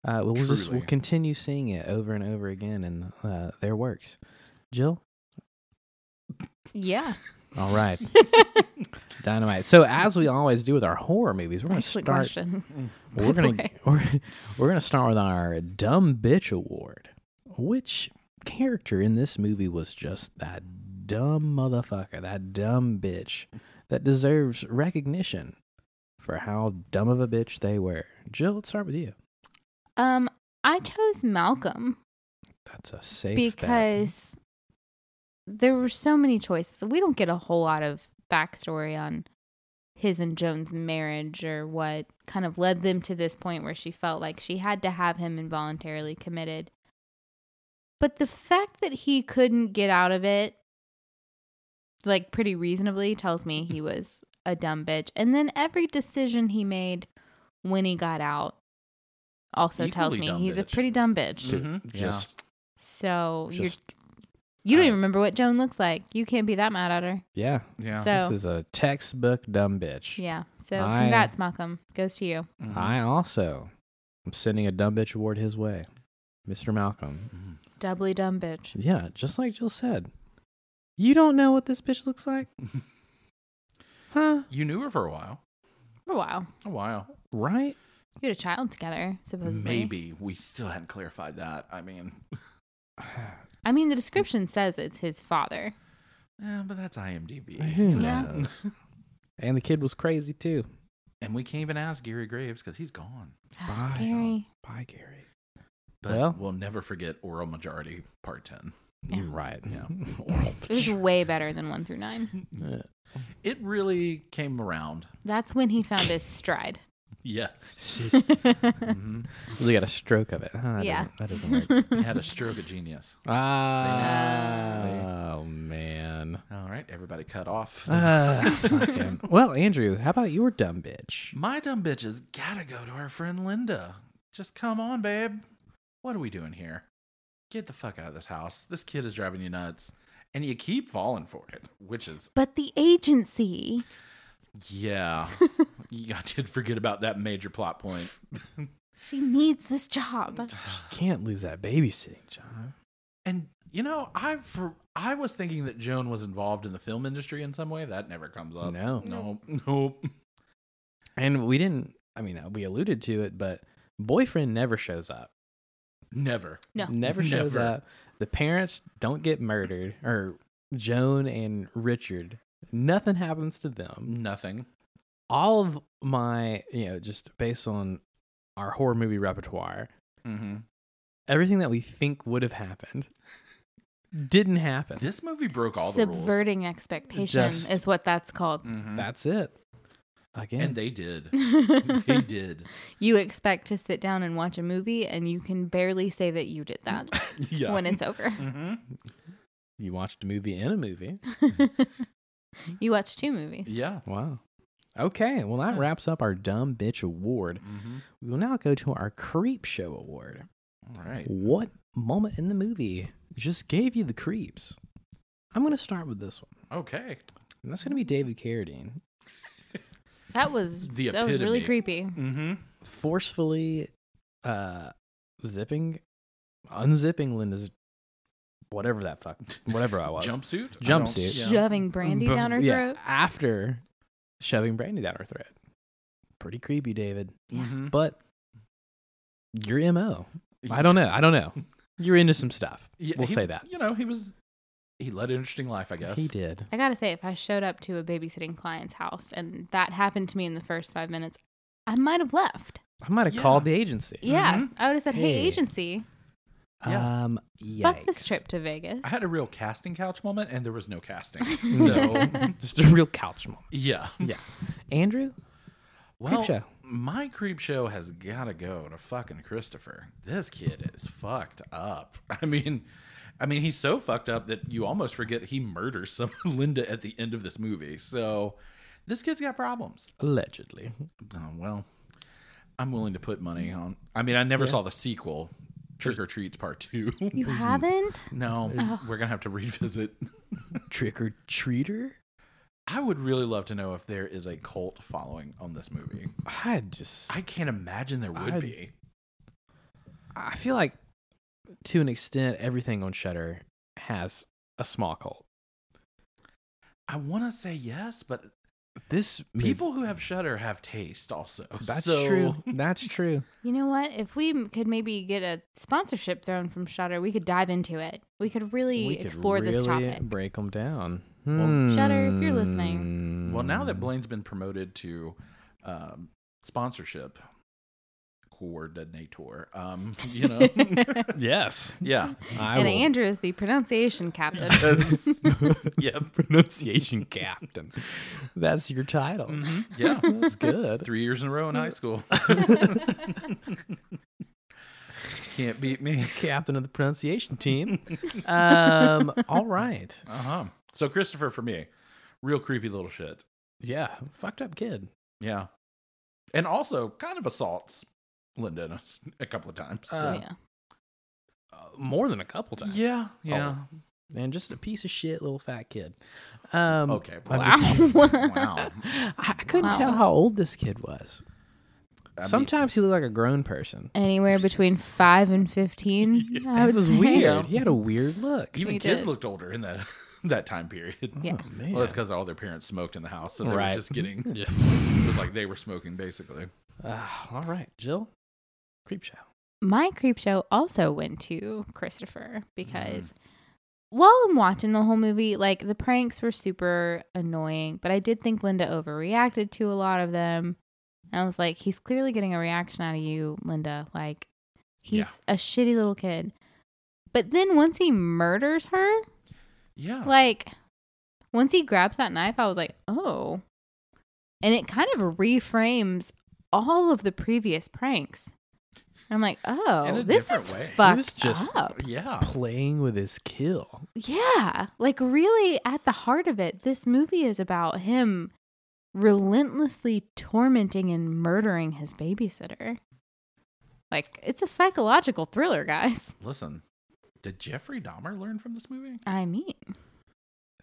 Speaker 1: Uh, we'll, just, we'll
Speaker 2: Truly.
Speaker 1: continue seeing it over and over again in uh, their works. Jill?
Speaker 3: Yeah.
Speaker 1: All right. Dynamite. So, as we always do with our horror movies, we're going to
Speaker 3: Excellent
Speaker 1: start.
Speaker 3: question.
Speaker 1: We're going to
Speaker 3: way.
Speaker 1: we're, [LAUGHS] we're going to start with our Dumb Bitch Award. Which character in this movie was just that dumb motherfucker, that dumb bitch that deserves recognition for how dumb of a bitch they were? Jill, let's start with you.
Speaker 3: Um, I chose Malcolm
Speaker 1: That's a safe bet.
Speaker 3: because there were so many choices. We don't get a whole lot of backstory on his and Joan's marriage or what kind of led them to this point where she felt like she had to have him involuntarily committed. But the fact that he couldn't get out of it, like pretty reasonably, tells me he was a dumb bitch. And then every decision he made when he got out also tells
Speaker 2: Equally
Speaker 3: me
Speaker 2: dumb
Speaker 3: he's a
Speaker 2: bitch.
Speaker 3: pretty dumb bitch.
Speaker 1: Mhm.
Speaker 2: Just
Speaker 3: So you're
Speaker 1: Just
Speaker 3: you don't
Speaker 1: I-
Speaker 3: even remember what Joan looks like. You can't be that mad at her.
Speaker 1: yeah.
Speaker 2: yeah.
Speaker 3: So
Speaker 1: This is a textbook dumb bitch.
Speaker 3: yeah. So
Speaker 1: I-
Speaker 3: congrats, Malcolm. Goes to you.
Speaker 2: Mhm.
Speaker 1: I also am sending a dumb bitch award his way. Mr. Malcolm.
Speaker 2: Mm-hmm.
Speaker 3: Doubly dumb bitch.
Speaker 1: Yeah, just like Jill said. You don't know what this bitch looks like? huh?
Speaker 2: You knew her for a while.
Speaker 3: For a while.
Speaker 2: A while.
Speaker 1: Right?
Speaker 3: You had a child together, supposedly.
Speaker 2: Maybe we still hadn't clarified that. I mean,
Speaker 3: I mean the description says it's his father.
Speaker 2: eh, but that's IMDb.
Speaker 1: Who
Speaker 3: Yeah.
Speaker 1: knows? and the kid was crazy too.
Speaker 2: And we can't even ask Gary Graves because he's gone.
Speaker 1: Bye.
Speaker 3: Gary.
Speaker 1: Bye, Gary.
Speaker 2: But
Speaker 1: Well-
Speaker 2: we'll never forget Oral Majority Part 10.
Speaker 3: Yeah.
Speaker 1: Mm, Right. [LAUGHS]
Speaker 2: Yeah.
Speaker 3: It was way better than one through nine.
Speaker 1: Uh,
Speaker 2: It really came around.
Speaker 3: That's when he found his stride.
Speaker 2: Yes.
Speaker 1: she's
Speaker 3: [LAUGHS]
Speaker 2: Mhm.
Speaker 1: really got a stroke of it. Huh? That
Speaker 3: Yeah.
Speaker 1: Doesn't, that doesn't
Speaker 3: [LAUGHS]
Speaker 1: work.
Speaker 2: He had a stroke of genius.
Speaker 1: Ah.
Speaker 2: See?
Speaker 1: oh, man.
Speaker 2: All right, everybody cut off.
Speaker 1: [LAUGHS] Ah, fucking. [LAUGHS] Well, Andrew, how about your dumb
Speaker 2: [SIGHS]
Speaker 1: bitch?
Speaker 2: [LAUGHS] My dumb bitches gotta go to our friend Linda. Just come on, babe. What are we doing here? Get the fuck out of this house. This kid is driving you nuts. And you keep falling for it, which is,
Speaker 3: But the agency.
Speaker 2: yeah. Yeah, I did forget about that major plot point.
Speaker 3: She needs this job.
Speaker 1: Can't lose that babysitting job.
Speaker 2: And you know, I for I was thinking that Joan was involved in the film industry in some way. That never comes up.
Speaker 1: No.
Speaker 2: no, nope.
Speaker 1: uh, And we didn't, I mean, we alluded to it, but boyfriend never shows up.
Speaker 2: Never.
Speaker 3: No.
Speaker 2: [LAUGHS]
Speaker 1: Never shows
Speaker 2: Never.
Speaker 1: up. The parents don't get murdered, or Joan and Richard. Nothing happens to them.
Speaker 2: Nothing.
Speaker 1: All of my, you know, just based on our horror movie repertoire,
Speaker 2: Mm-hmm.
Speaker 1: everything that we think would have happened didn't happen.
Speaker 2: This movie broke all the rules.
Speaker 3: Subverting expectation
Speaker 1: Just-
Speaker 3: is what
Speaker 2: [LAUGHS]
Speaker 3: that's called.
Speaker 2: Mhm.
Speaker 1: That's it. Again,
Speaker 2: And they did.
Speaker 1: [LAUGHS]
Speaker 2: they did.
Speaker 3: you expect to sit down and watch a movie, and you can barely say that you did that
Speaker 2: [LAUGHS] Yeah.
Speaker 3: when it's
Speaker 2: [LAUGHS]
Speaker 3: over.
Speaker 2: hmm
Speaker 1: you watched a movie in a movie.
Speaker 3: you watch two movies.
Speaker 2: Yeah.
Speaker 1: Wow. Okay, well that wraps up our dumb bitch award.
Speaker 2: Mm-hmm.
Speaker 1: We will now go to our creep show award.
Speaker 2: All right.
Speaker 1: What moment in the movie just gave you the creeps? I'm going to start with this one,
Speaker 2: Okay.
Speaker 1: and that's going to be David Carradine
Speaker 3: That was
Speaker 2: The
Speaker 3: that was really
Speaker 2: epitome.
Speaker 3: creepy.
Speaker 2: Mm-hmm.
Speaker 1: forcefully uh zipping, unzipping Linda's whatever that fuck, whatever I was
Speaker 2: Jumpsuit. I don't-
Speaker 1: Jumpsuit.
Speaker 2: yeah.
Speaker 3: Shoving brandy
Speaker 1: Bef-
Speaker 3: down
Speaker 1: [LAUGHS]
Speaker 3: her
Speaker 1: yeah,
Speaker 3: throat.
Speaker 1: after shoving brandy down her throat. Pretty creepy, David.
Speaker 2: [LAUGHS] Mhm.
Speaker 1: But your mo. I
Speaker 2: [LAUGHS]
Speaker 1: don't know. I don't know. You're into some stuff.
Speaker 2: Mm-hmm. Yeah,
Speaker 1: we'll
Speaker 2: he-
Speaker 1: say that.
Speaker 2: You know, he was. He led an interesting life, I guess.
Speaker 1: He did.
Speaker 3: I gotta say, if I showed up to a babysitting client's house and that happened to me in the first five minutes, I might have left.
Speaker 1: I might have
Speaker 2: Yeah.
Speaker 1: called the agency.
Speaker 3: Yeah,
Speaker 2: Mhm.
Speaker 3: I would have said, "Hey,
Speaker 1: Hey.
Speaker 3: agency,
Speaker 2: Yeah.
Speaker 1: Um,
Speaker 3: fuck this
Speaker 1: yikes. [LAUGHS]
Speaker 3: trip to Vegas."
Speaker 2: I had a real casting couch moment, and there was
Speaker 1: [LAUGHS]
Speaker 2: no casting. So
Speaker 1: Just a real couch moment.
Speaker 2: yeah.
Speaker 1: Yeah. Andrew,
Speaker 2: Well,
Speaker 1: Creepshow.
Speaker 2: my creep show has got to go to fucking Christopher. This kid is fucked up. [LAUGHS] I mean, I mean, he's so fucked up that you almost forget he murders some [LAUGHS] Linda at the end of this movie. So this kid's got problems.
Speaker 1: allegedly.
Speaker 2: Oh, well, I'm willing to put money on. I mean, I never saw the sequel, Trick or Treats Part Two.
Speaker 3: you haven't?
Speaker 2: [LAUGHS] no, we're gonna have to revisit.
Speaker 1: Trick or treater?
Speaker 2: I would really love to know if there is a cult following on this movie.
Speaker 1: I just
Speaker 2: I can't imagine there would
Speaker 1: I-
Speaker 2: be.
Speaker 1: I feel like to an extent everything on Shutter has a small cult.
Speaker 2: I want to say yes, but
Speaker 1: This mov-
Speaker 2: people who have Shutter have taste also.
Speaker 1: [LAUGHS] That's
Speaker 2: So-
Speaker 1: true. That's true.
Speaker 3: You know what? If we m- could maybe get a sponsorship thrown from Shutter, we could dive into it. We could [LAUGHS] really
Speaker 1: we could
Speaker 3: explore
Speaker 1: really
Speaker 3: this topic.
Speaker 1: break them down.
Speaker 2: Well-
Speaker 3: Shudder, if you're listening.
Speaker 2: Well, now that
Speaker 1: Hmm.
Speaker 2: Blaine's been promoted to um, sponsorship coordinator, um, you
Speaker 1: [LAUGHS]
Speaker 2: know,
Speaker 1: [LAUGHS] yes,
Speaker 2: yeah,
Speaker 1: I
Speaker 3: and
Speaker 1: will.
Speaker 3: Andrew is the pronunciation captain.
Speaker 2: [LAUGHS]
Speaker 1: [LAUGHS]
Speaker 2: yep,
Speaker 1: pronunciation captain. That's your title.
Speaker 2: yeah,
Speaker 1: That's good.
Speaker 2: three years in a row in
Speaker 1: [LAUGHS]
Speaker 2: high school. [LAUGHS] Can't beat me.
Speaker 1: captain of the pronunciation team. Um, [LAUGHS] all right.
Speaker 2: Uh huh. So Christopher for me, real creepy little shit.
Speaker 1: Yeah, fucked up kid.
Speaker 2: Yeah, and also kind of assaults Linda in a, s- a couple of times.
Speaker 1: Uh,
Speaker 3: yeah.
Speaker 1: Uh, more than a couple times.
Speaker 2: yeah, yeah.
Speaker 1: And just a piece of shit little fat kid. Um,
Speaker 2: Okay.
Speaker 1: I'm
Speaker 2: Wow.
Speaker 1: just-
Speaker 2: [LAUGHS] wow.
Speaker 1: I, I couldn't
Speaker 3: Wow.
Speaker 1: tell how old this kid was.
Speaker 2: I mean,
Speaker 1: Sometimes he looked like a grown person.
Speaker 3: Anywhere between five and fifteen.
Speaker 1: [LAUGHS]
Speaker 3: I
Speaker 1: It
Speaker 3: would
Speaker 1: was
Speaker 3: say.
Speaker 1: weird. He had a weird look.
Speaker 2: even
Speaker 3: he
Speaker 2: kids
Speaker 3: did.
Speaker 2: looked older in that [LAUGHS] that time period.
Speaker 3: Yeah.
Speaker 1: Oh, man.
Speaker 2: Well, that's because all their parents smoked in the house, and they
Speaker 1: Right.
Speaker 2: were
Speaker 1: [LAUGHS]
Speaker 2: just getting
Speaker 1: Yeah.
Speaker 2: it was like they were smoking basically.
Speaker 1: Uh, all right, Jill. Creep show.
Speaker 3: my creep show also went to Christopher because while I'm watching the whole movie, like the pranks were super annoying, but I did think Linda overreacted to a lot of them. And I was like, he's clearly getting a reaction out of you, Linda. Like, he's
Speaker 2: Yeah.
Speaker 3: a shitty little kid. But then once he murders her,
Speaker 2: Yeah,
Speaker 3: like once he grabs that knife i was like oh and it kind of reframes all of the previous pranks i'm like
Speaker 2: In
Speaker 3: oh
Speaker 2: a
Speaker 3: this
Speaker 2: different
Speaker 3: is
Speaker 2: way. He
Speaker 3: fucked
Speaker 1: was just-
Speaker 3: up
Speaker 2: yeah.
Speaker 1: Playing with his kill.
Speaker 3: yeah like really at the heart of it this movie is about him relentlessly tormenting and murdering his babysitter like it's a psychological thriller guys
Speaker 2: Listen, did Jeffrey Dahmer learn from this movie?
Speaker 3: i mean [LAUGHS]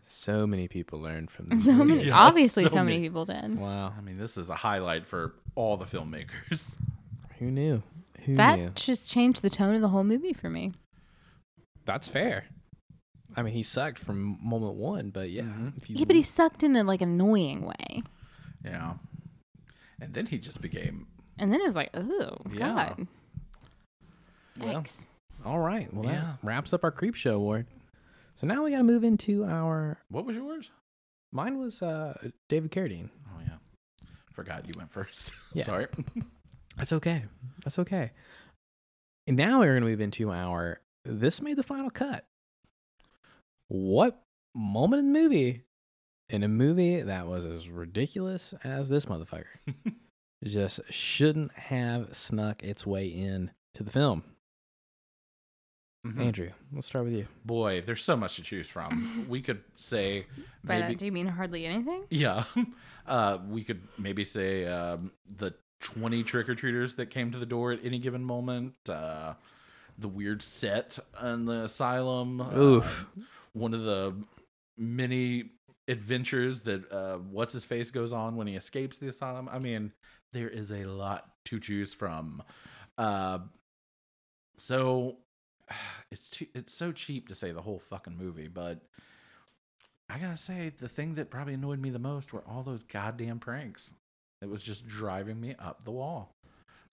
Speaker 1: So many people learned from this.
Speaker 3: so
Speaker 1: movie.
Speaker 3: many
Speaker 2: [LAUGHS] Yeah,
Speaker 3: obviously so,
Speaker 2: so
Speaker 3: many
Speaker 2: many.
Speaker 3: people did
Speaker 1: Wow.
Speaker 2: I mean, this is a highlight for all the filmmakers. [LAUGHS]
Speaker 1: Who knew? Who knew?
Speaker 3: That just changed the tone of the whole movie for me.
Speaker 1: That's fair. I mean, he sucked from moment one, but yeah. If you
Speaker 3: Yeah, but he sucked in a like annoying way.
Speaker 2: Yeah, and then he just became
Speaker 3: And then it was like, oh
Speaker 2: Yeah.
Speaker 3: god.
Speaker 1: Well.
Speaker 3: Yikes.
Speaker 1: All right. Well,
Speaker 2: Yeah.
Speaker 1: that wraps up our creep show award. So now we got to move into our.
Speaker 2: What was yours?
Speaker 1: Mine was uh, David Carradine.
Speaker 2: Oh yeah, forgot you went first. [LAUGHS]
Speaker 1: Yeah.
Speaker 2: Sorry.
Speaker 1: That's okay. That's okay. And now we're going to move into our. This made the final cut. What moment in the movie? In a movie that was as ridiculous as this [LAUGHS] motherfucker, just shouldn't have snuck its way in to the film.
Speaker 2: Mhm.
Speaker 1: Andrew, let's start with you.
Speaker 2: Boy, there's so much to choose from. We could say
Speaker 3: By
Speaker 2: maybe
Speaker 3: that, do you mean hardly anything?
Speaker 2: Yeah. [LAUGHS] Uh, we could maybe say um, the 20 trick or treaters that came to the door at any given moment, uh, the weird set in the asylum, uh,
Speaker 1: Oof.
Speaker 2: one of the many adventures that uh, what's his face goes on when he escapes the asylum. I mean, there is a lot to choose from. Uh, so [SIGHS] it's too, it's so cheap to say the whole fucking movie, but I gotta say the thing that probably annoyed me the most were all those goddamn pranks. It was just driving me up the wall.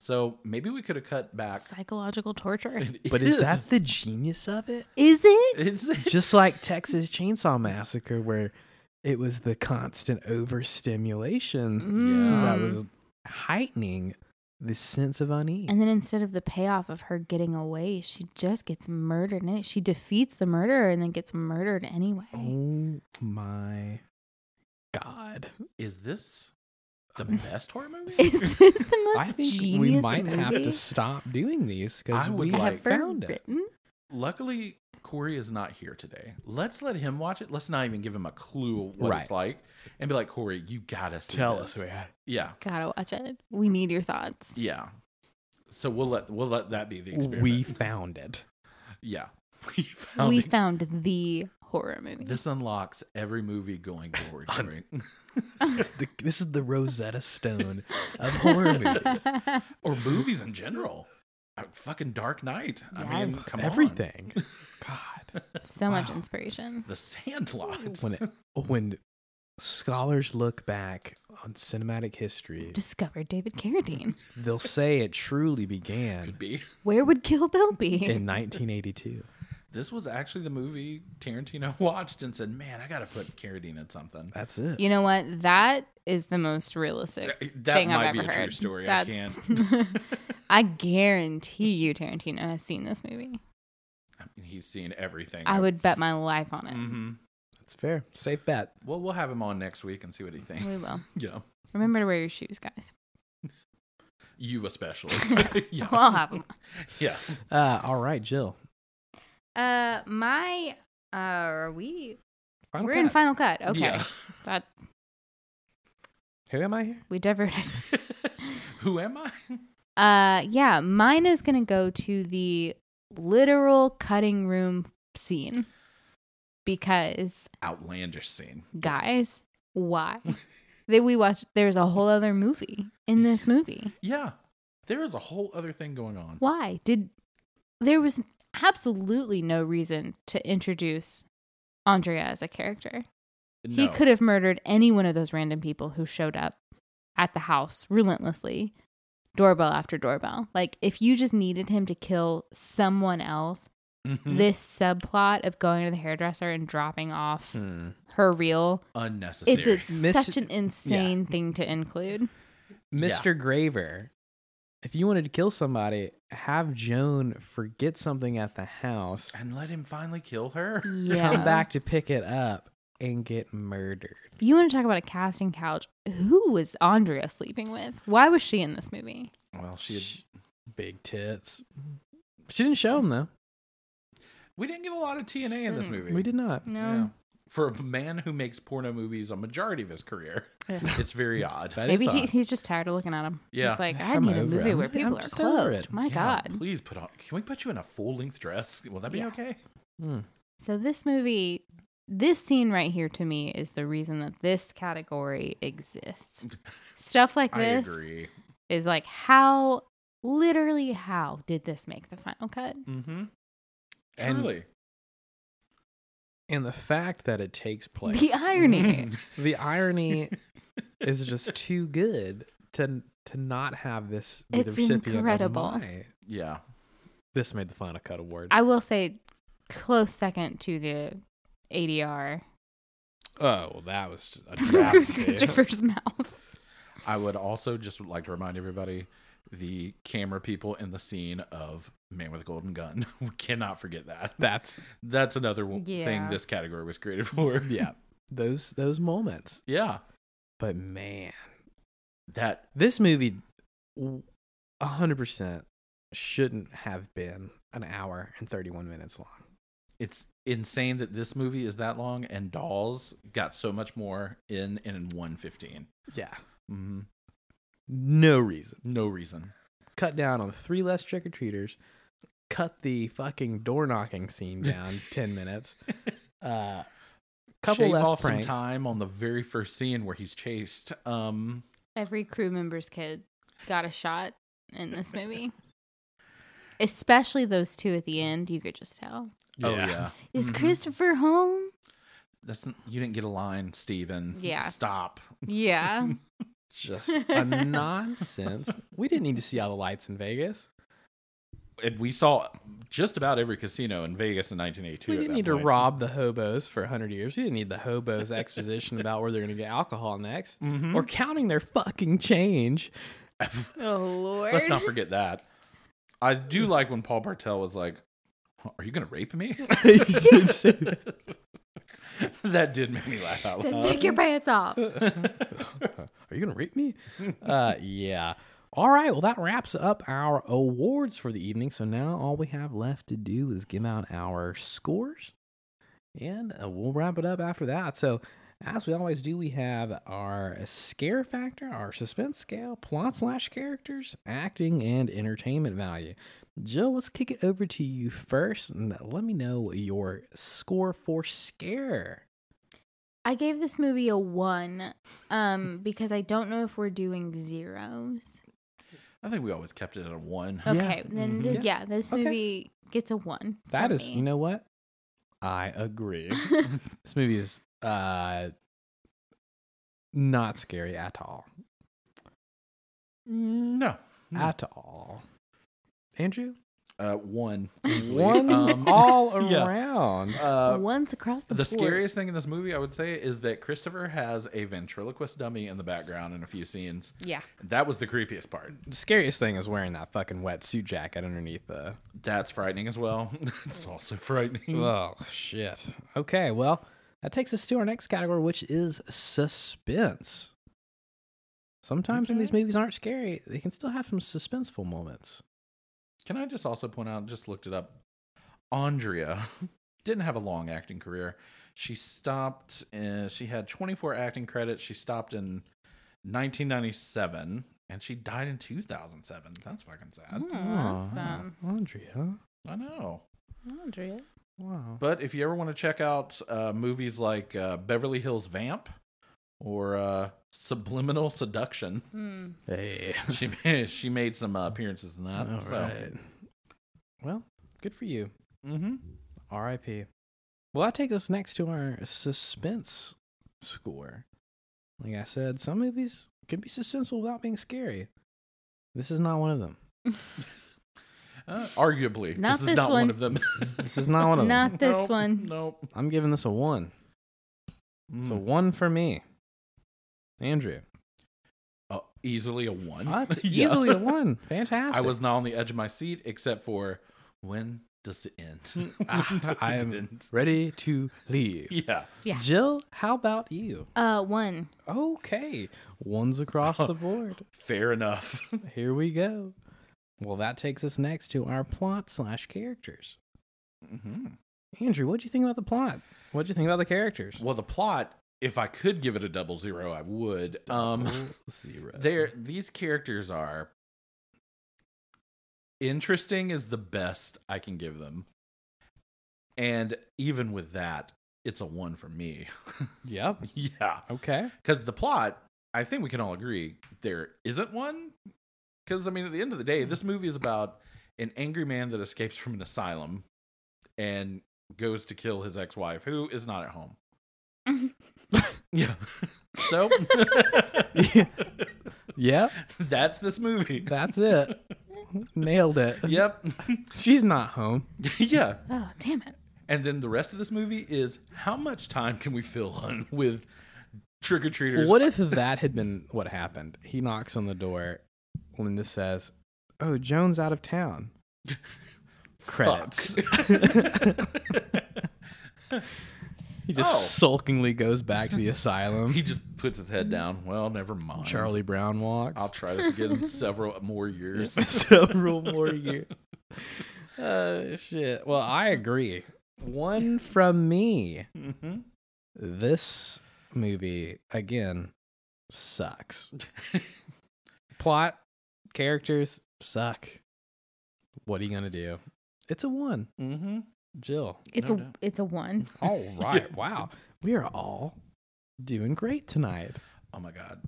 Speaker 2: So maybe we could have cut back.
Speaker 1: [LAUGHS]
Speaker 3: Psychological torture.
Speaker 2: It
Speaker 1: But is that the genius of it?
Speaker 3: Is it?
Speaker 2: [LAUGHS] It's
Speaker 1: Just like Texas Chainsaw Massacre, where it was the constant overstimulation that
Speaker 2: Mm.
Speaker 1: was heightening the sense of unease.
Speaker 3: And then instead of the payoff of her getting away, she just gets murdered in it. She defeats the murderer and then gets murdered anyway.
Speaker 1: oh my god!
Speaker 2: Is this the
Speaker 3: [LAUGHS]
Speaker 2: best horror movie?
Speaker 3: [LAUGHS]
Speaker 1: [LAUGHS]
Speaker 3: Is this the most
Speaker 1: I think
Speaker 3: genius
Speaker 1: we might
Speaker 3: movie?
Speaker 1: have to stop doing these because
Speaker 2: I would
Speaker 1: we
Speaker 2: like-
Speaker 1: have
Speaker 2: Ever
Speaker 1: found it.
Speaker 3: written?
Speaker 2: Luckily, Corey is not here today. Let's let him watch it. Let's not even give him a clue of what
Speaker 1: Right.
Speaker 2: it's like, and be like, Corey, you gotta see
Speaker 1: Tell
Speaker 2: this."
Speaker 1: us, man.
Speaker 2: Yeah,
Speaker 3: Gotta watch it. We need your thoughts.
Speaker 2: yeah. So we'll let we'll let that be the experiment.
Speaker 1: We found
Speaker 2: [LAUGHS]
Speaker 1: it.
Speaker 2: yeah, we
Speaker 1: Oh,
Speaker 2: found
Speaker 3: we
Speaker 2: it.
Speaker 3: found the horror movie.
Speaker 2: This unlocks every movie going forward. Corey. [LAUGHS]
Speaker 3: [LAUGHS]
Speaker 1: This is the, this is the Rosetta Stone of horror movies.
Speaker 2: or movies in general. Uh, fucking Dark Knight. I mean,
Speaker 3: Yes.
Speaker 2: come on.
Speaker 1: Everything. God.
Speaker 3: [LAUGHS] so much
Speaker 1: Wow.
Speaker 3: inspiration.
Speaker 2: The Sandlot.
Speaker 1: when it, when scholars look back on cinematic history,
Speaker 3: Discovered David Carradine.
Speaker 1: they'll say it truly began
Speaker 2: Could be.
Speaker 3: Where would Kill Bill be?
Speaker 1: in 1982.
Speaker 2: This was actually the movie Tarantino [LAUGHS] watched and said, "Man, I gotta put Carradine in something."
Speaker 1: That's it.
Speaker 3: you know what? That is the most realistic
Speaker 2: That, that
Speaker 3: thing
Speaker 2: might
Speaker 3: I've
Speaker 2: be a
Speaker 3: ever
Speaker 2: true
Speaker 3: heard.
Speaker 2: story. I can't. [LAUGHS]
Speaker 3: [LAUGHS] I guarantee you Tarantino has seen this movie.
Speaker 2: I mean, he's seen everything.
Speaker 3: I would bet my life on it.
Speaker 2: hmm
Speaker 1: That's fair. Safe bet.
Speaker 2: Well, we'll have him on next week and see what he thinks. [LAUGHS]
Speaker 3: We will.
Speaker 2: Yeah,
Speaker 3: Remember to wear your shoes, guys.
Speaker 2: you especially. [LAUGHS] yeah,
Speaker 3: [LAUGHS] We'll have them.
Speaker 2: yeah.
Speaker 1: Uh, all right, Jill.
Speaker 3: Uh, my, uh, are we?
Speaker 1: Final
Speaker 3: We're in
Speaker 1: cut.
Speaker 3: Final Cut. Okay.
Speaker 2: Yeah.
Speaker 3: That,
Speaker 1: Who am I here?
Speaker 3: we diverted.
Speaker 2: [LAUGHS] Who am I?
Speaker 3: Uh, yeah, mine is gonna go to the literal cutting room scene because
Speaker 2: Outlandish scene.
Speaker 3: guys, why? that we watched. There's a whole other movie in this movie.
Speaker 2: Yeah, there is a whole other thing going on.
Speaker 3: Why did there was absolutely no reason to introduce Andrea as a character. He
Speaker 2: No.
Speaker 3: could have murdered any one of those random people who showed up at the house relentlessly, doorbell after doorbell. Like, if you just needed him to kill someone else,
Speaker 2: Mhm.
Speaker 3: this subplot of going to the hairdresser and dropping off
Speaker 1: Hmm.
Speaker 3: her reel,
Speaker 2: unnecessary.
Speaker 3: it's, it's
Speaker 1: Miss-
Speaker 3: such an insane thing to include.
Speaker 1: Mr. Graver. If you wanted to kill somebody, have Joan forget something at the house,
Speaker 2: and let him finally kill her.
Speaker 3: Yeah.
Speaker 1: come back to pick it up, and get murdered.
Speaker 3: You want to talk about a casting couch? Who was Andrea sleeping with? Why was she in this movie?
Speaker 2: Well, she. Had,
Speaker 1: Big tits. She didn't show him though.
Speaker 2: we didn't get a lot of TNA in this
Speaker 3: Mm.
Speaker 2: movie.
Speaker 1: We did not.
Speaker 2: Yeah. For a man who makes porno movies a majority of his [LAUGHS] career,
Speaker 3: Yeah.
Speaker 2: it's very odd.
Speaker 1: That is
Speaker 3: Maybe he,
Speaker 1: odd.
Speaker 3: he's just tired of looking at him.
Speaker 2: Yeah.
Speaker 3: He's like, I
Speaker 1: I'm
Speaker 3: need a
Speaker 1: over it.
Speaker 3: movie
Speaker 1: I'm-
Speaker 3: where people
Speaker 1: I'm
Speaker 3: are
Speaker 1: just over
Speaker 3: clothed.
Speaker 1: it.
Speaker 3: My
Speaker 2: Yeah,
Speaker 3: God.
Speaker 2: Please put on. Can we put you in a full length dress? Will that be
Speaker 3: Yeah.
Speaker 2: okay?
Speaker 1: Hmm.
Speaker 3: So this movie, this scene right here to me is the reason that this category exists. Stuff like
Speaker 2: I
Speaker 3: this
Speaker 2: agree.
Speaker 3: is like how literally how did this make the final cut?
Speaker 2: Mm-hmm.
Speaker 1: And-
Speaker 2: Truly.
Speaker 1: and the fact that it takes place
Speaker 3: The
Speaker 2: [LAUGHS]
Speaker 3: irony.
Speaker 2: Mm-hmm.
Speaker 1: the irony is just too good to to not have this be the
Speaker 3: It's
Speaker 1: recipient
Speaker 3: incredible.
Speaker 1: of my
Speaker 2: yeah.
Speaker 1: This made the final cut award.
Speaker 3: I will say close second to the ADR.
Speaker 1: oh, well, that was just
Speaker 3: [LAUGHS]
Speaker 1: a travesty.
Speaker 3: Christopher's mouth.
Speaker 2: I would also just like to remind everybody the camera people in the scene of Man with a Golden Gun. [LAUGHS] We cannot forget that.
Speaker 1: That's
Speaker 2: That's another w- thing
Speaker 3: Yeah.
Speaker 2: this category was created [LAUGHS] for.
Speaker 1: yeah. [LAUGHS] Those those moments.
Speaker 2: Yeah.
Speaker 1: But man,
Speaker 2: That
Speaker 1: this movie 100% shouldn't have been an hour and 31 minutes long.
Speaker 2: it's insane that this movie is that long and Dolls got so much more in and in 115.
Speaker 1: Yeah.
Speaker 2: hmm
Speaker 1: No reason.
Speaker 2: No reason.
Speaker 1: Cut down on three less trick or treaters. Cut the fucking door knocking scene down 10 minutes. Uh, couple
Speaker 2: Shave
Speaker 1: less
Speaker 2: off
Speaker 1: pranks.
Speaker 2: some time on the very first scene where he's chased. Um,
Speaker 3: Every crew member's kid got a shot in this movie. Especially those two at
Speaker 2: Mm.
Speaker 3: the end, you could just tell.
Speaker 2: Oh [LAUGHS] yeah,
Speaker 3: Is
Speaker 2: Mhm.
Speaker 3: Christopher home?
Speaker 2: that's you didn't get a line, Steven.
Speaker 3: Yeah.
Speaker 2: stop.
Speaker 3: Yeah. [LAUGHS]
Speaker 2: [LAUGHS]
Speaker 1: Just a nonsense. We didn't need to see all the lights in Vegas.
Speaker 2: And we saw just about every casino in Vegas in 1982.
Speaker 1: We
Speaker 2: at
Speaker 1: didn't
Speaker 2: that
Speaker 1: need to
Speaker 2: point.
Speaker 1: rob the hobos for 100 years. We didn't need the hobos' exposition about where they're going to get alcohol next
Speaker 2: Mhm.
Speaker 1: or counting their fucking
Speaker 2: [LAUGHS]
Speaker 1: change. [LAUGHS]
Speaker 3: oh Lord.
Speaker 2: Let's [LAUGHS] not forget that. I do like when Paul Bartel was like, "Are you gonna rape me?" [LAUGHS]
Speaker 1: you did say that.
Speaker 2: that did make me laugh out
Speaker 3: Said,
Speaker 2: loud.
Speaker 3: Take your pants off.
Speaker 1: Are you going to rape me? [LAUGHS] uh, yeah. All right. Well, that wraps up our awards for the evening. So now all we have left to do is give out our scores, and uh, we'll wrap it up after that. So, as we always do, we have our scare factor, our suspense scale, plot slash characters, acting, and entertainment value. Jill, let's kick it over to you first, and let me know your score for scare.
Speaker 3: I gave this movie a one, um, because I don't know if we're doing zeros.
Speaker 2: I think we always kept it at a one.
Speaker 1: Yeah.
Speaker 3: Okay, then
Speaker 2: Mhm.
Speaker 3: th- Mm-hmm. yeah, this
Speaker 1: Okay.
Speaker 3: movie gets a one.
Speaker 1: That
Speaker 3: for
Speaker 1: is, you
Speaker 3: me.
Speaker 1: know what? I agree. [LAUGHS]
Speaker 3: [LAUGHS]
Speaker 1: this movie is uh not scary at all.
Speaker 2: Mm, No,
Speaker 1: At all. Andrew?
Speaker 2: uh, one. easily.
Speaker 1: One
Speaker 2: [LAUGHS]
Speaker 1: [LAUGHS]
Speaker 2: Um,
Speaker 1: all
Speaker 2: yeah.
Speaker 1: around.
Speaker 2: uh,
Speaker 3: [LAUGHS] Once across the,
Speaker 2: The
Speaker 3: board.
Speaker 2: scariest thing in this movie, I would say, is that Christopher has a ventriloquist dummy in the background in a few scenes.
Speaker 3: Yeah.
Speaker 2: That was the creepiest part.
Speaker 1: The scariest thing is wearing that fucking wetsuit jacket underneath the
Speaker 2: That's frightening as well. [LAUGHS] it's also frightening.
Speaker 1: Oh shit. Okay, well, that takes us to our next category, which is suspense. Sometimes when these
Speaker 2: Okay.
Speaker 1: movies aren't scary, they can still have some suspenseful moments.
Speaker 2: Can I just also point out? Just looked it up. Andrea [LAUGHS] didn't have a long acting career. She stopped. Uh, she had 24 acting credits. She stopped in 1997, and she died in 2007. That's fucking sad.
Speaker 3: Oh,
Speaker 1: Aw,
Speaker 3: awesome.
Speaker 1: Andrea.
Speaker 2: I know.
Speaker 3: Andrea.
Speaker 1: Wow.
Speaker 2: But if you ever want to check out uh, movies like uh, Beverly Hills Vamp or uh, Subliminal Seduction, [LAUGHS]
Speaker 3: Hmm.
Speaker 1: Hey.
Speaker 2: she made, she made some uh, appearances in that.
Speaker 1: All
Speaker 2: so,
Speaker 1: right. Well, good for you.
Speaker 2: mm-hmm.
Speaker 1: R.I.P. Well, that takes us next to our suspense score. Like I said, some movies can be suspenseful without being scary. This is not one of them.
Speaker 2: uh, arguably,
Speaker 3: Not
Speaker 2: this is
Speaker 3: this
Speaker 2: not one.
Speaker 3: one.
Speaker 2: of them.
Speaker 1: This is not one of them.
Speaker 3: Not
Speaker 2: [LAUGHS]
Speaker 3: this
Speaker 2: Nope,
Speaker 3: one.
Speaker 2: Nope.
Speaker 1: I'm giving this a one. It's a
Speaker 2: Mm.
Speaker 1: one for me. Andrew.
Speaker 2: Uh, easily a one. [LAUGHS]
Speaker 1: That's
Speaker 2: Yeah.
Speaker 1: Easily a one. Fantastic.
Speaker 2: I
Speaker 1: [LAUGHS]
Speaker 2: was [LAUGHS] not on the edge of my seat except for when does it end? [LAUGHS] When does
Speaker 1: I
Speaker 2: it
Speaker 1: am
Speaker 2: end?
Speaker 1: ready to leave.
Speaker 2: [LAUGHS] Yeah.
Speaker 3: Yeah.
Speaker 1: Jill, how about you?
Speaker 3: Uh, one.
Speaker 1: Okay. One's
Speaker 2: [LAUGHS]
Speaker 1: across the board.
Speaker 2: Fair enough. [LAUGHS]
Speaker 1: Here we go. Well, that takes us next to our plot slash characters.
Speaker 2: mm-hmm.
Speaker 1: Andrew, what'd you think about the plot? What'd you think about the characters?
Speaker 2: Well, the plot, if I could give it a double zero, I would. [LAUGHS] Um
Speaker 1: [LAUGHS] zero.
Speaker 2: there these characters are interesting is the best I can give them. And even with that, it's a one for me. [LAUGHS]
Speaker 1: Yep.
Speaker 2: yeah. [LAUGHS]
Speaker 1: Okay. [LAUGHS]
Speaker 2: Because the plot, I think we can all agree, there isn't one. Because, I mean, at the end of the day, this movie is about an angry man that escapes from an asylum and goes to kill his ex wife, who is not at home.
Speaker 1: [LAUGHS]
Speaker 2: yeah. So
Speaker 1: yep.
Speaker 2: that's this movie.
Speaker 1: That's it. Nailed it.
Speaker 2: Yep. [LAUGHS]
Speaker 1: She's not home.
Speaker 2: yeah.
Speaker 3: Oh, damn it.
Speaker 2: And then the rest of this movie is how much time can we fill on with trick or treaters?
Speaker 1: What if that had been what happened? He knocks on the door. Linda says, "Oh, Joan's out of
Speaker 2: [LAUGHS]
Speaker 1: town." Credits. He just
Speaker 2: Oh.
Speaker 1: sulkingly goes back to the asylum.
Speaker 2: [LAUGHS] [LAUGHS] he just puts his head down. Well, never mind.
Speaker 1: Charlie Brown walks.
Speaker 2: I'll try this again in several
Speaker 1: [LAUGHS]
Speaker 2: more years.
Speaker 1: several more [LAUGHS] years. Uh, shit. Well, I agree. One from me.
Speaker 2: Mhm.
Speaker 1: This movie again [LAUGHS] sucks. Plot, characters suck. What are you gonna do? It's a one,
Speaker 2: Mm-hmm.
Speaker 1: [LAUGHS] Jill.
Speaker 3: It's
Speaker 2: No
Speaker 3: a
Speaker 2: doubt.
Speaker 3: it's a one.
Speaker 1: All right.
Speaker 2: Yeah.
Speaker 1: Wow. We are all doing great tonight.
Speaker 2: Oh my god,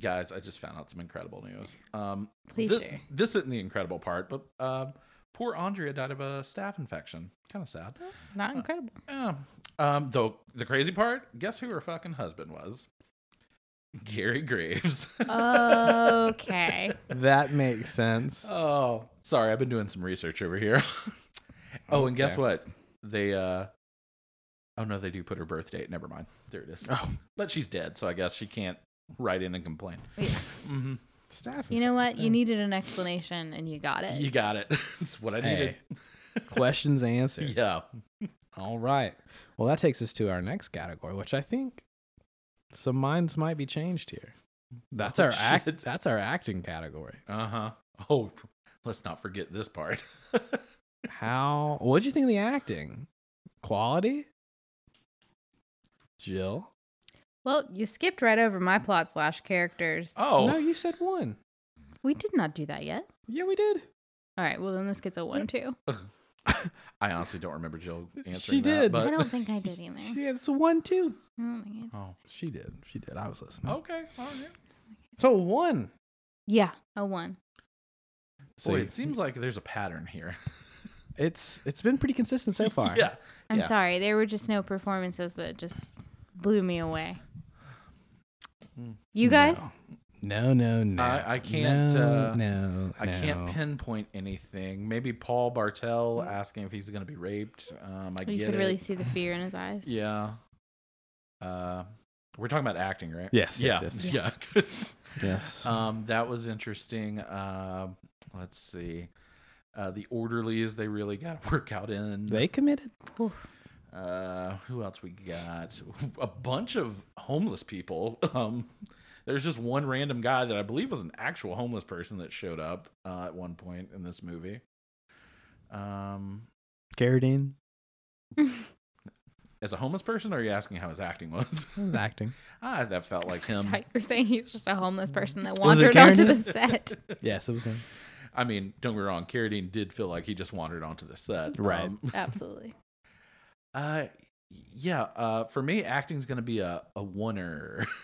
Speaker 2: guys! I just found out some incredible news. Um,
Speaker 3: Please
Speaker 2: thi-
Speaker 3: share.
Speaker 2: This isn't the incredible part, but um, poor Andrea died of a staph infection. Kind of sad.
Speaker 3: Not
Speaker 2: Uh, [LAUGHS]
Speaker 3: incredible.
Speaker 2: Yeah. Um, though the crazy part, guess who her fucking husband was? Gary
Speaker 3: [LAUGHS]
Speaker 2: Graves.
Speaker 3: Oh, Okay.
Speaker 1: That makes [LAUGHS] sense.
Speaker 2: oh, sorry, I've been doing some research over here. [LAUGHS] oh, and guess
Speaker 1: Okay.
Speaker 2: what? They uh Oh no, they do put her birth date. Never mind. There it is.
Speaker 1: Oh.
Speaker 2: But she's dead, so I guess she can't write in and complain. [LAUGHS]
Speaker 3: Yeah.
Speaker 2: hmm
Speaker 1: Staff.
Speaker 3: You know what? You
Speaker 1: infection.
Speaker 3: needed an explanation and you got it.
Speaker 2: You got it. [LAUGHS] That's what I needed.
Speaker 1: Hey. questions answered.
Speaker 2: Yeah.
Speaker 1: All right. Well, that takes us to our next category, which I think some minds might be changed here. That's
Speaker 2: Oh,
Speaker 1: our act.
Speaker 2: shit.
Speaker 1: That's our acting category.
Speaker 2: Uh-huh. Oh, let's not forget this part. [LAUGHS]
Speaker 1: How? What do you think of the acting? Quality? Jill?
Speaker 3: Well, you skipped right over my plot slash characters.
Speaker 2: Oh.
Speaker 1: no, you said one.
Speaker 3: We did not do that yet.
Speaker 1: Yeah, we did.
Speaker 3: All right. Well, then this gets a one too.
Speaker 2: I honestly don't remember Jill answering
Speaker 1: She
Speaker 2: that,
Speaker 1: did.
Speaker 2: but-
Speaker 3: I
Speaker 1: [LAUGHS]
Speaker 3: don't think I did either.
Speaker 1: Yeah, it's a one two.
Speaker 3: I don't think
Speaker 2: [LAUGHS]
Speaker 3: I-
Speaker 2: Oh.
Speaker 1: She did. She did. I was listening.
Speaker 2: Okay. All right.
Speaker 1: So one.
Speaker 3: Yeah, a one.
Speaker 1: So
Speaker 2: Boy,
Speaker 1: you-
Speaker 2: it seems like there's a pattern here.
Speaker 1: it's it's been pretty consistent so far.
Speaker 2: [LAUGHS] yeah.
Speaker 3: I'm
Speaker 2: Yeah.
Speaker 3: sorry. There were just no performances that just blew me away.
Speaker 1: Hmm.
Speaker 2: Mm.
Speaker 3: You guys?
Speaker 1: No, no, no.
Speaker 2: I- I can't,
Speaker 1: No,
Speaker 2: uh,
Speaker 1: no,
Speaker 2: I
Speaker 1: no.
Speaker 2: can't pinpoint anything. Maybe Paul Bartel asking if he's going to be raped. Um, I
Speaker 3: Oh, you
Speaker 2: get
Speaker 3: could
Speaker 2: it.
Speaker 3: really see the fear in his eyes.
Speaker 2: yeah. Uh, we're talking about acting, right?
Speaker 1: Yes,
Speaker 2: Yeah.
Speaker 1: yes, yes.
Speaker 2: [LAUGHS] Yeah.
Speaker 1: [LAUGHS] Yes.
Speaker 2: um, that was interesting. Uh, let's see. Uh, the orderlies they really got to [LAUGHS] work out in.
Speaker 1: they committed.
Speaker 3: Oof.
Speaker 2: Uh, who else we got? A bunch of homeless people. [LAUGHS] Um, there's just one random guy that I believe was an actual homeless person that showed up uh, at one point in this movie. Um,
Speaker 1: Carradine
Speaker 2: as a homeless person, or are you asking how his acting was? [LAUGHS]
Speaker 1: was acting.
Speaker 2: ah, that felt like
Speaker 3: [LAUGHS]
Speaker 2: him.
Speaker 3: Thought you were saying he was just a homeless person that
Speaker 1: Mm. Was it
Speaker 3: wandered onto the
Speaker 1: Karen? [LAUGHS]
Speaker 3: set.
Speaker 1: Yes, it was him.
Speaker 2: [LAUGHS] I mean, don't get me wrong. Carradine did feel like he just wandered onto the set.
Speaker 1: Right.
Speaker 2: Um,
Speaker 3: Absolutely.
Speaker 2: uh, yeah. Uh, for me, acting's gonna be a a oneer. [LAUGHS]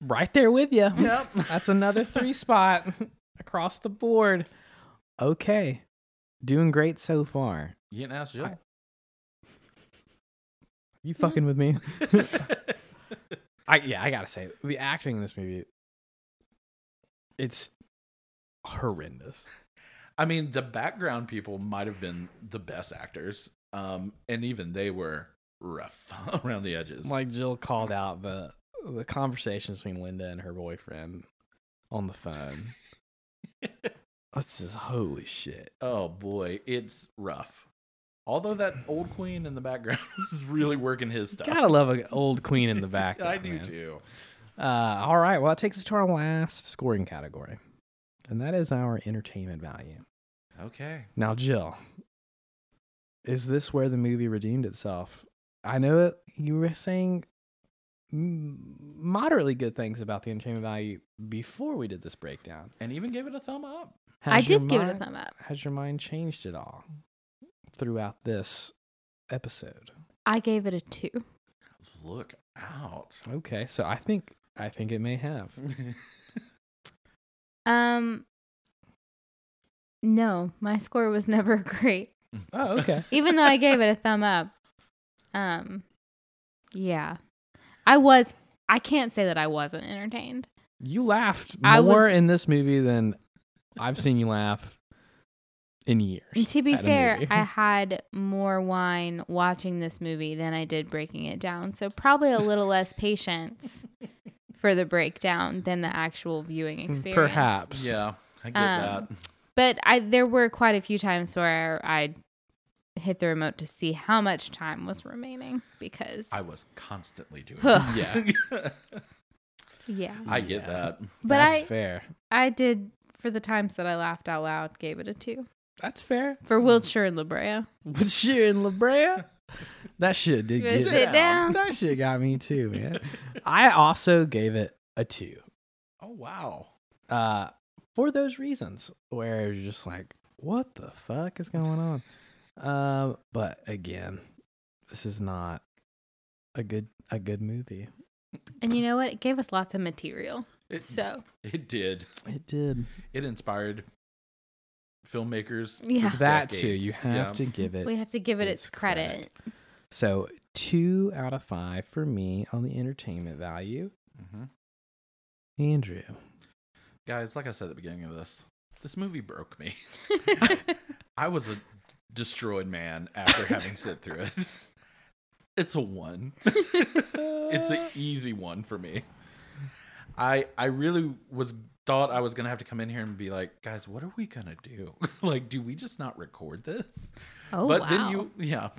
Speaker 1: Right there with you.
Speaker 2: Yep.
Speaker 1: That's another three spot [LAUGHS] across the board. Okay. Doing great so far.
Speaker 2: you didn't ask Jill.
Speaker 1: You fucking with [LAUGHS] me?
Speaker 2: [LAUGHS]
Speaker 1: I yeah, I gotta say, the acting in this movie it's horrendous.
Speaker 2: I mean, the background people might have been the best actors, um, and even they were rough [LAUGHS] around the edges.
Speaker 1: Like Jill called out the the conversation between Linda and her boyfriend on the phone. That's just holy shit.
Speaker 2: oh boy, it's rough. Although that old queen in the background [LAUGHS] was really working his stuff.
Speaker 1: Gotta love an old queen [LAUGHS] in the back.
Speaker 2: I do
Speaker 1: man.
Speaker 2: too.
Speaker 1: Uh, all right. Well, that takes us to our last scoring category, and that is our entertainment value.
Speaker 2: Okay,
Speaker 1: Now, Jill, is this where the movie redeemed itself? I know it, you were saying m- moderately good things about the entertainment value before we did this breakdown.
Speaker 2: and even gave it a thumb up.
Speaker 3: I
Speaker 1: Has your
Speaker 3: did give it a
Speaker 1: mind-
Speaker 3: thumb up.
Speaker 1: Has your mind changed at all throughout this episode?
Speaker 3: I gave it a two.
Speaker 2: Look
Speaker 1: [LAUGHS]
Speaker 2: out!
Speaker 1: Okay, so I think I think it may have.
Speaker 3: Um No, my score was [LAUGHS] never great.
Speaker 1: Oh, okay.
Speaker 3: Even though I gave it a thumb up. Um Yeah. I was I can't say that I wasn't entertained.
Speaker 1: You laughed
Speaker 3: I
Speaker 1: more
Speaker 3: was-
Speaker 1: in this movie than I've seen you laugh in years.
Speaker 3: To be
Speaker 1: at a
Speaker 3: fair,
Speaker 1: movie.
Speaker 3: I
Speaker 1: [LAUGHS]
Speaker 3: had more wine watching this movie than I did breaking it down. So probably a little less patience for the breakdown than the actual viewing experience.
Speaker 1: Mm, perhaps.
Speaker 2: Yeah, I get
Speaker 3: Um,
Speaker 2: that.
Speaker 3: But I there were quite a few times where I hit the remote to see how much time was remaining because
Speaker 2: I was constantly doing.
Speaker 3: Huh.
Speaker 2: that. [LAUGHS] Yeah,
Speaker 3: yeah.
Speaker 2: I get
Speaker 1: Yeah.
Speaker 2: that.
Speaker 3: But
Speaker 1: that's
Speaker 3: I
Speaker 1: fair.
Speaker 3: I did for the times that I laughed out loud gave it a 2
Speaker 1: That's fair.
Speaker 3: for Wiltshire and La Brea.
Speaker 1: With [LAUGHS] shit in La Brea, that shit did
Speaker 3: You
Speaker 1: get
Speaker 3: sit down.
Speaker 1: [LAUGHS] That shit got me too, man. I also gave it a two.
Speaker 2: [LAUGHS] Oh wow.
Speaker 1: uh, for those reasons where it was just like, what the fuck is going on? Um, but again, this is not a good a good movie.
Speaker 3: And you know what? It gave us lots of material.
Speaker 2: It,
Speaker 3: So,
Speaker 2: it did.
Speaker 1: It did
Speaker 2: It inspired filmmakers.
Speaker 3: yeah.
Speaker 1: that
Speaker 2: Decades.
Speaker 1: too. You have
Speaker 2: Yeah.
Speaker 1: to give it.
Speaker 3: We have to give it
Speaker 1: It's
Speaker 3: its credit.
Speaker 1: So two out of five for me on the entertainment value.
Speaker 2: Mhm.
Speaker 1: Andrew,
Speaker 2: Guys, like I said at the beginning of this, this movie broke me. [LAUGHS] I was a destroyed man after having sit through it. [LAUGHS] It's a one. [LAUGHS] it's
Speaker 1: Uh,
Speaker 3: Uh.
Speaker 2: an easy one for me. I I really was thought I was gonna have to come in here and be like, guys, what are we gonna do? [LAUGHS] like, do we just not record this?
Speaker 3: [LAUGHS] oh,
Speaker 2: but
Speaker 3: wow.
Speaker 2: then you, [LAUGHS] yeah.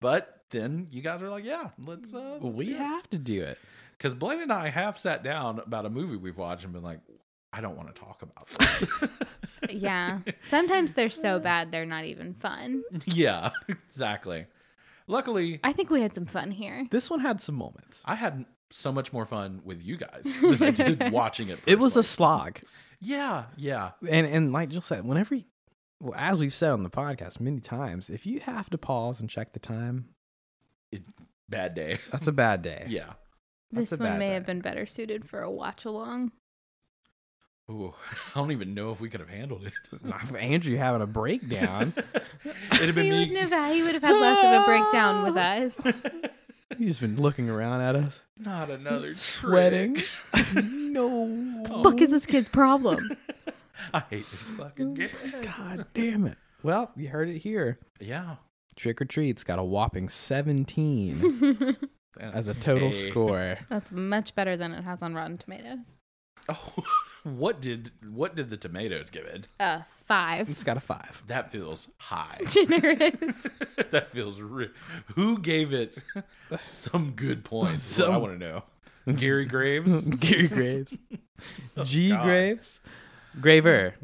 Speaker 2: but then you guys were like, yeah, let's. uh let's
Speaker 1: we
Speaker 2: do it.
Speaker 1: have to do it.
Speaker 2: Because Blaine and I have sat down about a movie we've watched and been like, I don't want to talk about
Speaker 3: [LAUGHS]
Speaker 2: this.
Speaker 3: yeah. Sometimes they're so bad they're not even fun.
Speaker 2: yeah, exactly. Luckily,
Speaker 3: I think we had some fun here.
Speaker 1: This one had some moments.
Speaker 2: I had so much more fun with you
Speaker 3: [LAUGHS]
Speaker 2: guys than I did watching it.
Speaker 1: It was a
Speaker 2: personally.
Speaker 1: slog.
Speaker 2: yeah, yeah,
Speaker 1: and and like Jill said, whenever, you, well, as we've said on the podcast many times, if you have to pause and check the time,
Speaker 2: bad day.
Speaker 1: that's a bad day.
Speaker 2: Yeah.
Speaker 1: That's
Speaker 3: This
Speaker 1: a
Speaker 3: one
Speaker 1: bad
Speaker 3: may
Speaker 1: day.
Speaker 3: have been better suited for a watch along.
Speaker 2: Ooh, [LAUGHS] I don't even know if we could have
Speaker 1: [LAUGHS]
Speaker 2: handled it.
Speaker 1: Not for Andrew having a [LAUGHS] breakdown.
Speaker 2: It'd have
Speaker 3: He
Speaker 2: been
Speaker 3: wouldn't
Speaker 2: me.
Speaker 3: have had, he would have had less of a breakdown with us.
Speaker 1: He's been looking around at us,
Speaker 2: [LAUGHS] Not another
Speaker 1: sweating. [LAUGHS]
Speaker 2: trick.
Speaker 1: no,
Speaker 3: Fuck is this kid's problem?
Speaker 2: [LAUGHS]
Speaker 3: [LAUGHS]
Speaker 2: I hate this
Speaker 3: Oh
Speaker 2: fucking game.
Speaker 1: Mm. God damn it! Well, you heard it here.
Speaker 2: Yeah.
Speaker 1: Trick or treat's got a whopping seventeen as a total
Speaker 2: Hey.
Speaker 1: score.
Speaker 3: That's much better than it has on Rotten Tomatoes.
Speaker 2: Oh, [LAUGHS] what did what did the tomatoes give it?
Speaker 3: Uh,
Speaker 1: It's
Speaker 3: five.
Speaker 1: got a five.
Speaker 2: That feels
Speaker 1: [LAUGHS]
Speaker 2: high. [LAUGHS]
Speaker 3: [LAUGHS] Generous.
Speaker 2: that feels real. Who gave it some good points? is what I
Speaker 1: Some-
Speaker 2: want to know.
Speaker 1: [LAUGHS]
Speaker 2: Gary Graves. Oh,
Speaker 1: Gary Graves, G
Speaker 2: God.
Speaker 1: Graves, Graver.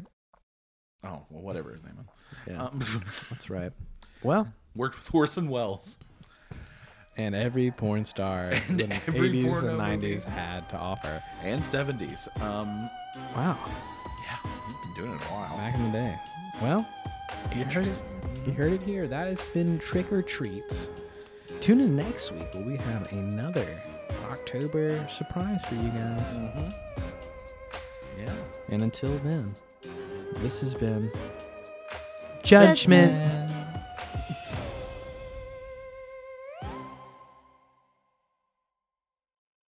Speaker 2: Oh well, whatever his name. Is.
Speaker 1: Yeah,
Speaker 2: Um, [LAUGHS]
Speaker 1: that's right. Well,
Speaker 2: worked with Orson Welles.
Speaker 1: and every porn star in the
Speaker 2: every
Speaker 1: 80s
Speaker 2: porno
Speaker 1: and 90s
Speaker 2: movie.
Speaker 1: had to offer.
Speaker 2: and 70s. Um,
Speaker 1: Wow,
Speaker 2: yeah, you've been doing it a while.
Speaker 1: back in the day. Well, you heard it, you heard it here. That has been Trick or Treats. Tune in next week where we have another October surprise for you guys.
Speaker 2: Yeah.
Speaker 1: And until then, this has been
Speaker 3: Judgment.
Speaker 1: Judgment.